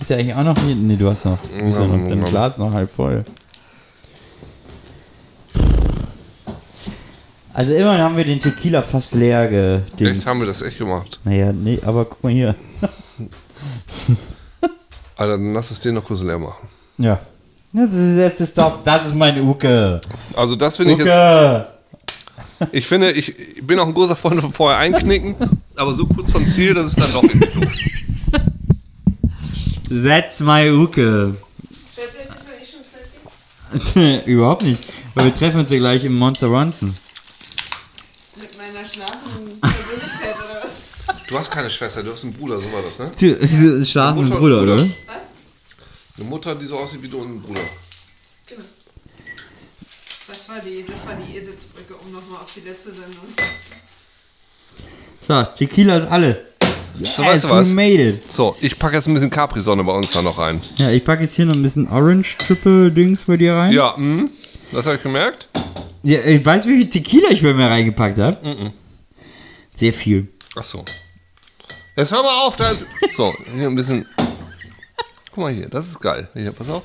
D: Ist ja eigentlich auch noch hier. Nee, du hast noch. Du hast ja noch dein Glas noch halb voll.
G: Also immerhin haben wir den Tequila fast leer gedingst.
C: Vielleicht haben wir das echt gemacht.
G: Naja, nee, aber guck mal hier.
C: Alter, dann lass es den noch kurz leer machen.
G: Ja. Das ist, das ist doch, das ist mein Uke.
C: Also das finde ich jetzt.
G: Uke!
C: Ich finde, ich, ich bin auch ein großer Freund von vorher einknicken, aber so kurz vom Ziel, dass es dann doch irgendwie doof.
G: That's my Uke. Überhaupt nicht, weil wir treffen uns ja gleich im Monster Ronson.
B: Mit meiner schlafenden Persönlichkeit oder was?
C: Du hast keine Schwester, du hast einen Bruder, so war das, ne?
G: Schlafen mit Bruder, oder?
C: Eine Mutter, die so aussieht wie du und ein Bruder.
B: Das war die, das war die Eselsbrücke, um nochmal auf die letzte Sendung.
G: So, Tequila ist alle.
C: So, weißt du was?
G: we made it.
C: So, ich packe jetzt ein bisschen Capri-Sonne bei uns da noch rein.
G: Ja, ich packe jetzt hier noch ein bisschen Orange Triple Dings bei dir rein.
C: Ja, mhm. Das habe ich gemerkt.
G: Ja, ich weiß, wie viel Tequila ich bei mir reingepackt habe.
C: Mm,
G: Sehr viel.
C: Ach so. Jetzt hör mal auf, da ist. So, hier ein bisschen. Guck mal hier, das ist geil. Hier, pass auf.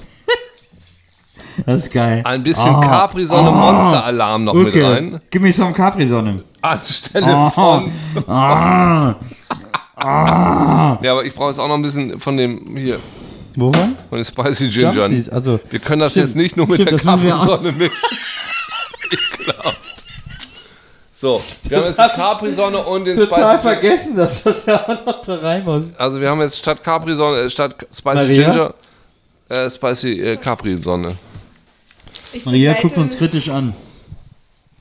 G: Das ist geil. Ah.
C: Ein
D: Ah.
C: bisschen Capri-Sonne-Monster-Alarm noch mit rein.
G: gib mir some Capri-Sonne.
C: Anstelle von.
G: Ah.
C: Ja, aber ich brauche jetzt auch noch ein bisschen von dem hier,
G: Wovon?
C: von dem Spicy Ginger.
G: Jumpsies, also-
C: wir können das
G: Stimmt,
C: jetzt nicht nur mit
G: stimmt,
C: der
G: das machen wir auch.
C: Capri-Sonne mischen. Ekelhaft. So, wir haben jetzt die
G: hab ich
C: Capri-Sonne und den
G: Total
C: Spicy
G: vergessen, dass das ja auch noch da rein muss.
C: Also wir haben jetzt statt Capri-Sonne, äh, statt Spicy
G: Maria?
C: Ginger, äh, Spicy äh, Capri-Sonne.
B: Ich
G: Maria
B: begleite-
G: guckt uns kritisch an.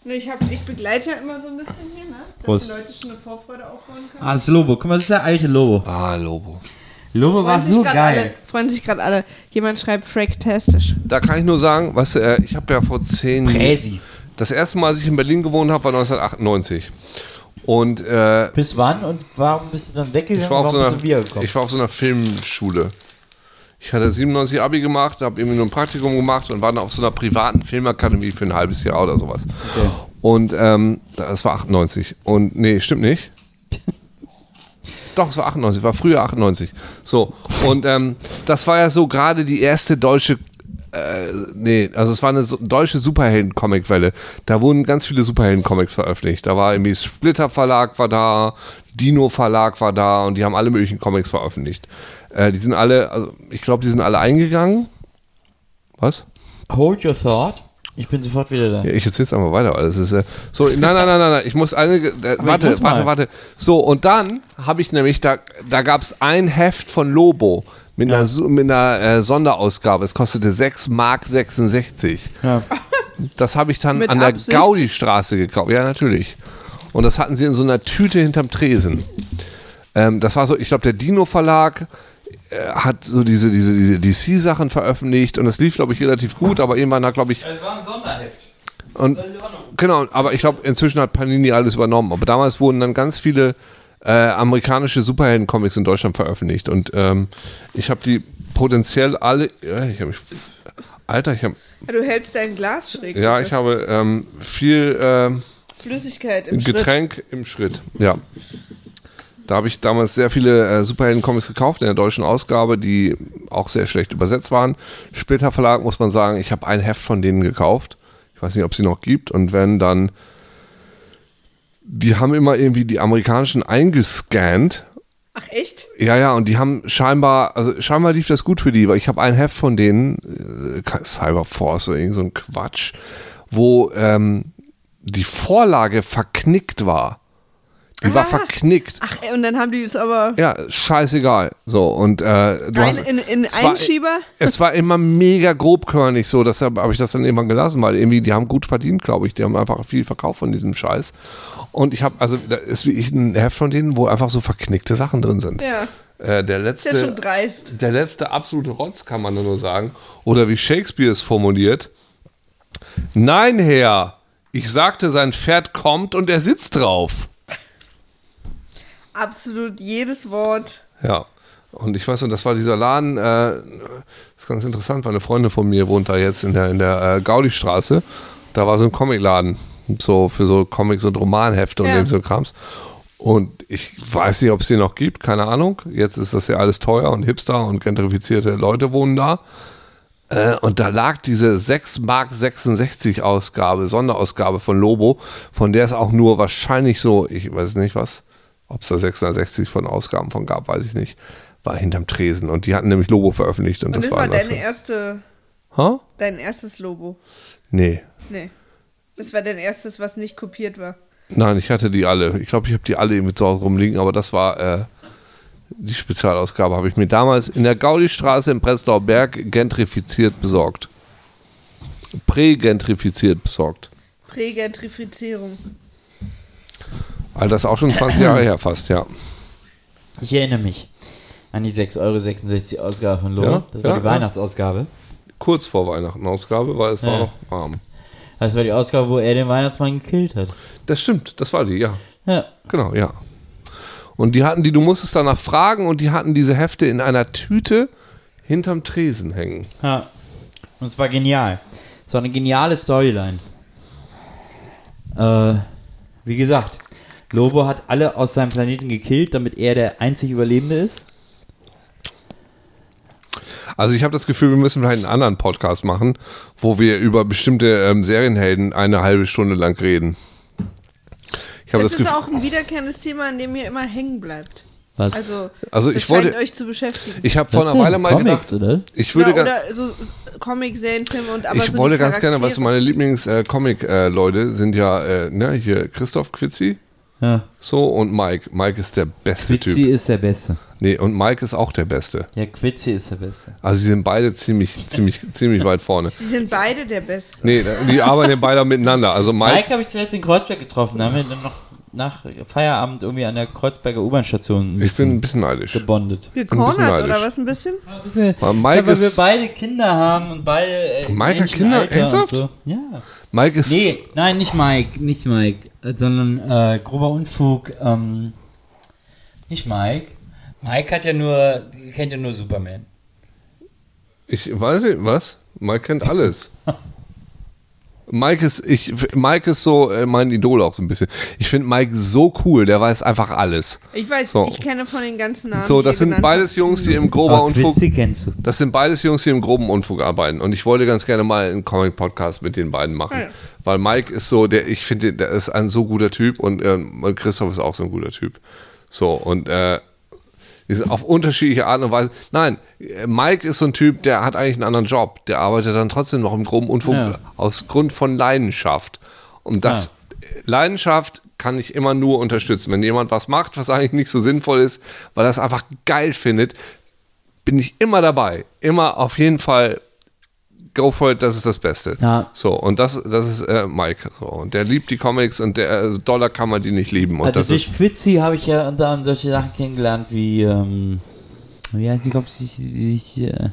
B: Nee, Ich, hab, ich begleite ja immer so ein bisschen hier, ne? Dass
G: Prost.
B: die Leute schon eine Vorfreude aufbauen können.
G: Ah, das ist Lobo. Guck mal, das ist der alte Lobo.
C: Ah, Lobo.
G: Lobo war
B: Freuen sich
G: so
B: grad Alle,
G: geil.
B: freuen sich gerade alle. Jemand schreibt fraktastisch.
C: Da kann ich nur sagen, weißt du, äh, ich habe ja vor zehn
G: Präsi.
C: Das erste Mal, als ich in Berlin gewohnt habe, war 1998. Und äh,
G: Bis wann und warum bist du dann weggegangen
C: ich, war
G: und
C: auf
G: warum
C: so
G: bist du
C: einer,
G: wiedergekommen?
C: ich war auf so einer Filmschule. Ich hatte 97 Abi gemacht, habe irgendwie nur ein Praktikum gemacht und war dann auf so einer privaten Filmakademie für ein halbes Jahr oder sowas. Und ähm, das war 98. Und nee, stimmt nicht. Doch, es war 98, war früher 98. So, und ähm, das war ja so gerade die erste deutsche, äh, nee, also es war eine so, deutsche Superhelden-Comic-Welle. Da wurden ganz viele Superhelden-Comics veröffentlicht. Da war irgendwie Splitter Verlag war da, Dino Verlag war da und die haben alle möglichen Comics veröffentlicht. Äh, die sind alle, also ich glaube, die sind alle eingegangen. Was?
G: Hold your thought. Ich bin sofort wieder da.
C: Ja, ich erzähl's einfach weiter, weil das ist äh, so. Nein, nein, nein, nein, nein. Ich muss eine. Äh, warte,
G: muss mal.
C: warte, warte. So und dann habe ich nämlich da, da gab's ein Heft von Lobo mit einer, Su- mit einer äh, Sonderausgabe. Es kostete 6 Mark 66. Das habe ich dann
B: Mit
C: an der
B: Absicht?
C: Gaudi-Straße gekauft. Ja, natürlich. Und das hatten sie in so einer Tüte hinterm Tresen. Ähm, das war so, ich glaube, der Dino-Verlag äh, hat so diese, diese, diese DC-Sachen veröffentlicht und das lief, glaube ich, relativ gut, aber irgendwann hat, glaube ich,
F: Es war ein Sonderheft.
C: und genau, aber ich glaube, inzwischen hat Panini alles übernommen. Aber damals wurden dann ganz viele äh, amerikanische Superhelden-Comics in Deutschland veröffentlicht. Und ähm, ich habe die potenziell alle. Ja, ich hab mich, Alter, ich habe.
B: Du hältst dein Glas schräg.
C: Ja, ich habe ähm, viel ähm,
B: Flüssigkeit im Schritt.
C: Getränk im Schritt. Ja. Da habe ich damals sehr viele äh, Superhelden-Comics gekauft in der deutschen Ausgabe, die auch sehr schlecht übersetzt waren. Splitter Verlag muss man sagen, ich habe ein Heft von denen gekauft. Ich weiß nicht, ob es sie noch gibt. Und wenn dann die haben immer irgendwie die amerikanischen eingescannt.
B: Ach echt?
C: Ja, ja, und die haben scheinbar, also scheinbar lief das gut für die, weil ich habe ein Heft von denen, äh, Cyberforce oder irgend so ein Quatsch, wo ähm, die Vorlage verknickt war. Die
B: Ah.
C: war verknickt.
B: Ach, ey, und dann haben die es aber
C: Ja, scheißegal. So, und äh,
B: Ein-
C: du hast.
B: in- in
C: es war-
B: Einschieber?
C: Es war immer mega grobkörnig so, deshalb habe ich das dann irgendwann gelassen, weil irgendwie, die haben gut verdient, glaube ich. Die haben einfach viel verkauft von diesem Scheiß. Und ich habe, also, da ist wie ich ein Heft von denen, wo einfach so verknickte Sachen drin sind.
B: Ja.
C: Äh, der
B: ist
C: letzte.
B: ja schon dreist.
C: Der letzte absolute Rotz, kann man nur sagen. Oder wie Shakespeare es formuliert: Nein, Herr, ich sagte, sein Pferd kommt und er sitzt drauf.
B: Absolut jedes Wort.
C: Ja. Und ich weiß, und das war dieser Laden, äh, ist ganz interessant, weil eine Freundin von mir wohnt da jetzt in der, in der äh, Gaudi-Straße. Da war so ein Comicladen, so für so Comics und Romanhefte und
B: Ja.
C: eben so Krams. Und ich weiß nicht, ob es die noch gibt, keine Ahnung. Jetzt ist das ja alles teuer und hipster und gentrifizierte Leute wohnen da. Äh, und da lag diese 6 Mark 66 Ausgabe, Sonderausgabe von Lobo, von der es auch nur wahrscheinlich so, ich weiß nicht was, ob es da 660 von Ausgaben von gab, weiß ich nicht, war hinterm Tresen. Und die hatten nämlich Lobo veröffentlicht und,
B: Und
C: das,
B: das
C: war
B: war
C: anders.
B: deine erste,
C: Ha?
B: dein erstes Lobo.
C: Nee.
B: Nee. Das war dein erstes, was nicht kopiert war.
C: Nein, ich hatte die alle. Ich glaube, ich habe die alle irgendwie zu Hause rumliegen, aber das war äh, die Spezialausgabe, habe ich mir damals in der Gaudistraße in Prenzlauer Berg gentrifiziert besorgt. Prägentrifiziert besorgt.
B: Prägentrifizierung.
C: All das ist auch schon 20 Jahre her fast, ja.
D: Ich erinnere mich an die 6,66 Euro Ausgabe von Lobo.
C: Ja,
D: das war
C: ja,
D: die
C: ja.
D: Weihnachtsausgabe.
C: Kurz vor Weihnachten Ausgabe, weil es war
D: Ja.
C: noch warm.
D: Das war die Ausgabe, wo er den Weihnachtsmann gekillt hat.
C: Das stimmt, das war die, ja.
D: Ja.
C: Genau, ja. Und die hatten die, du musstest danach fragen und die hatten diese Hefte in einer Tüte hinterm Tresen hängen.
D: ja. Und es war genial. Es war eine geniale Storyline. Äh, wie gesagt, Lobo hat alle aus seinem Planeten gekillt, damit er der einzig Überlebende ist.
C: Also ich habe das Gefühl, wir müssen vielleicht einen anderen Podcast machen, wo wir über bestimmte ähm, Serienhelden eine halbe Stunde lang reden. Ich habe
B: Das,
C: das,
B: ist
C: Gefühl,
B: auch ein wiederkehrendes Thema, an dem ihr immer hängen bleibt.
D: Was?
B: Also,
C: Also
B: das
C: ich wollte-
B: scheint euch zu beschäftigen.
C: ich habe vor
D: Was
C: einer
D: denn?
C: Weile mal
D: Comics,
C: gedacht,
D: oder?
C: ich
B: ja,
C: würde ganz,
B: oder so so Comic, Serienfilme und aber
C: ich
B: so die
C: wollte ganz gerne, weißt du,
B: Charaktere.
C: meine äh, Lieblings-Comic-Leute sind ja, äh, ne, hier Christoph Quitzi,
D: Ja.
C: so und Mike. Mike ist der beste
D: Quitzi
C: Typ.
D: ist der Beste.
C: Nee, und Mike ist auch der Beste.
D: Ja, Quitzi ist der Beste.
C: Also sie sind beide ziemlich, ziemlich, ziemlich weit vorne.
B: Die sind beide der Beste.
C: Nee, die arbeiten ja beide miteinander. Also Mike,
D: Mike habe ich zuletzt in Kreuzberg getroffen. Da haben wir dann noch nach Feierabend irgendwie an der Kreuzberger U-Bahn-Station ein
C: ich bin ein bisschen neidisch.
D: gebondet.
B: Gecornert oder
C: neidisch.
B: was ein bisschen?
D: Ein bisschen,
C: Aber Mike
D: ja, weil wir
C: ist-
D: beide Kinder haben und beide. Äh,
C: Mike hat
D: ähnlichen
C: Kinder?
D: Alter und
C: Ernsthaft?
D: So. Ja.
C: Mike ist
D: Nee, nein, nicht Mike, nicht Mike, äh, sondern äh, grober Unfug. Ähm, nicht Mike. Mike hat ja nur, kennt ja nur Superman.
C: Ich weiß nicht, was? Mike kennt alles. Mike ist, ich, Mike ist so äh, mein Idol auch so ein bisschen. Ich finde Mike so cool, der weiß einfach alles.
B: Ich weiß,
C: So.
B: ich kenne von den ganzen Namen.
C: So,
B: die ihr
C: das sind
B: genannt
C: beides
B: habt.
C: Jungs, die im
D: Ah,
C: grober Unfug,
D: kennst du.
C: das sind beides Jungs, die im groben Unfug arbeiten. Und ich wollte ganz gerne mal einen Comic-Podcast mit den beiden machen. Weil Mike ist so, der, ich finde, der ist ein so guter Typ und, ähm, und Christoph ist auch so ein guter Typ. So, und äh, die sind auf unterschiedliche Art und Weise. Nein, äh, Mike ist so ein Typ, der hat eigentlich einen anderen Job. Der arbeitet dann trotzdem noch im groben Unfug
D: Ja.
C: aus Grund von Leidenschaft. Und das Leidenschaft kann ich immer nur unterstützen. Wenn jemand was macht, was eigentlich nicht so sinnvoll ist, weil er es einfach geil findet, bin ich immer dabei. Immer auf jeden Fall go for it, das ist das Beste.
D: Ja.
C: So, und das, das ist äh, Mike. So, und der liebt die Comics und der also Dollar kann man die nicht lieben. Und das
D: Also durch
C: ist,
D: Quitzi habe ich ja unter anderem solche Sachen kennengelernt wie, ähm, wie heißt die Kopf? Äh, ne?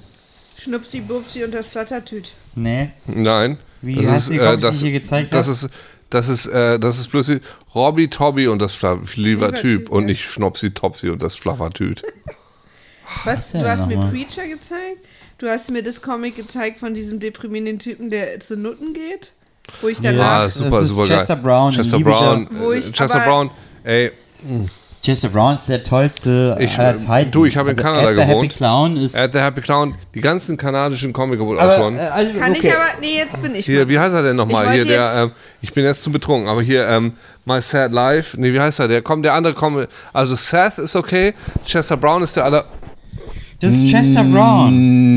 B: Schnupsi, Bupsi und das Flattertüt.
D: nee.
C: nein.
D: Wie
C: das
D: heißt
C: ist,
D: die
C: äh,
D: Comics, die
C: das,
D: ich hier gezeigt
C: das
D: habe?
C: ist, das ist, äh, das ist bloß Robby Tobby und das Fla- lieber Typ
B: Typ,
C: und
B: ja.
C: nicht Schnopsi Topsi und das Flaffertüt.
B: Was?
D: denn
B: Du hast mir
D: nochmal?
B: Preacher gezeigt? Du hast mir das Comic gezeigt von diesem deprimierenden Typen, der zu Nutten geht? Wo ich danach.
C: Ah, super,
D: ist
C: super
D: Chester
C: geil.
D: Brown, ein
C: Chester
D: libyscher-
C: Brown.
B: Wo
C: Äh,
B: ich
C: Chester
B: aber-
C: Brown. Ey,
D: Chester Brown ist der tollste
C: Ich- äh,
D: aller Zeiten. Also
C: du, ich habe in Kanada
D: Ed the
C: gewohnt.
D: Happy Clown ist.
C: at the Happy Clown, die ganzen kanadischen
D: aber,
C: Comic-Autoren.
D: äh, also,
B: Kann
D: okay.
B: ich aber. Nee, jetzt bin ich.
C: Hier, wie heißt er denn nochmal?
B: Ich
C: Hier,
B: wollte
C: der, ähm, ich bin jetzt zu betrunken, aber hier, ähm, My Sad Life, nee, wie heißt er? Der kommt, der andere kommt. Also Seth ist okay, Chester Brown ist der aller.
D: Das ist Chester Brown.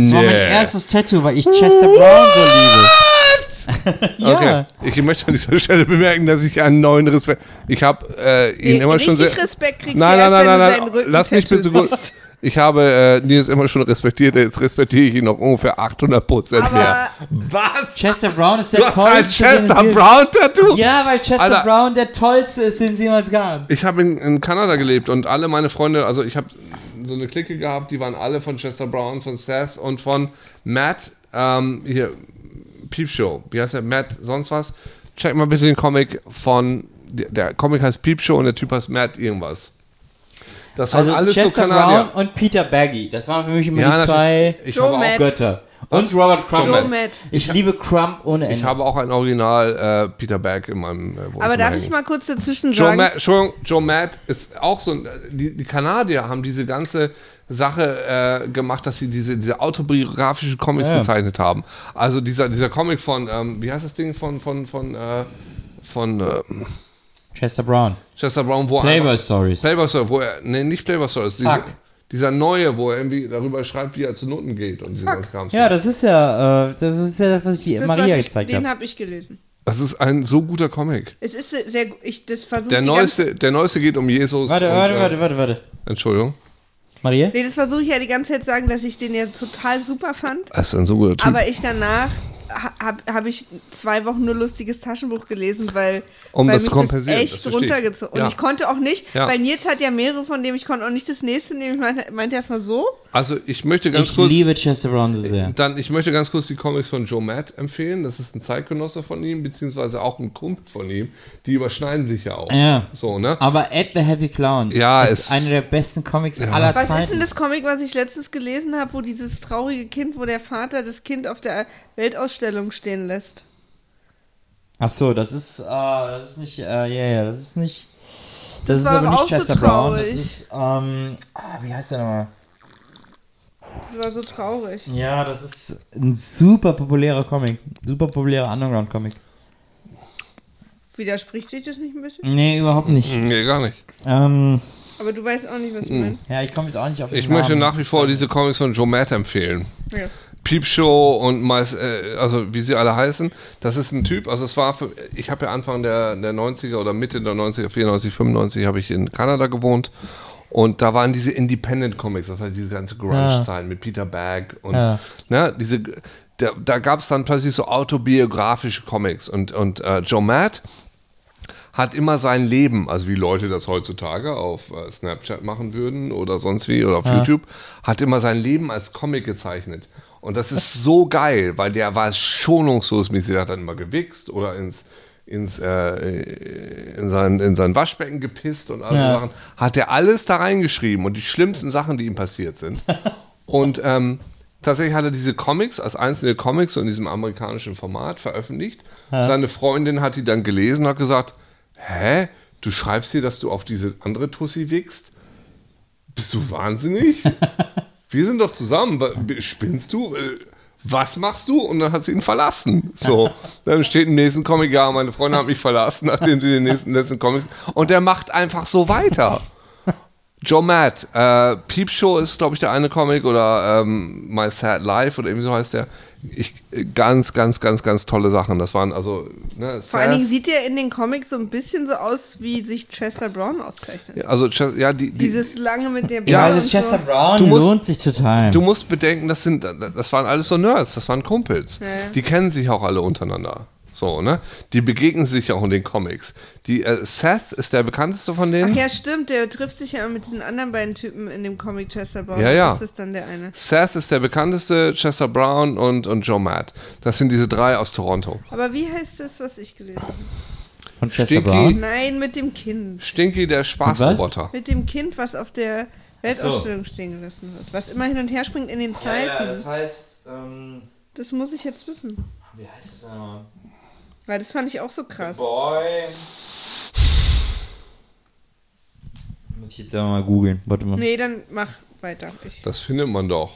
D: Das war mein
C: yeah.
D: erstes Tattoo, weil ich Chester Brown so liebe. ja.
C: Okay. Ich möchte an dieser Stelle bemerken, dass ich einen neuen Respekt. Ich habe äh, ihn
B: Nee,
C: immer schon sehr.
B: richtig Respekt kriegst
C: nein,
B: du erst,
C: nein, nein,
B: wenn du
C: nein,
B: seinen
C: nein.
B: Rücken
C: Lass mich bitte
B: tätowierst.
C: gut. Ich habe äh, Nils immer schon respektiert, jetzt respektiere ich ihn noch ungefähr 800 Prozent
B: Aber äh,
C: mehr. Was?
D: Chester Brown ist der
C: Du hast
D: tollste.
C: ein
D: den es
C: Chester
D: je-
C: Brown-Tattoo?
D: Ja, weil Chester
C: Alter.
D: Brown der tollste ist, den es jemals gab.
C: Ich habe in, in Kanada gelebt und alle meine Freunde, also ich habe so eine Clique gehabt, die waren alle von Chester Brown, von Seth und von Matt, ähm, hier, Peep Show, wie heißt er, Matt, sonst was. Check mal bitte den Comic von, der, der Comic heißt Peep Show und der Typ heißt Matt irgendwas. Das waren
D: Also
C: alles
D: Chester
C: so Kanadier.
D: Brown und Peter Baggy. Das waren für mich immer
C: ja,
D: die
C: natürlich.
D: zwei
C: ich
B: Joe
C: habe auch,
B: Matt.
D: Götter.
G: Und Robert Crumb.
C: Moment.
B: Matt.
G: Ich liebe Crumb ohne Ende.
C: Ich habe auch ein Original äh, Peter Berg in meinem äh, Wohnzimmer
B: Aber darf
C: hängen.
B: ich mal kurz dazwischen
C: Joe
B: sagen?
C: Matt, Entschuldigung, Joe Matt ist auch so ein. Die, die Kanadier haben diese ganze Sache äh, gemacht, dass sie diese, diese autobiografischen Comics gezeichnet haben. Also dieser, dieser Comic von, ähm, wie heißt das Ding von, von, von, äh, von äh,
G: Chester Brown.
C: Chester Brown, wo
G: Playboy
C: einfach-
G: Stories.
C: Playboy Stories, wo er, nee, nicht Playboy Stories, diese,
G: Fuck.
C: dieser neue, wo er irgendwie darüber schreibt, wie er zu Noten geht und dieses Kram.
G: Ja, das ist ja, äh, das ist ja das, was ich die
B: das,
G: Maria
B: was ich,
G: gezeigt
B: den
G: habe.
B: habe hab ich gelesen.
C: Das ist ein so guter Comic.
B: Es ist sehr gu- ich das versuche
C: Der
B: ich die
C: neueste, der neueste geht um Jesus.
G: Warte,
C: und,
G: warte,
C: äh,
G: warte, warte, warte.
C: Entschuldigung.
G: Maria?
B: ganze, Nee, das versuche ich ja die ganze Zeit zu sagen, dass ich den ja total super fand,
C: Das ist ein so guter Typ.
B: aber ich danach habe hab ich zwei Wochen nur lustiges Taschenbuch gelesen, weil,
C: Um
B: weil
C: das
B: mich
C: zu kompensieren, das
B: echt
C: verstehe ich.
B: runtergezogen. Und
C: Ja.
B: ich konnte auch nicht,
C: Ja.
B: weil Nils hat ja mehrere von dem, ich konnte auch nicht das nächste nehmen. Ich meinte, meinte erstmal so.
C: Also ich möchte ganz
G: Ich
C: kurz.
G: liebe Chester Brown so sehr.
C: Dann, ich möchte ganz kurz die Comics von Joe Matt empfehlen. Das ist ein Zeitgenosse von ihm, beziehungsweise auch ein Kumpel von ihm. Die überschneiden sich ja auch.
G: Ja.
C: So, ne?
G: Aber Ed the Happy Clown
C: Ja,
G: ist
C: es-
G: einer der besten Comics aller
B: Was ist denn
G: Zeiten.
B: das Comic, was ich letztens gelesen habe, wo dieses traurige Kind, wo der Vater das Kind auf der Weltausstellung stehen lässt?
G: Ach so, das ist, äh, das ist nicht, äh, ja, ja, das ist nicht, das,
B: war
G: ist aber
B: doch
G: nicht
B: auch so
G: Chester Brown, das
B: traurig.
G: ist, ähm, ah, wie heißt der nochmal?
B: Das war so traurig.
G: Ja, das ist ein super populärer Comic, super populärer Underground-Comic.
B: Widerspricht sich das nicht ein bisschen?
G: Nee, überhaupt nicht.
C: Nee, gar nicht.
G: Ähm,
B: Aber du weißt auch nicht, was ich
C: Hm.
B: meine.
G: ja, ich komme jetzt auch nicht auf den
C: Ich möchte
G: Namen.
C: nach wie vor diese Comics von Joe Matt empfehlen.
B: Ja.
C: Peepshow und meist, äh, also wie sie alle heißen, das ist ein Typ, also es war, für, ich habe ja Anfang der, der 90er oder Mitte der 90er, 94, 95 habe ich in Kanada gewohnt und da waren diese Independent Comics, das heißt diese ganze Grunge-Zahlen mit Peter Berg und
G: Ja.
C: ne, diese, da, da gab es dann plötzlich so autobiografische Comics und, und äh, Joe Matt hat immer sein Leben, also wie Leute das heutzutage auf äh, Snapchat machen würden oder sonst wie oder auf YouTube, hat immer sein Leben als Comic gezeichnet. Und das ist so geil, weil der war schonungslos mäßig, der hat dann immer gewichst oder ins, ins, äh, in, sein, in sein Waschbecken gepisst und all so Sachen. Hat er alles da reingeschrieben und die schlimmsten Sachen, die ihm passiert sind. Und ähm, tatsächlich hat er diese Comics als einzelne Comics so in diesem amerikanischen Format veröffentlicht. Seine Freundin hat die dann gelesen und hat gesagt, hä, du schreibst hier, dass du auf diese andere Tussi wickst? Bist du wahnsinnig? Wir sind doch zusammen. Wa- b- Spinnst du? Äh, Was machst du? Und dann hat sie ihn verlassen. So, dann steht im nächsten Comic, ja, meine Freundin hat mich verlassen, nachdem sie den nächsten letzten Comics. Und der macht einfach so weiter. Joe Matt, äh, Peep Show ist, glaube ich, der eine Comic oder ähm, My Sad Life oder irgendwie so heißt der. Ich, äh, ganz, ganz, ganz, ganz tolle Sachen. Das waren also. Ne,
B: Vor allen Dingen
C: Seth,
B: sieht er in den Comics so ein bisschen so aus, wie sich Chester Brown auszeichnet.
C: also, Ch- ja, die, die,
B: Dieses lange mit der
C: Ja,
B: Brille
G: Also
B: und
G: Chester
B: so.
G: Brown
C: Du musst-
G: lohnt sich total.
C: Du musst bedenken, das sind, das waren alles so Nerds, das waren Kumpels.
B: Ja.
C: Die kennen sich auch alle untereinander. So, ne? Die begegnen sich auch in den Comics. Die äh, Seth ist der bekannteste von denen.
B: Ach ja, stimmt, der trifft sich ja mit den anderen beiden Typen in dem Comic Chester Brown.
C: Ja, ja.
B: Das ist dann der eine.
C: Seth ist der bekannteste, Chester Brown und, und Joe Matt. Das sind diese drei aus Toronto.
B: Aber wie heißt das, was ich gelesen habe?
G: Von Chester
C: Stinky.
G: Brown.
B: Nein, mit dem Kind.
C: Stinky, der Spaßroboter.
B: Mit dem Kind, was auf der Weltausstellung stehen gelassen wird. Was immer hin und her springt in den Zeiten.
G: heißt, ähm,
B: das muss ich jetzt wissen.
G: wie heißt das nochmal?
B: Weil das fand ich auch so krass.
G: Boy. Muss ich jetzt aber mal googeln. Warte mal.
B: Nee, dann mach weiter. Ich,
C: Das findet man doch.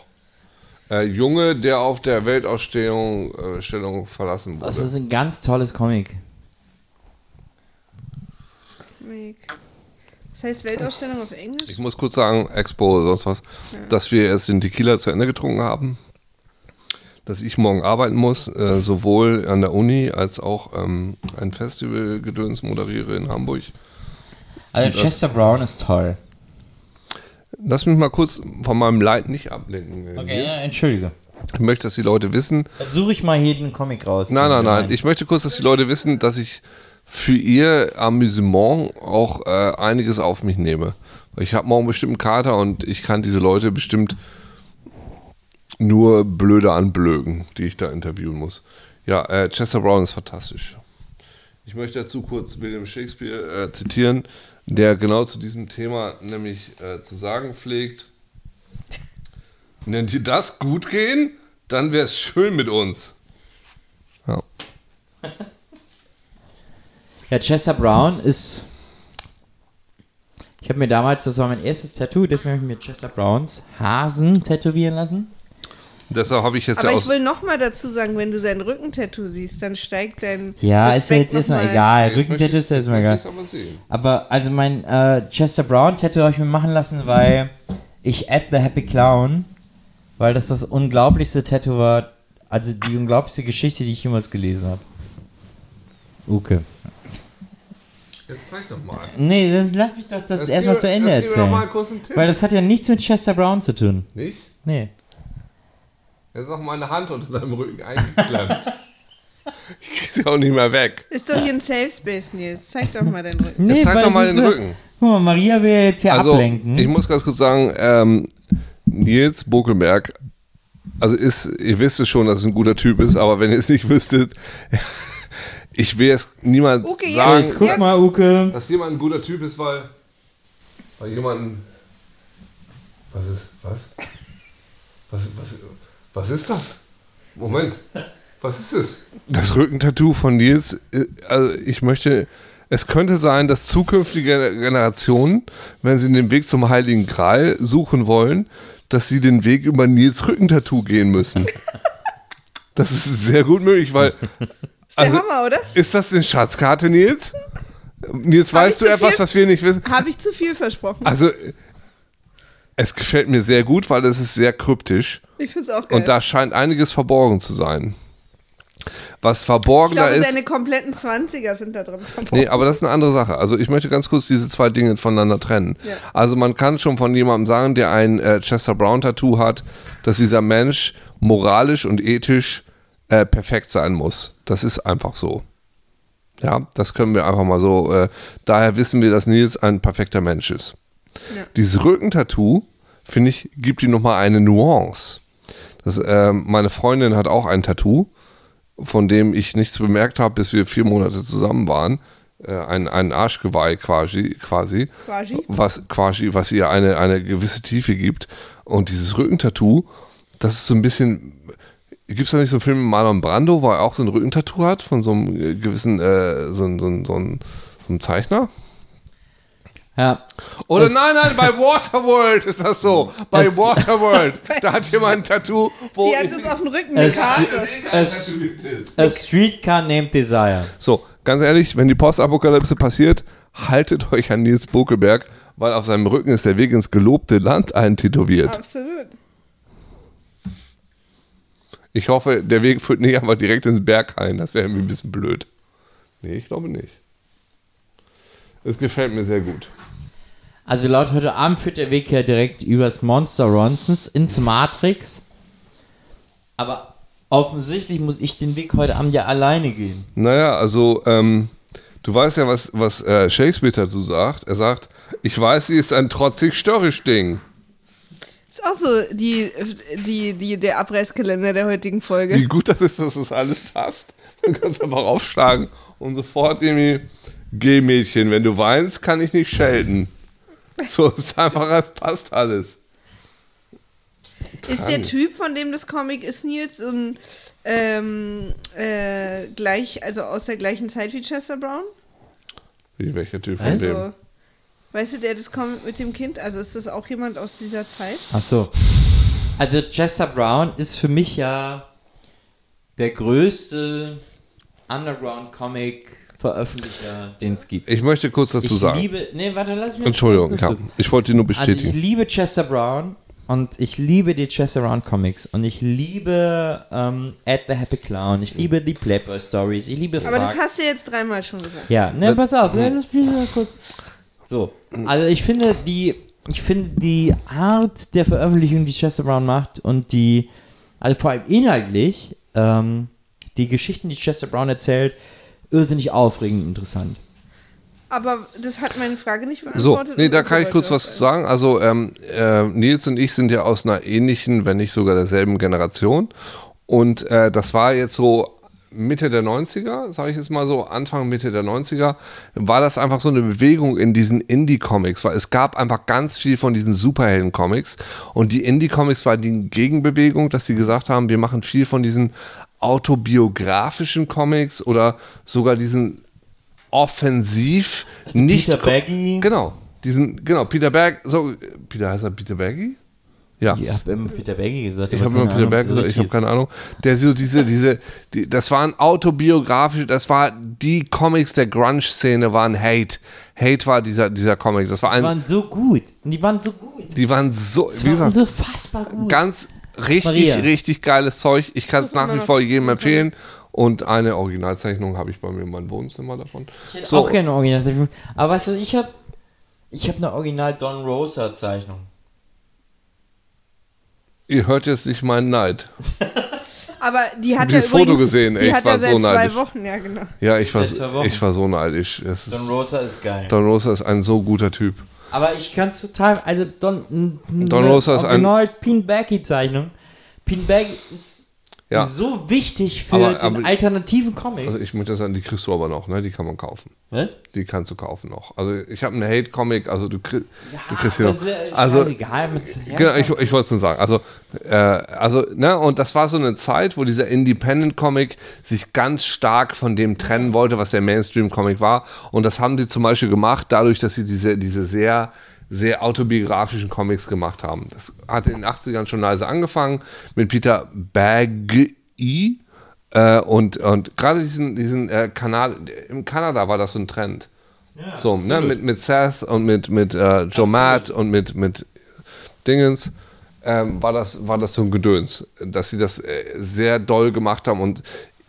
C: Äh, Junge, der auf der Weltausstellung äh, Stellung verlassen
G: Das
C: wurde.
G: ist ein ganz tolles Comic.
B: das heißt Weltausstellung auf Englisch?
C: Ich muss kurz sagen, Expo oder sonst was, dass wir jetzt den Tequila zu Ende getrunken haben, dass ich morgen arbeiten muss, äh, sowohl an der Uni als auch ähm, ein Festivalgedöns moderiere in Hamburg.
G: Also Chester Brown ist toll.
C: Lass mich mal kurz von meinem Leid nicht ablenken.
G: Okay, ja, entschuldige.
C: Ich möchte, dass die Leute wissen,
G: Dann suche ich mal hier den Comic raus.
C: Nein, nein, nein. Ich möchte kurz, dass die Leute wissen, dass ich für ihr Amüsement auch äh, einiges auf mich nehme. Ich habe morgen bestimmt einen Kater und ich kann diese Leute bestimmt nur blöde anblögen, die ich da interviewen muss. Ja, äh, Chester Brown ist fantastisch. Ich möchte dazu kurz William Shakespeare äh, zitieren, der genau zu diesem Thema nämlich äh, zu sagen pflegt, nennt ihr das gut gehen? dann wäre es schön mit uns. Ja.
D: Ja, Chester Brown ist. Ich habe mir damals, das war mein erstes Tattoo, deswegen habe ich mir Chester Browns Hasen tätowieren lassen.
C: Deshalb habe ich jetzt
B: Aber
C: ja
B: ich
C: aus.
B: will nochmal dazu sagen, wenn du sein Rückentattoo siehst, dann steigt dein.
D: Ja, ist mir
B: Respekt
D: jetzt erstmal
B: nochmal.
C: Jetzt
D: egal.
C: möchte ich-
D: Rückentattoo ist ja erstmal egal.
C: Ich aber sehen.
D: Aber also mein äh, Chester Brown Tattoo habe ich mir machen lassen, weil ich Ed the Happy Clown, weil das das unglaublichste Tattoo war, also die unglaublichste Geschichte, die ich jemals gelesen habe. Uke.
C: Jetzt zeig doch mal.
D: Nee, dann lass mich doch das
C: Jetzt
D: erstmal
C: gib-
D: zu Ende
C: jetzt gib mir doch
D: erzählen.
C: mal einen kurzen Tipp.
D: Weil das hat ja nichts mit Chester Brown zu tun.
C: Nicht?
D: Nee.
C: Jetzt noch meine Hand unter deinem Rücken eingeklemmt. ich krieg sie auch nicht mehr weg.
B: Ist doch hier ein Safe Space, Nils. Zeig doch mal deinen Rücken.
D: Nee,
C: Jetzt zeig
D: weil
C: doch mal
D: das
C: den
D: ist-
C: Rücken.
D: Guck mal, Maria will jetzt hier
C: Also,
D: ablenken.
C: ich muss ganz kurz sagen, ähm, Nils Bokelberg, also ist, ihr wisst es schon, dass es ein guter Typ ist, aber wenn ihr es nicht wüsstet, ich will jetzt niemand
B: Okay, jetzt-
C: sagen,
B: jetzt
D: Guck
B: Ja.
D: mal, Uke.
C: dass jemand ein guter Typ ist, weil, weil jemand. Was ist. Was? Was, was, was ist das? Moment. Was ist es? Das Rückentattoo von Nils, äh, also ich möchte. Es könnte sein, dass zukünftige Generationen, wenn sie den Weg zum Heiligen Gral suchen wollen, dass sie den Weg über Nils Rückentattoo gehen müssen. Das ist sehr gut möglich, weil.
B: Der
C: Also,
B: Hammer, oder?
C: ist das eine Schatzkarte, Nils? Nils,
B: Hab ich
C: weißt du
B: zu
C: etwas,
B: viel?
C: was wir nicht wissen?
B: Habe ich zu viel versprochen.
C: Also, es gefällt mir sehr gut, weil es ist sehr kryptisch
B: Ich finde es auch geil.
C: und da scheint einiges verborgen zu sein. Was
B: ich
C: verborgener
B: glaube,
C: ist.
B: seine kompletten 20er sind da drin.
C: Nee, aber das ist eine andere Sache. Also ich möchte ganz kurz diese zwei Dinge voneinander trennen.
B: Ja.
C: Also man kann schon von jemandem sagen, der ein äh, Chester Brown Tattoo hat, dass dieser Mensch moralisch und ethisch äh, perfekt sein muss. Das ist einfach so. Ja, das können wir einfach mal so. Äh, daher wissen wir, dass Nils ein perfekter Mensch ist. Dieses Rückentattoo, finde ich, gibt ihm nochmal eine Nuance. Das, ähm, meine Freundin hat auch ein Tattoo, von dem ich nichts bemerkt habe, bis wir vier Monate zusammen waren. Äh, ein, ein Arschgeweih quasi, quasi,
B: Quasi?
C: was quasi, was ihr eine, eine gewisse Tiefe gibt. Und dieses Rückentattoo, das ist so ein bisschen. Gibt es da nicht so einen Film mit Marlon Brando, wo er auch so ein Rückentattoo hat von so einem äh, gewissen, äh, so, ein- so, ein- so, ein- so einem Zeichner?
D: Ja.
C: Oder
D: Das-
C: nein, nein, bei Waterworld ist das so. Bei Waterworld. Da hat jemand ein Tattoo, wo.
B: Sie hat es auf dem Rücken, eine
D: Es-
B: Karte.
D: Es- A Streetcar Named Desire.
C: So, ganz ehrlich, wenn die Postapokalypse passiert, haltet euch an Nils Bokeberg, weil auf seinem Rücken ist der Weg ins gelobte Land eintätowiert.
B: Absolut.
C: Ich hoffe, der Weg führt nicht einfach direkt ins Berghain. Das wäre irgendwie ein bisschen blöd. Nee, ich glaube nicht. Es gefällt mir sehr gut.
D: Also laut heute Abend führt der Weg ja direkt übers Monster Ronsons ins Matrix. Aber offensichtlich muss ich den Weg heute Abend ja alleine gehen.
C: Naja, also ähm, du weißt ja, was, was äh, Shakespeare dazu sagt. Er sagt, ich weiß, sie ist ein trotzig störrisch Ding.
B: Ist auch so die, die, die, der Abreißkalender der heutigen Folge.
C: Wie gut das ist, dass das alles passt. Du kannst einfach aufschlagen und sofort irgendwie, geh Mädchen, wenn du weinst, kann ich nicht schelten. So ist einfach, es passt alles.
B: Ist der Typ, von dem das Comic ist, Nils, so ein, ähm, äh, gleich, also aus der gleichen Zeit wie Chester Brown?
C: Wie welcher Typ von
D: Also,
C: dem?
B: So. Weißt du, der das Comic mit dem Kind? Also ist das auch jemand aus dieser Zeit?
D: Ach so. Also Chester Brown ist für mich ja der größte Underground-Comic-Veröffentlicher, den es gibt.
C: Ich möchte kurz dazu
D: ich
C: sagen.
D: liebe... Nee, warte, lass mich...
C: Entschuldigung, ja. ich wollte ihn nur
D: Also ich
C: bestätigen.
D: liebe Chester Brown und ich liebe die Chester Brown Comics und ich liebe ähm, Ed the Happy Clown, ich liebe die Playboy Stories, ich liebe
B: Aber das
D: Fuck.
B: hast du jetzt dreimal schon gesagt.
D: Ja, ne, pass auf, ne, das spiel ich mal kurz. So, also ich finde die, ich finde die Art der Veröffentlichung, die Chester Brown macht und die, also vor allem inhaltlich, ähm, die Geschichten, die Chester Brown erzählt, irrsinnig aufregend und interessant.
B: Aber das hat meine Frage nicht
C: So,
B: beantwortet.
C: nee,
B: und
C: da kann ich
B: wollte
C: kurz
B: auch
C: was zu sagen. Also ähm, äh, Nils und ich sind ja aus einer ähnlichen, wenn nicht sogar derselben Generation. Und äh, das war jetzt so Mitte der 90er, sage ich jetzt mal so, Anfang, Mitte der 90er, war das einfach so eine Bewegung in diesen Indie-Comics, weil es gab einfach ganz viel von diesen Superhelden-Comics und die Indie-Comics war die Gegenbewegung, dass sie gesagt haben, wir machen viel von diesen autobiografischen Comics oder sogar diesen offensiv nicht...
G: Peter Baggy.
C: Genau, diesen, genau, Peter Berg, so, Peter heißt er Peter Bergi? Ja.
G: Ich habe immer Peter Baggy gesagt.
C: Ich habe immer Peter Berg gesagt, ich habe keine Ahnung. Der so diese, diese, die, das waren autobiografische, das war die Comics der Grunge-Szene waren Hate. Hate war dieser, dieser Comic. Das war
G: Die
C: ein,
G: waren so gut. Und die waren so gut.
C: die waren so,
G: Die
C: wie
G: waren
C: gesagt,
G: so fassbar gut.
C: ganz richtig,
G: Maria.
C: richtig geiles Zeug. Ich kann es nach wie vor jedem empfehlen. Und eine Originalzeichnung habe ich bei mir in meinem Wohnzimmer davon.
G: Ich hätte
C: So.
G: auch gerne Original. Aber weißt du, ich habe ich hab eine Original Don Rosa Zeichnung.
C: Ihr hört jetzt nicht meinen Neid.
B: Aber die hat
C: Dieses
B: ja übrigens,
C: Foto gesehen, ey,
B: die hat
C: ich war
B: ja seit
C: so
B: zwei
C: neidisch.
B: Wochen, ja genau.
C: Ja, ich war,
G: Seit zwei Wochen.
C: ich war so neidisch. Es
G: Don
C: ist,
G: Rosa ist geil.
C: Don Rosa ist ein so guter Typ.
G: Aber ich kann es total. Also Don,
C: Don Rosa ist ein-
G: Original Pinbaggy Zeichnung. Pinbaggy ist
C: Ja.
G: so wichtig für
C: Aber-
G: den
C: aber-
G: alternativen Comic.
C: Also ich möchte sagen, die kriegst du aber noch, ne? Die kann man kaufen.
G: Was?
C: Die kannst du kaufen noch. Also ich habe eine Hate-Comic, also du, krieg, du kriegst hier
G: aber
C: noch.
G: Ah, ist ja
C: Also,
G: egal, wenn's
C: genau,
G: herkommt.
C: ich, ich wollte es nur sagen. Also, äh, also, ne, und das war so eine Zeit, wo dieser Independent-Comic sich ganz stark von dem trennen wollte, was der Mainstream-Comic war. Und das haben sie zum Beispiel gemacht, dadurch, dass sie diese, diese sehr sehr autobiografischen Comics gemacht haben. Das hatte in den 80ern schon leise angefangen mit Peter Baggy, äh, und, und gerade diesen, diesen äh, Kanal, in Kanada war das so ein Trend. so, ne, mit, mit Seth und mit, mit äh, Joe Matt und mit, mit Dingens ähm, war, das, war das so ein Gedöns, dass sie das äh, sehr doll gemacht haben. Und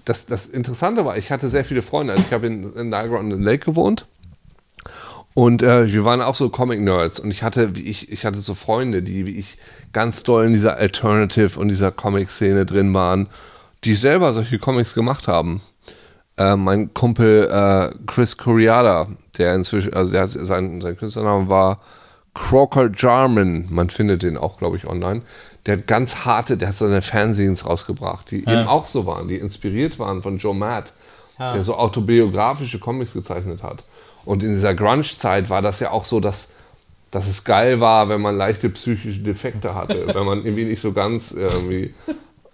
C: das, das Interessante war, ich hatte sehr viele Freunde. Also ich habe in, in Niagara on the Lake gewohnt. Und äh, wir waren auch so Comic-Nerds und ich hatte, wie ich, ich hatte so Freunde, die wie ich ganz doll in dieser Alternative und dieser Comic-Szene drin waren, die selber solche Comics gemacht haben. Äh, mein Kumpel äh, Chris Curiada, der inzwischen, also der, sein, sein Künstlername war Crocker Jarman, man findet den auch, glaube ich, online. Der hat ganz harte, der hat seine Fernsehens rausgebracht, die eben auch so waren, die inspiriert waren von Joe Matt, der so autobiografische Comics gezeichnet hat. Und in dieser Grunge-Zeit war das ja auch so, dass, dass es geil war, wenn man leichte psychische Defekte hatte, wenn man irgendwie nicht so ganz äh, irgendwie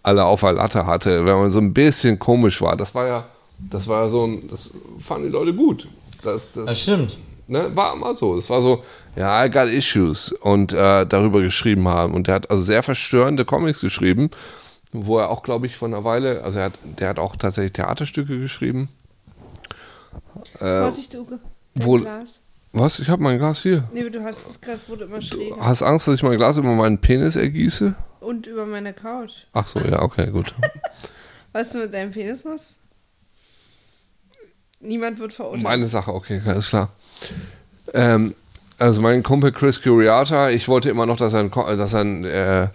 C: alle auf der Latte hatte, wenn man so ein bisschen komisch war. Das war ja, das war ja so ein, das fanden die Leute gut. Das, das,
G: Das stimmt.
C: ne, war immer so. Es war so, ja, I got issues und äh, darüber geschrieben haben. Und der hat also sehr verstörende Comics geschrieben, wo er auch, glaube ich, von einer Weile, also er hat, der hat auch tatsächlich Theaterstücke geschrieben.
B: Vorsicht, Uke. Dein
C: Äh, wohl-
B: Glas.
C: Was? Ich habe mein Glas hier.
B: Nee, du hast das Glas wurde immer schräger.
C: Hast Angst, dass ich mein Glas über meinen Penis ergieße?
B: Und über meine Couch.
C: Ach so, ja, okay, gut.
B: Was du mit deinem Penis machst? Niemand wird verurteilt.
C: Meine Sache, okay, alles klar. Ähm, also mein Kumpel Chris Curiata, ich wollte immer noch, dass er, einen, Ko- äh, dass er einen, äh, äh,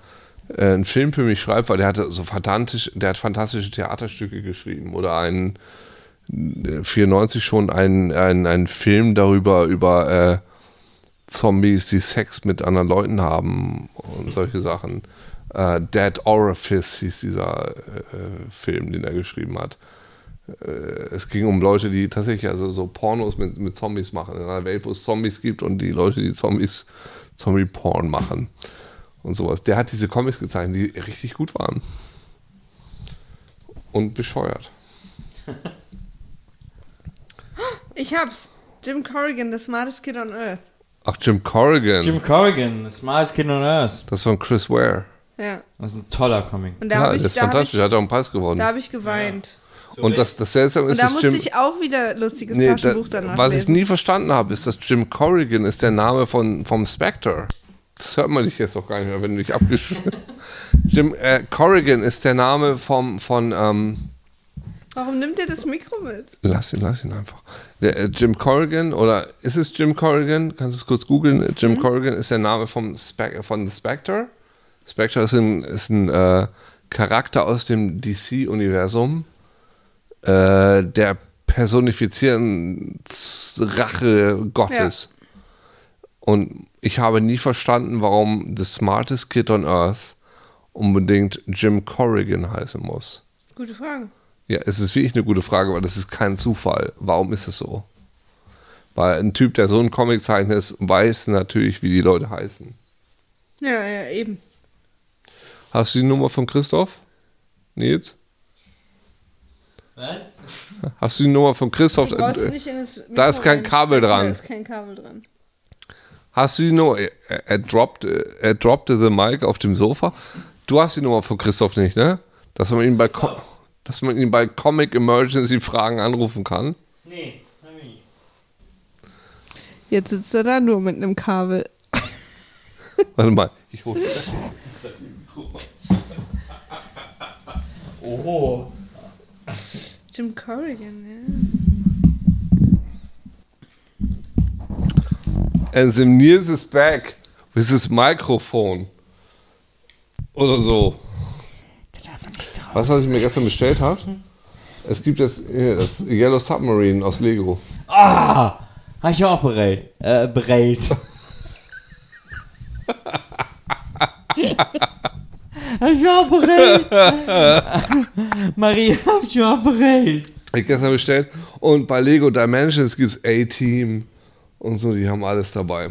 C: einen Film für mich schreibt, weil der hatte so fantastisch, der hat fantastische Theaterstücke geschrieben oder einen äh, 94 schon einen, einen, einen Film darüber über äh, Zombies, die Sex mit anderen Leuten haben und solche Sachen. Äh, Dead Orifice hieß dieser äh, Film, den er geschrieben hat es ging um Leute, die tatsächlich also so Pornos mit, mit Zombies machen. In einer Welt, wo es Zombies gibt und die Leute, die Zombies, Zombie-Porn machen und sowas. Der hat diese Comics gezeichnet, die richtig gut waren. Und bescheuert.
B: Ich hab's. Jim Corrigan, the smartest kid on earth.
C: Ach, Jim Corrigan.
G: Jim Corrigan, das Smartest Kid on Earth.
C: Das war von Chris Ware.
B: Ja.
G: Das ist ein toller Comic.
B: Und da
C: Ja,
B: habe
C: das
B: ich,
C: ist
B: da hab
C: fantastisch.
B: ich,
C: Der hat auch einen Preis
B: da
C: gewonnen.
B: hab ich geweint.
C: Und das, das Seltsame
B: Und
C: ist,
B: da
C: dass
B: musste
C: Jim.
B: ich auch wieder lustiges
C: nee, da,
B: Taschenbuch danach
C: was ich
B: lesen.
C: nie verstanden habe, ist, dass Jim Corrigan ist der Name von, vom Spectre. Das hört man dich jetzt auch gar nicht mehr, wenn du dich abgeschrieben Jim äh, Corrigan ist der Name vom, von ähm,
B: Warum nimmt ihr das Mikro mit?
C: Lass ihn, lass ihn einfach. Der, äh, Jim Corrigan, oder ist es Jim Corrigan? Kannst du es kurz googeln? Äh, Jim Corrigan ist der Name vom Spec von The Spectre. Spectre ist ein, ist ein äh, Charakter aus dem DC-Universum, äh, der personifizierten Z- Rache Gottes. Und ich habe nie verstanden, warum The Smartest Kid on Earth unbedingt Jim Corrigan heißen muss.
B: Gute Frage.
C: Ja, es ist wirklich eine gute Frage, weil das ist kein Zufall. Warum ist es so? Weil ein Typ, der so einen Comic zeichnet, ist, weiß natürlich, wie die Leute heißen.
B: Ja, ja, eben.
C: Hast du die Nummer von Christoph? Nils?
D: Was?
C: Hast du die Nummer von Christoph? da ist kein Kabel dran.
B: Da ist kein Kabel dran.
C: Hast du die Nummer? Er, er, droppt, er droppte the mic auf dem Sofa. Du hast die Nummer von Christoph nicht, ne? Dass man ihn bei, Com dass man ihn bei Comic Emergency Fragen anrufen kann.
D: Nee, hab ich nicht.
B: Jetzt sitzt er da nur mit einem Kabel.
C: Warte mal, ich hole.
D: Oho.
B: Jim Corrigan,
C: And the Nils is back with his Mikrofon. Oder so. Weißt du, was ich mir gestern bestellt habe? Es gibt das, äh, das Yellow Submarine aus Lego.
D: Ah! Hab ich auch berellt. Äh, berellt. hab ich auch berellt. Maria, hab ich auch berellt.
C: Hab ich gestern bestellt. Und bei Lego Dimensions gibt es A-Team und so, die haben alles dabei.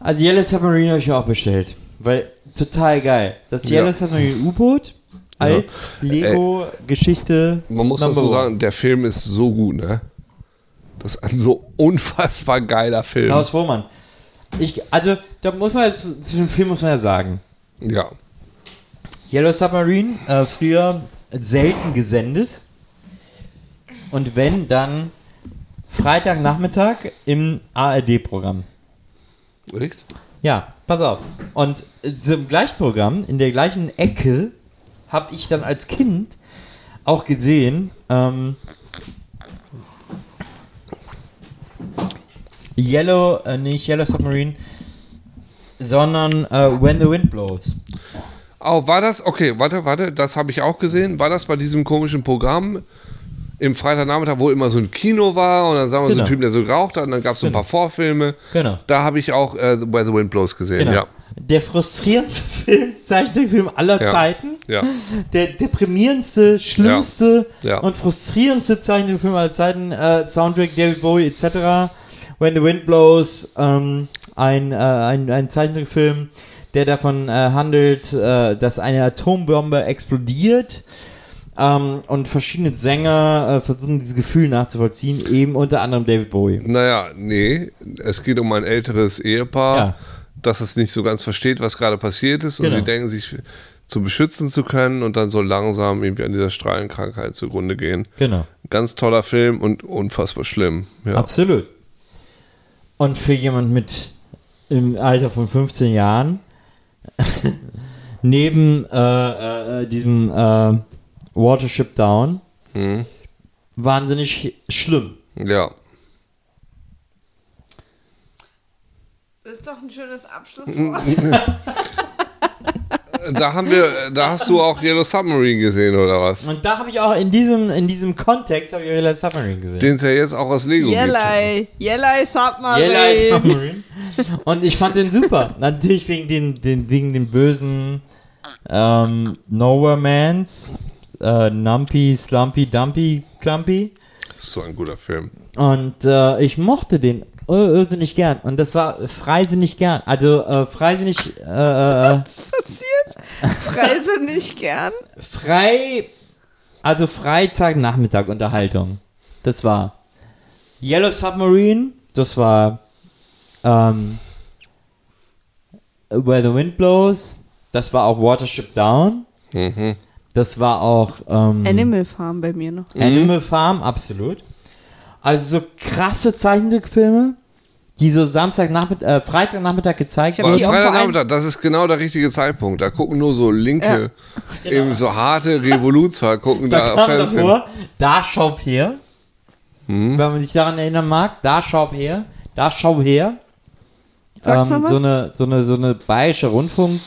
D: Also Yellow Submarine hab ich auch bestellt. Weil, total geil. Das Yellow
C: Ja.
D: Submarine U-Boot als Lego-Geschichte.
C: Man muss
D: Number
C: dazu
D: one.
C: sagen, der Film ist so gut, ne? Das ist ein so unfassbar geiler Film.
D: Klaus Roman. Ich, also, da muss man jetzt, zu dem Film muss man ja sagen.
C: Ja.
D: Yellow Submarine, äh, früher selten gesendet. Und wenn, dann Freitagnachmittag im ARD-Programm.
C: Echt?
D: Ja, pass auf. Und äh, im gleichen Programm, in der gleichen Ecke, habe ich dann als Kind auch gesehen, ähm, Yellow, äh, nicht Yellow Submarine, sondern äh, When the Wind Blows.
C: Oh, war das? Okay, warte, warte, das habe ich auch gesehen. War das bei diesem komischen Programm im Freitagnachmittag, wo immer so ein Kino war und dann sah man so einen
D: Genau.
C: Typen, der so geraucht hat und dann gab es so ein paar Vorfilme.
D: Genau.
C: Da habe ich auch äh, Where the Wind Blows gesehen,
D: Genau.
C: ja.
D: Der frustrierendste Film, Zeichentrickfilm aller
C: Ja.
D: Zeiten.
C: Ja.
D: Der deprimierendste, schlimmste
C: Ja. Ja.
D: und frustrierendste Zeichentrickfilm aller Zeiten. Äh, Soundtrack, David Bowie etc. When the Wind Blows, ähm, ein, äh, ein, ein Zeichentrickfilm, der davon äh, handelt, äh, dass eine Atombombe explodiert. Ähm, und verschiedene Sänger äh, versuchen dieses Gefühl nachzuvollziehen, eben unter anderem David Bowie.
C: Naja, nee, es geht um ein älteres Ehepaar,
D: Ja.
C: das es nicht so ganz versteht, was gerade passiert ist. Und
D: Genau.
C: sie denken, sich zu beschützen zu können und dann so langsam irgendwie an dieser Strahlenkrankheit zugrunde gehen.
D: Genau.
C: Ganz toller Film und unfassbar schlimm. Ja.
D: Absolut. Und für jemand mit im Alter von 15 Jahren neben äh, äh, diesem äh, Watership Down
C: Mhm.
D: wahnsinnig schlimm.
C: ja.
B: ne? Ist doch ein schönes Abschlusswort.
C: Da haben wir, da hast du auch Yellow Submarine gesehen, oder was?
D: Und da habe ich auch in diesem in diesem Kontext habe ich Yellow Submarine gesehen.
C: Den es ja jetzt auch aus Lego
B: Yellay. Yellay
D: Yellow
B: Submarine.
D: Submarine. Und ich fand den super. Natürlich wegen den, den wegen den bösen ähm, Nowhere Mans, äh, Numpy, Slumpy, Dumpy, Clumpy.
C: gibt. Ist so ein guter Film.
D: Und äh, ich mochte den ir- irrsinnig gern. Und das war äh, freisinnig gern. Also äh, freisinnig, äh, äh,
B: Passiert. Reise nicht gern.
D: frei, also Freitagnachmittag Unterhaltung. Das war Yellow Submarine, das war ähm, Where the Wind Blows, das war auch Watership Down,
C: Mhm.
D: das war auch ähm,
B: Animal Farm bei mir noch.
D: Animal Farm, absolut. Also so krasse Zeichentrickfilme, die so Samstagnachmittag, äh, Freitagnachmittag gezeigt
B: Ich hab
C: Aber
B: die auch vor allem-
C: Freitagnachmittag, das ist genau der richtige Zeitpunkt. Da gucken nur so linke, eben so harte Revoluzer, gucken da,
D: da kam das
C: Fernsehen. Hm?
D: vor, da schau her. Wenn man sich daran erinnern mag, da schau her, da schau her.
B: Sag's
D: Ähm,
B: nochmal.
D: so, eine, so, eine, so eine bayerische Rundfunk,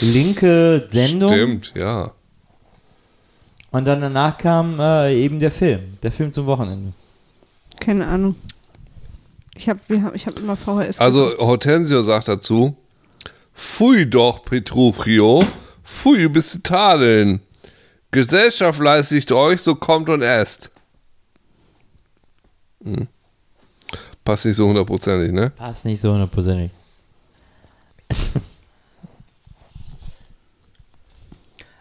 D: linke Sendung.
C: Stimmt, ja.
D: Und dann danach kam äh, eben der Film, der Film zum Wochenende.
B: Keine Ahnung. Ich habe hab, ich hab immer VHS.
C: Also Hortensio sagt dazu, Pfui doch, Petrufrio, pfui, bist du tadeln. Gesellschaft leistet euch, so kommt und esst. Hm. Passt nicht so hundertprozentig, ne?
D: Passt nicht so hundertprozentig.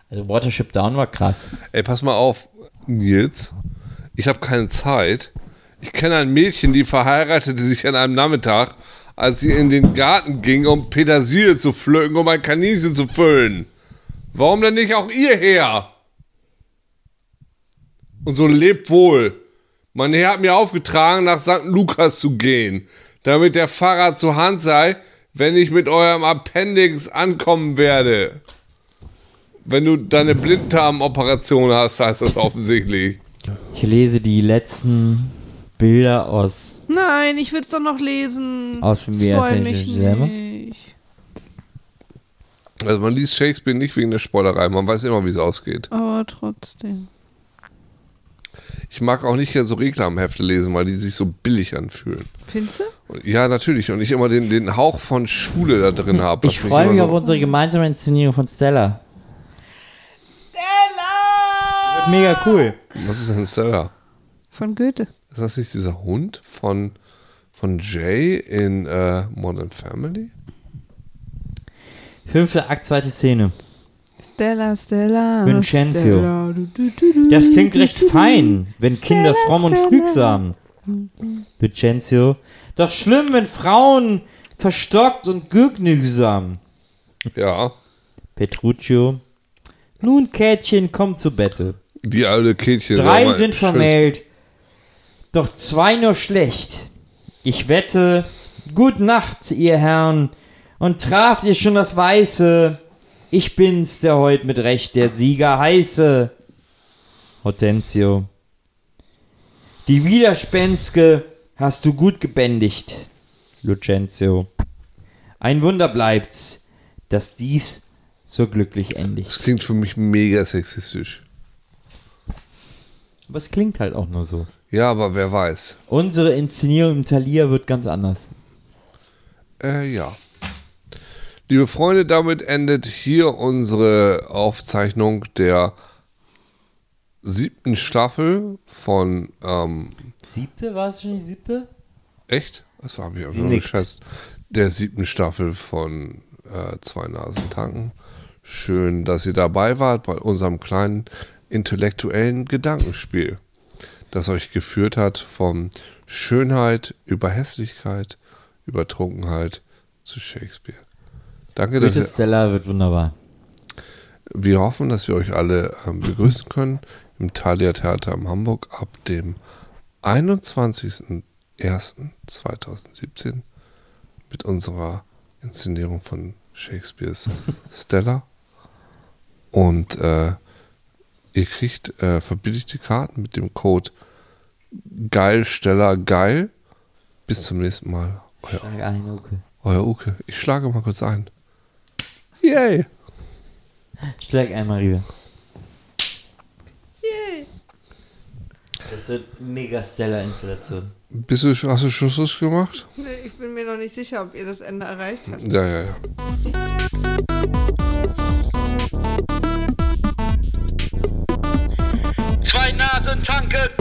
D: also Watership Down war krass.
C: Ey, pass mal auf, Nils. Ich habe keine Zeit. Ich kenne ein Mädchen, die verheiratete sich an einem Nachmittag, als sie in den Garten ging, um Petersilie zu pflücken, um ein Kaninchen zu füllen. Warum denn nicht auch ihr her? Und so lebt wohl. Mein Herr hat mir aufgetragen, nach St. Lukas zu gehen, damit der Pfarrer zur Hand sei, wenn ich mit eurem Appendix ankommen werde. Wenn du deine Blinddarmoperation hast, heißt das offensichtlich.
D: Ich lese die letzten Bilder aus.
B: Nein, ich will es doch noch lesen.
D: Aus dem
B: Spoil
D: BSL
B: mich
D: selber?
B: nicht.
C: Also man liest Shakespeare nicht wegen der Spoilerei, man weiß immer, wie es ausgeht.
B: Aber trotzdem.
C: Ich mag auch nicht gerne so Reklamhefte lesen, weil die sich so billig anfühlen.
B: Findest du?
C: Und, ja, natürlich. Und ich immer den, den Hauch von Schule da drin habe.
D: Ich freue mich auf unsere gemeinsame Inszenierung von Stella. Wird mega cool.
C: Was ist denn Stella?
B: Von Goethe.
C: Ist das nicht dieser Hund von, von Jay in äh, Modern Family?
D: Fünfte Akt, zweite Szene.
B: Stella, Stella.
D: Vincenzo.
B: Stella, du, du, du, du,
D: Das
B: du,
D: klingt
B: du,
D: recht
B: du, du.
D: fein, wenn Kinder
B: Stella,
D: fromm und
B: Stella.
D: fügsam. Vincenzo. Doch schlimm, wenn Frauen verstockt und genügsam.
C: Ja.
D: Petruccio. Nun, Kätchen, komm zu Bette.
C: Die alte Kätchen. sag
D: Drei
C: mal,
D: sind vermählt, doch zwei nur schlecht. Ich wette, gut Nacht, ihr Herren, und traft ihr schon das Weiße. Ich bin's, der heut mit Recht der Sieger heiße. Hortensio. Die Widerspenske hast du gut gebändigt, Lucentio. Ein Wunder bleibt's, dass dies so glücklich endigt.
C: Das klingt für mich mega sexistisch.
D: Aber es klingt halt auch nur so.
C: Ja, aber wer weiß.
D: Unsere Inszenierung im Thalia wird ganz anders.
C: Äh, ja. Liebe Freunde, damit endet hier unsere Aufzeichnung der siebten Staffel von ähm,
D: Siebte war es schon die siebte?
C: echt? Das habe ich
D: Sie
C: einfach nur
D: nickt.
C: geschätzt. Der siebten Staffel von äh, Zwei Nasen tanken. Schön, dass ihr dabei wart bei unserem kleinen intellektuellen Gedankenspiel, das euch geführt hat von Schönheit über Hässlichkeit, über Trunkenheit zu Shakespeare. Danke, dass
D: Bitte
C: ihr
D: Stella wird wunderbar.
C: Wir hoffen, dass wir euch alle ähm, begrüßen können im Thalia Theater in Hamburg ab dem 21.01.2017 mit unserer Inszenierung von Shakespeares Stella. Und äh, ihr kriegt äh, verbilligte Karten mit dem Code geil Stella geil. Bis zum nächsten Mal. Euer,
D: Sag ein, okay.
C: euer Uke. Ich schlage mal kurz ein. Yay!
D: Schlag einmal rüber. Das wird mega Stella-Installation.
C: Bist du, hast du schon Schluss gemacht?
B: Nee, Ich bin mir noch nicht sicher, ob ihr das Ende erreicht habt.
C: Ja, ja, ja.
E: Zwei Nasen tanken.